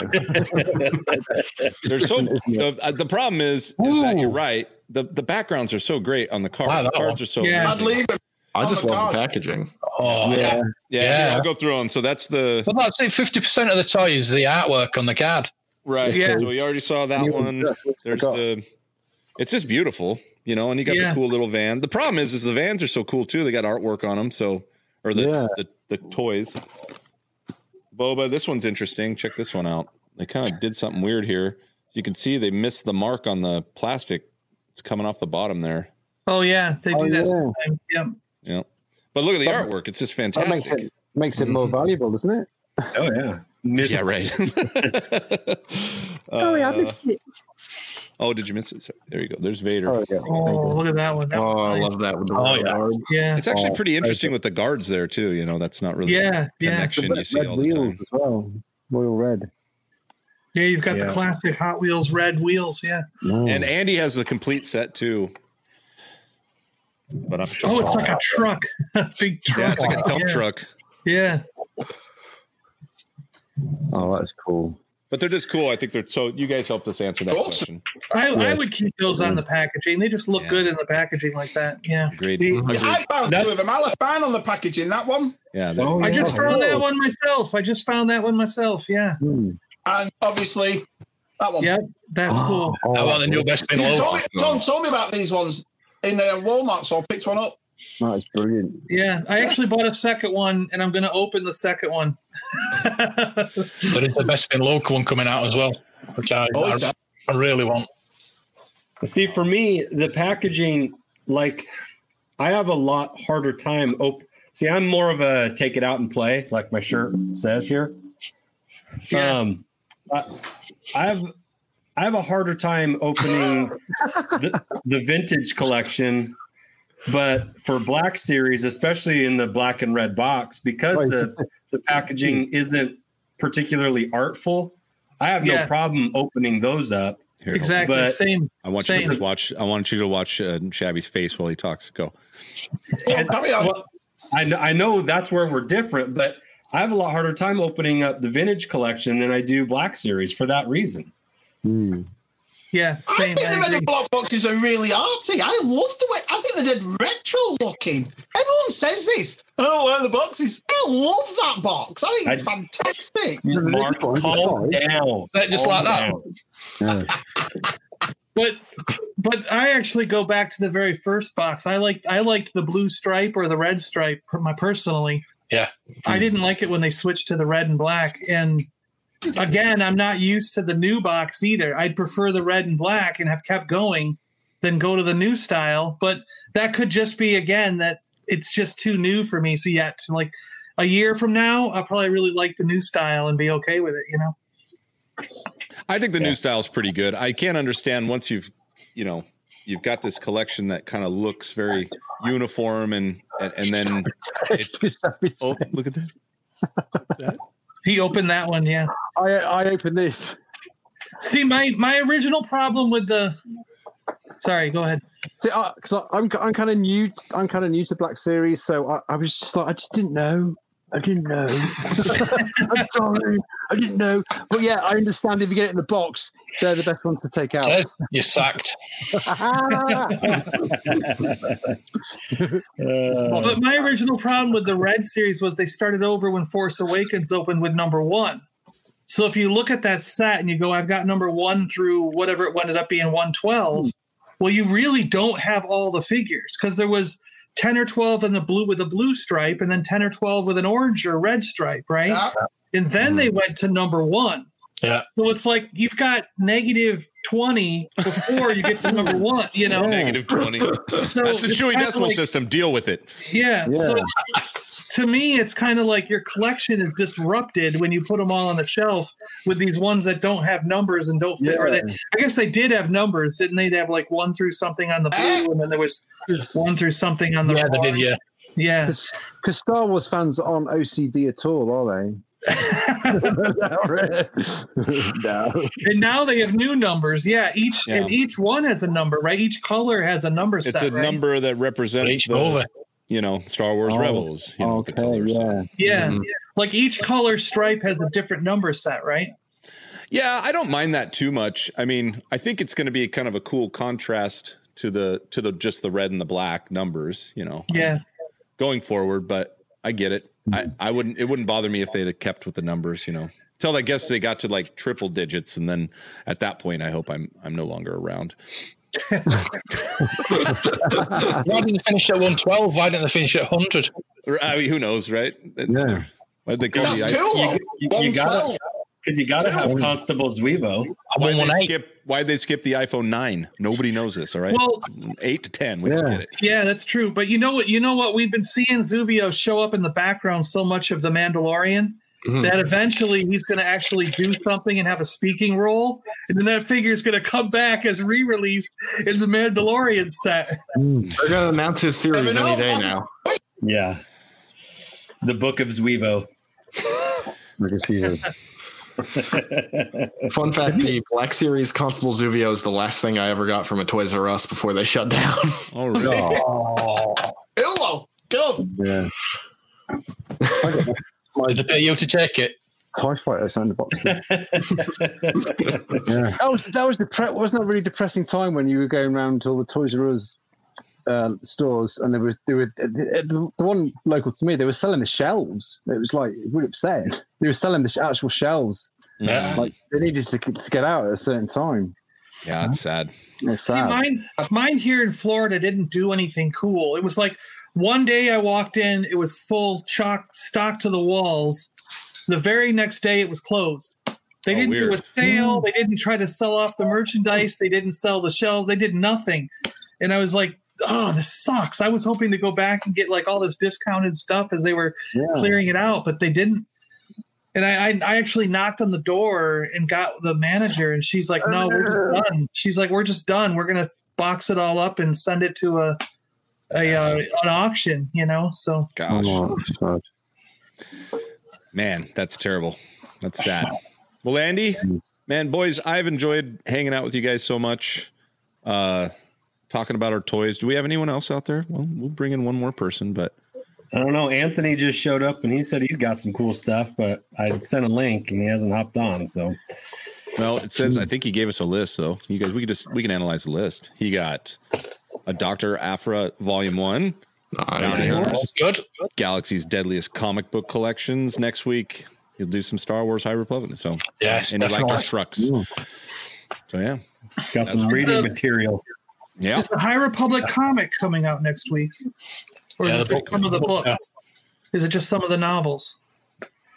S2: They're so
S8: different, isn't
S2: the, uh, the problem is, is that
S6: Ooh.
S2: you're right. The the backgrounds are so great on the cards.
S6: Wow,
S2: the
S6: that
S2: cards
S6: one.
S2: are so
S3: Yeah.
S4: I'd
S2: amazing.
S4: leave it.
S11: I just
S4: Oh my
S11: love the
S4: God.
S11: packaging.
S6: Oh.
S8: Yeah.
S2: Yeah,
S6: Yeah.
S2: here, I'll go through them. So that's the
S6: But that's it. Fifty percent of the toy is the artwork on the card.
S2: right.
S3: Yeah.
S2: So we already saw that
S8: You-
S2: one.
S8: that's what I
S2: There's
S8: got.
S2: the. It's just beautiful, you know. And you got
S3: Yeah.
S2: the cool little van. The problem is, is the vans are so cool too. They got artwork on them. So or the
S8: Yeah.
S2: the, the toys. Boba, this one's interesting. Check this one out. They kind of did something weird here. you can see they missed the mark on the plastic. It's coming off the bottom there.
S3: Oh yeah, they do
S8: Oh,
S3: that
S8: yeah.
S3: sometimes. Yeah.
S2: Yeah. But look at the
S8: But-
S2: artwork. It's just
S8: That
S2: fantastic.
S8: makes it makes it more valuable, doesn't it?
S1: Oh yeah. Miss-
S2: Yeah, right.
S8: Sorry, I
S2: Uh,
S8: missed it.
S2: Oh, did you miss it? Sorry. There you go. There's Vader.
S8: Oh, yeah.
S3: Oh, look at that one. That
S11: Oh,
S3: one's
S11: I
S3: nice.
S11: love that with the
S6: Oh,
S11: oh,
S6: yeah.
S3: Yeah,
S2: It's actually
S8: Oh,
S2: pretty interesting with the guards there too. You know, that's not really
S3: yeah,
S2: a
S3: yeah,
S2: connection you see
S8: red
S2: all the
S8: wheels
S2: time.
S8: as well. Royal red.
S3: yeah. You've got
S1: Yeah.
S3: the classic Hot Wheels red wheels. Yeah.
S8: Oh.
S2: And Andy has a complete set too. But I'm sure.
S3: Oh, it's like a truck, a big truck.
S2: yeah, it's like a dump
S3: yeah.
S2: truck.
S3: Yeah,
S8: oh, that's cool.
S2: But they're just cool. I think they're so. You guys helped us answer that
S4: Awesome.
S2: question.
S3: I, I would keep those on the packaging. They just look
S2: Mm-hmm. Yeah.
S3: good in the packaging like that. Yeah.
S2: Agreed.
S1: See,
S4: Yeah, I found
S1: That's-
S4: two of them. I left mine on the packaging, that one.
S2: Yeah. they're-
S1: Oh,
S3: I
S1: yeah.
S3: just found that one myself. I just found that one myself. Yeah.
S8: Hmm.
S4: And obviously, that one.
S3: Yeah, that's cool.
S8: Oh,
S6: I want the new best bin
S4: You
S6: low.
S4: told me, John told me about these ones in uh, Walmart, so I picked one up.
S8: that is brilliant.
S3: Yeah, I actually bought a second one, and I'm going to open the second one.
S6: There is the best bin local one coming out as well, which I,
S4: Oh,
S6: I,
S4: it's a-
S6: I really want.
S1: See, for me, the packaging, like, I have a lot harder time. Op- See, I'm more of a take it out and play, like my shirt says here.
S3: Yeah.
S1: Um, I, I have I have a harder time opening the, the vintage collection, but for Black Series, especially in the black and red box, because the the packaging isn't particularly artful, I have no
S3: Yeah.
S1: problem opening those up.
S2: Here.
S3: Exactly, But- same-
S2: I want you
S3: same.
S2: to just watch. I want you to watch uh, Shabby's face while he talks. Go.
S1: And- well, I know, I know that's where we're different, but I have a lot harder time opening up the vintage collection than I do Black Series for that reason.
S2: Hmm.
S3: Yeah,
S4: I think the many block boxes are really arty. I love the way. I think they're dead retro looking. Everyone says this. Oh, where are the boxes? I love that box. I think it's fantastic.
S1: Mark, calm down.
S2: Oh,
S4: That just
S1: Calm
S4: like
S1: down.
S4: that.
S3: but but I actually go back to the very first box. I like I liked the blue stripe or the red stripe. per- My personally,
S6: Yeah.
S3: I didn't like it when they switched to the red and black. And again, I'm not used to the new box either. I'd prefer the red and black and have kept going than go to the new style. But that could just be again that it's just too new for me. So yet, like a year from now, I'll probably really like the new style and be okay with it. You know.
S2: I think the new style's pretty good. I can't understand once you've, you know, you've got this collection that kind of looks very uniform and and, and then it's oh look at this.
S3: He opened that one, yeah.
S8: I I opened this.
S3: See, my my original problem with the. Sorry, go ahead.
S8: See, because I'm I'm kind of new. I'm kind of new to Black Series, so I, I was just like, I just didn't know. I didn't know. I'm sorry, I didn't know. But yeah, I understand if you get it in the box, they're the best ones to take out.
S6: You're sacked.
S8: Uh,
S3: but my original problem with the Red series was they started over when Force Awakens opened with number one. So if you look at that set and you go, I've got number one through whatever it ended up being 112, well, you really don't have all the figures because there was 10 or 12 in the blue with a blue stripe and then 10 or 12 with an orange or red stripe, right? And then they went to number one.
S6: Yeah.
S3: So it's like you've got negative 20 before you get to number one, you know?
S2: Negative 20.
S3: So
S2: That's a
S3: it's
S2: Chewy
S3: kinda
S2: decimal
S3: like-
S2: system. Deal with it.
S3: Yeah. So
S2: Yeah.
S3: to me, it's kind of like your collection is disrupted when you put them all on the shelf with these ones that don't have numbers and don't fit. Or they,
S8: Yeah.
S3: I guess they did have numbers, didn't they? They have like one through something on the
S2: Ah!
S3: blue, and then there was one through something on the
S8: Yeah, they
S3: orange.
S8: did, yeah.
S3: Yeah.
S8: Because Star Wars fans aren't OCD at all, are they? no.
S3: And now they have new numbers. Yeah, each
S2: Yeah.
S3: and each one has a number, right? Each color has a number
S2: It's a
S3: set. right?
S2: number that represents
S3: Reach
S2: the
S3: over.
S2: you know Star Wars
S8: Oh,
S2: Rebels. You know with the colors.
S8: Yeah.
S3: Yeah.
S8: Mm-hmm.
S3: Mm-hmm. Like each color stripe has a different number set, right?
S2: Yeah, I don't mind that too much. I mean, I think it's going to be kind of a cool contrast to the to the just the red and the black numbers. You know.
S3: Yeah.
S2: going forward, but I get it. I, I wouldn't it wouldn't bother me if they'd have kept with the numbers, you know. Till I guess they got to like triple digits, and then at that point I hope I'm I'm no longer around.
S6: Why didn't they finish at 112? Why didn't they finish at 100?
S2: Or, I mean, who knows, right?
S8: Yeah.
S2: Why'd they call
S1: That's
S2: the
S1: cool.
S2: I,
S1: You- you gotta- Because you got to have Constable Zweebo.
S2: why'd they skip why'd they skip the iPhone nine? Nobody knows this, all right?
S3: Well-
S2: eight to ten, we don't get it.
S3: Yeah, that's true. But you know what? You know what? We've been seeing Zuvio show up in the background so much of the Mandalorian
S2: Mhm.
S3: that eventually he's going to actually do something and have a speaking role, and then that figure is going to come back as re-released in the Mandalorian set.
S11: They're gonna announce his series any day now.
S1: Yeah. The Book of Zwevo.
S11: Fun fact: the Black Series Constable Zuvio is the last thing I ever got from a Toys R Us before they shut down.
S2: Oh,
S4: Hello. Go.
S8: Yeah.
S6: Did they pay you to check it?
S8: Tie Fighter sound box. yeah. That was that was the wasn't that really depressing time when you were going around to all the Toys R Us um, stores and there was there were uh, the, the one local to me they were selling the shelves. It was like it would upset. They were selling the actual shelves.
S2: Yeah.
S8: Like they needed to, to get out at a certain time.
S2: Yeah, it's sad.
S8: It's
S3: See,
S8: sad.
S3: mine, mine here in Florida didn't do anything cool. It was like one day I walked in, it was full chalk stock to the walls. The very next day, it was closed. They
S2: Oh,
S3: didn't do a
S2: weird.
S3: sale. They didn't try to sell off the merchandise. They didn't sell the shelf. They did nothing. And I was like, oh, this sucks. I was hoping to go back and get like all this discounted stuff as they were
S8: Yeah.
S3: clearing it out, but they didn't. And I, I, I actually knocked on the door and got the manager, and she's like, "No, we're just done." She's like, "We're just done. We're gonna box it all up and send it to a, a uh, an auction." You know, so
S2: Gosh.
S8: Oh, God.
S2: Man, that's terrible. That's sad. Well, Andy, man, boys, I've enjoyed hanging out with you guys so much. Uh, talking about our toys. Do we have anyone else out there? Well, we'll bring in one more person, but
S1: I don't know. Anthony just showed up and he said he's got some cool stuff, but I sent a link and he hasn't hopped on. So
S2: well, it says I think he gave us a list, so you guys we can just we can analyze the list. He got a Doctor Afra Volume One. Bounty Hunters. Galaxy's Deadliest Comic Book Collections next week. You'll do some Star Wars High Republic. So
S6: Yes,
S2: and you like our
S6: definitely.
S2: trucks. So yeah, got
S1: some reading
S2: material. Yeah,
S3: It's the High Republic comic coming out next week. Or
S2: Yeah,
S3: is it
S2: that'd be
S3: some of the
S2: cool.
S3: books? Is it just some of the novels?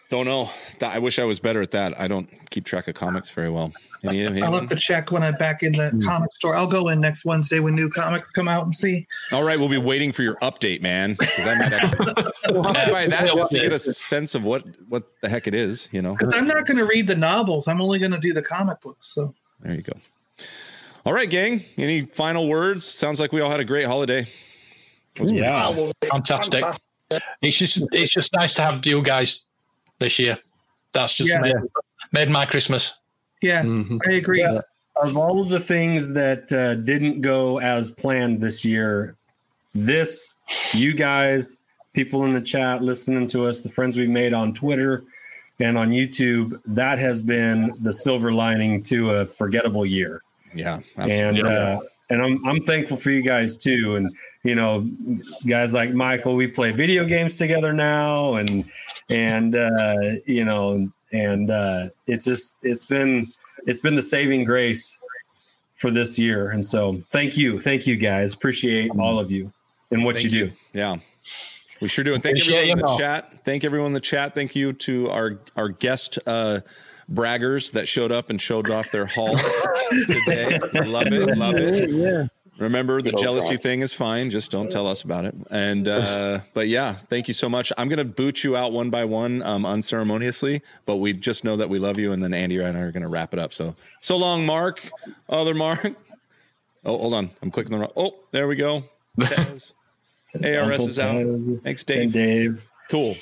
S2: Don't know. Th- I wish I was better at that. I don't keep track of comics very well. Any, any-
S3: I'll have to check when I'm back in the
S2: Hmm.
S3: comic store. I'll go in next Wednesday when new comics come out and see.
S2: All right, we'll be waiting for your update, man. 'cause I might have to buy that just to get a sense of what what the heck it is. You know.
S3: Because I'm not going to read the novels. I'm only going to do the comic books. So
S2: There you go. All right, gang. Any final words? Sounds like we all had a great holiday.
S6: Yeah. Fantastic. It's just it's just nice to have you guys this year. That's just
S3: Yeah.
S6: made, made my Christmas.
S3: yeah, I agree.
S1: Mm-hmm. Of all of the things that uh, didn't go as planned this year, this, you guys, people in the chat listening to us, the friends we've made on Twitter and on YouTube, that has been the silver lining to a forgettable year.
S2: Yeah,
S1: and uh, and I'm I'm thankful for you guys too. And you know, guys like Michael, we play video games together now, and and uh, you know, and uh, it's just it's been it's been the saving grace for this year. And so, thank you, thank you guys, appreciate all of you and what
S2: Thank
S1: you,
S2: you.
S1: do.
S2: Yeah. We sure do. And thank everyone
S1: Appreciate
S2: in
S1: you,
S2: the
S1: Mo.
S2: chat. Thank everyone in the chat. Thank you to our our guest uh braggers that showed up and showed off their haul today. Love it. Love it.
S8: Yeah.
S2: Remember the
S8: Good old
S2: jealousy
S8: God.
S2: thing is fine. Just don't tell us about it. And uh but yeah, thank you so much. I'm gonna boot you out one by one, um, unceremoniously, but we just know that we love you, and then Andy and I are gonna wrap it up. So so long, Mark. Other Mark. Oh, hold on. I'm clicking the wrong. Oh, there we go. Tez. ARS is out. Thanks, Dave.
S1: Dave.
S2: Cool.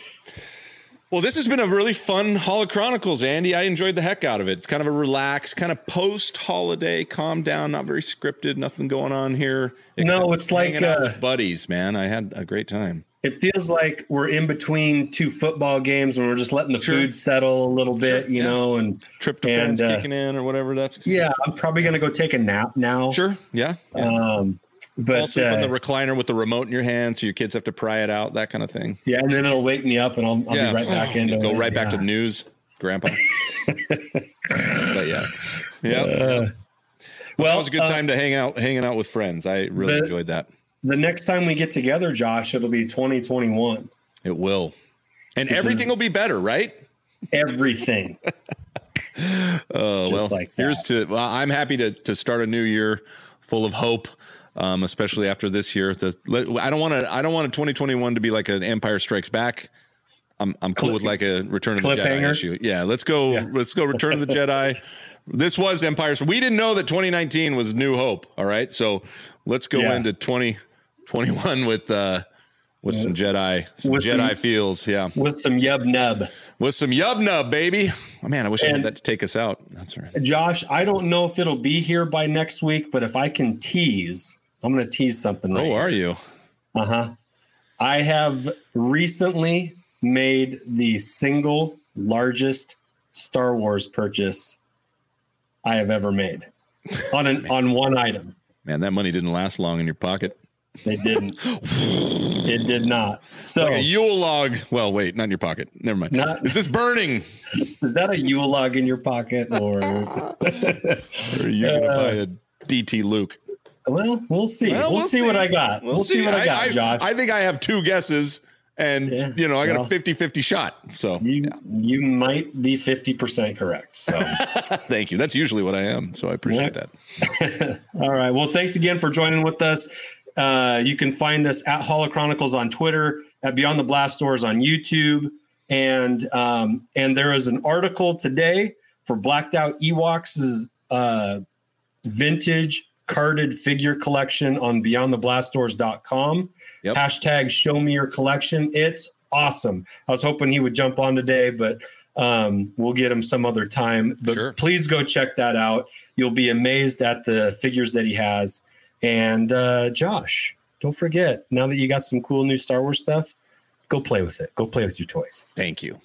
S2: Well, this has been a really fun Holo Chronicles, Andy. I enjoyed the heck out of it. It's kind of a relaxed, kind of post-holiday, calm down, not very scripted, nothing going on here.
S1: No,
S2: except
S1: it's like,
S2: hanging out
S1: uh,
S2: with buddies, man. I had a great time.
S1: It feels like we're in between two football games, and we're just letting the
S2: Sure.
S1: food settle a little bit, you know, and uh,
S2: Tryptophan's kicking in or whatever. That's
S1: Yeah, I'm probably gonna go take a nap now.
S2: Sure. Yeah.
S1: Um, but
S2: Fall asleep on
S1: uh,
S2: the recliner with the remote in your hand, so your kids have to pry it out, that kind of thing.
S1: yeah, and then it'll wake me up, and I'll, I'll be right back in.
S2: Go right back to the news, Grandpa. but yeah, yeah. well, it was a good
S1: uh,
S2: time to hang out, hanging out with friends. I really
S1: the-
S2: enjoyed that.
S1: The next time we get together, Josh, it'll be 2021,
S2: It will, and
S1: Which
S2: everything
S1: is-
S2: will be better, right?
S1: Everything.
S2: Oh
S1: Just
S2: well,
S1: like
S2: here's to. Well, I'm happy to to start a new year full of hope. Um, especially after this year, the let- I don't want to. I don't want a 2021 to be like an Empire Strikes Back. I'm I'm cool with like a Return of the Jedi
S1: Cliffhanger.
S2: issue. Yeah, let's go. Let's go. Return of the Jedi. This was Empire. We didn't know that 2019 was New Hope. All right, so let's go
S1: Yeah.
S2: into 2021 with uh with some Jedi, some
S1: With
S2: Jedi
S1: some-
S2: feels. Yeah,
S1: with some yub nub,
S2: with some yub nub, baby. Oh man, I wish I had
S1: And-
S2: that to take us out. That's right.
S1: Josh. I don't know if it'll be here by next week, but if I can tease, I'm gonna tease something. Right
S2: Oh, are you?
S1: Uh huh. I have recently made the single largest Star Wars purchase I have ever made on an on one item.
S2: Man, that money didn't last long in your pocket.
S1: It didn't. it did not. So
S2: Like a Yule log. Well, wait, not in your pocket. Never mind.
S1: Not-
S2: Is this burning?
S1: is that a Yule log in your pocket or?
S2: Or are you gonna buy a DT Luke?
S1: Uh, well, we'll see.
S2: Well,
S1: we'll, see, what I got. We'll, see. what I, got, Josh.
S2: I think I have two guesses, and you know, I got
S1: well.
S2: a 50-50 shot. So
S1: you you might be fifty percent correct. So.
S2: thank you. That's usually what I am. So I appreciate that.
S1: All right. Well, thanks again for joining with us. Uh, you can find us at Holo Chronicles on Twitter, at Beyond the Blast Doors on YouTube, and um, and there is an article today for Blacked Out Ewoks' uh, vintage carded figure collection on beyondtheblastdoors.com.
S2: Yep.
S1: Hashtag show me your collection. It's awesome. I was hoping he would jump on today, but Um, we'll get them some other time, but please go check that out. You'll be amazed at the figures that he has. And uh, Josh, don't forget now that you got some cool new Star Wars stuff, go play with it. Go play with your toys.
S2: Thank you.